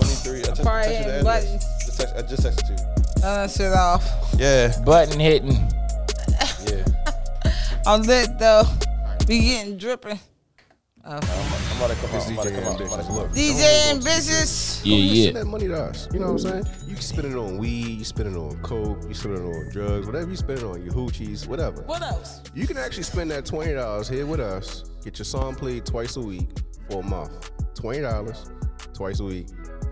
that's it. I'm hitting buttons. text, I just texted you. Turn that shit off. Yeah. Button hitting. Yeah. I'm lit though. We getting dripping. I'm about to come out. I'm about to come out. I'm about to come out. DJ and bitches. Yeah, Don't yeah. Send that money to us. You know what I'm saying? You can spend it on weed, you spend it on coke, you spend it on drugs, whatever you spend it on, your hoochies, whatever. What else? You can actually spend that twenty dollars here with us. Get your song played twice a week for a month. Twenty dollars twice a week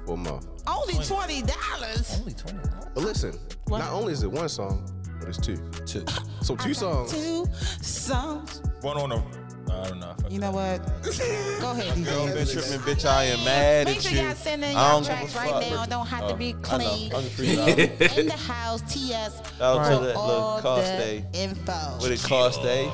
for a month. Only twenty dollars. Only 20. But listen, not only is it one song, but it's two. Two. So two songs. Two songs. One on a. I don't know. You know what? Go ahead, Girl, DJ. been tripping, bitch. I am mad Make at sure you. y'all send in I y'all don't give a tracks right fuck. Oh, now. Don't have to be I know. clean. I'm just freestyling. In the house, TS. Shout out to for that little all cost the day. info. What it cost, eh? day?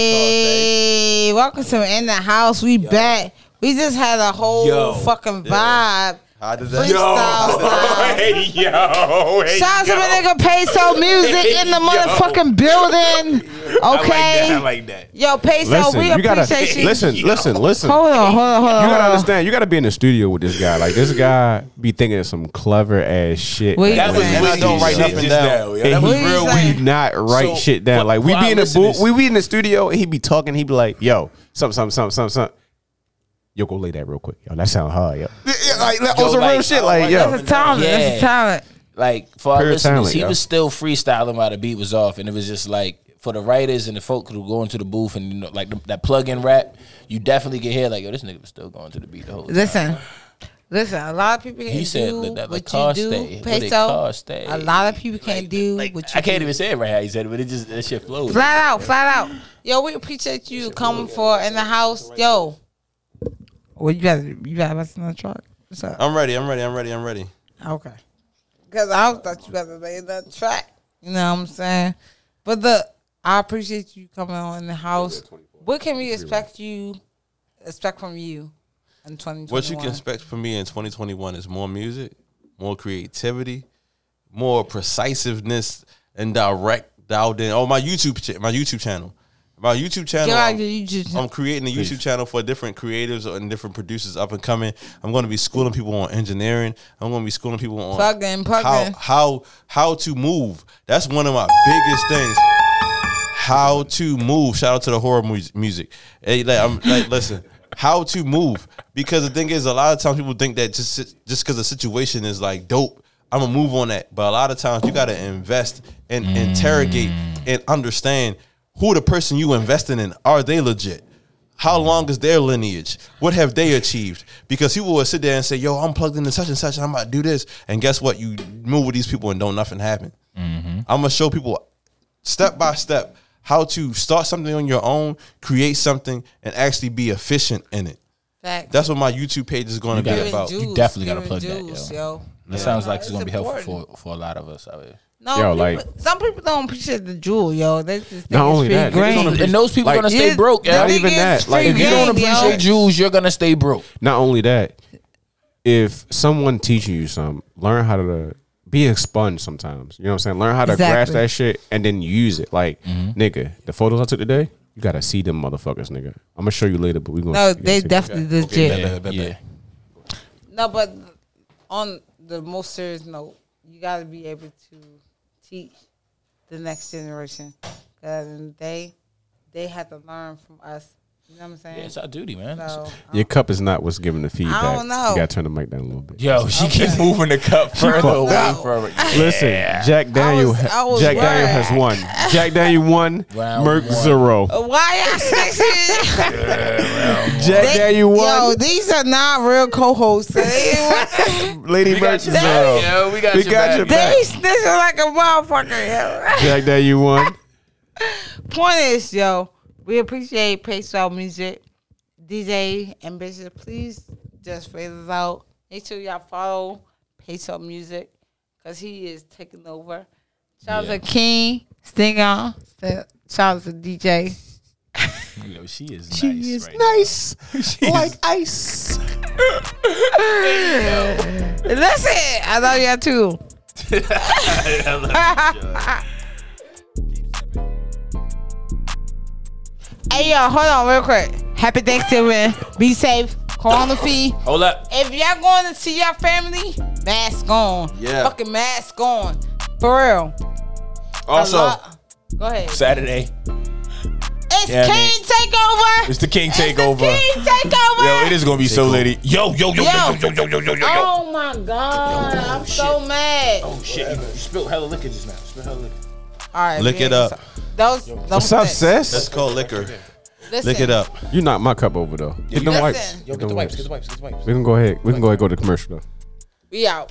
Hey, welcome to In the House. We back. We just had a whole Yo. fucking vibe. eh? How does that? Freestyle style. Hey, yo. Hey, Shout out to my nigga Peso Music in the motherfucking building. Okay. like that. Yo, Peso, Listen, we you gotta appreciate you. listen, listen, listen. Hold on, hold on, hold on. You hold gotta on. understand. You gotta be in the studio with this guy. Like this guy be thinking of some clever ass shit. Wait, Like, That when was he- And I Shit don't write just nothing yeah. down. and That he was What did he real say? weak. do not write So, shit down. for- Like we for be our in the listeners- booth, we be in the studio, and he be talking. He be like, "Yo, something, something, something, something, something." Yo, go lay that real quick. Yo, that sound hard. Yo, Yeah, like that was some real like, shit. Like yo, That's a talent. That's a Yeah. talent. Like for our Pure listeners, talent, he yo. was still freestyling while the beat was off, and it was just like for the writers and the folk who go into the booth and you know, like the, that plug-in rap, you definitely can hear like, yo, this nigga was still going to the beat the whole time. Listen, listen. A lot of people can He do said that- that what you cost do, stay, what it peso. cost stay. A lot of people can't do Like, what you I can't do. even say it right how he said it, but it just that shit flowed. Flat out, flat out. Yo, we appreciate you coming for in the house. Yo, well, you got you got us in the truck. What's up? I'm ready. I'm ready. I'm ready. I'm ready. Okay, because I thought you got to lay that track. You know what I'm saying? But look, I appreciate you coming on in the house. What can we expect you expect from you in 2021? What you can expect from me in 2021 is more music, more creativity, more precisiveness and direct dialed in. Oh, my YouTube ch- my YouTube channel. My YouTube channel. Get out I'm, of your YouTube I'm creating a YouTube channel for different creatives and different producers up and coming. I'm going to be schooling people on engineering. I'm going to be schooling people on Plug in, plug how in. how how to move. That's one of my biggest things. How to move. Shout out to the horror mu- music. Hey, like, I'm, like listen. How to move because the thing is, a lot of times people think that just sit- just because the situation is like dope, I'm gonna move on that. But a lot of times you gotta invest and interrogate and understand who the person you investing in are. They legit. How long is their lineage? What have they achieved? Because people will sit there and say, "Yo, I'm plugged into such and such, and I'm about to do this." And guess what? You move with these people, and don't nothing happen. I'm gonna show people step by step how to start something on your own, create something, and actually be efficient in it. Facts. That's what my YouTube page is going to You be gotta about. Giving You definitely gotta giving plug that, yo. That sounds like it's gonna be helpful for, for a lot of us. out here. No, Yo, people, like- some people don't appreciate the jewel, yo. They just think Not it's only free that, niggas grain. don't And those people Like, gonna stay Yeah, broke. they yo. Not think even it's that, free like, If you don't game, yo. appreciate Jews, you're gonna stay broke. not only that, if someone teaching you something, learn how to be a sponge sometimes. You know what I'm saying? Learn how to Exactly. grasp that shit and then use it. Like, nigga, the photos I took today, you gotta see them motherfuckers, nigga. I'm gonna show you later, but we gonna no, you gotta they see- definitely legit. Yeah, yeah. No, but on the most serious note, you got to be able to teach the next generation. Because they they have to learn from us. You know what I'm saying? Yeah, it's our duty, man. so, Your cup is not what's giving the feedback. know. You gotta turn the mic down a little bit. Yo, she keep moving the cup further away out. from it. Listen, Jack Daniel. was- I was Jack Daniel right. has won. Jack Daniel one. Round Merc one. zero. why y'all sexy? Jack Daniel Yo, one. these are not real co-hosts. They, Lady Merc zero. Yo, we got We your got back. your back. they snitching like a motherfucker. Yo. Jack Daniel one. point is, yo, we appreciate Peso Music, DJ Ambitious. Please just phrase us out. Make sure y'all follow Peso Music because he is taking over. Shout out to King, Stinger, shout out to DJ. Yo, she is nice. She is right now. nice, like ice. Listen, I love y'all too. hey, yo, hold on real quick. Happy Thanksgiving. Be safe. Corona fee. Hold up. If y'all going to see your family, Mask on. Yeah. Fucking mask on. For real. A Also, lot- Go ahead. Saturday. It's Yeah, King Takeover. It's the King Takeover. King Takeover. Yo, it is gonna be so litty. Yo, yo, yo, yo, Yo. yo, yo, yo, yo, yo, yo. Oh my God. I'm so mad. Oh shit! You, you spilled hella liquor just now. Spilled hella liquor. All right. Lick it man. up. Those, those What's up, things. sis? That's called liquor. Listen, Lick it up. You knocked my cup over though. Get them Listen. wipes. Yo, Yo, Them get the wipes. Get the wipes. Get the wipes. We can go ahead. We can go ahead. Go to commercial though. We out.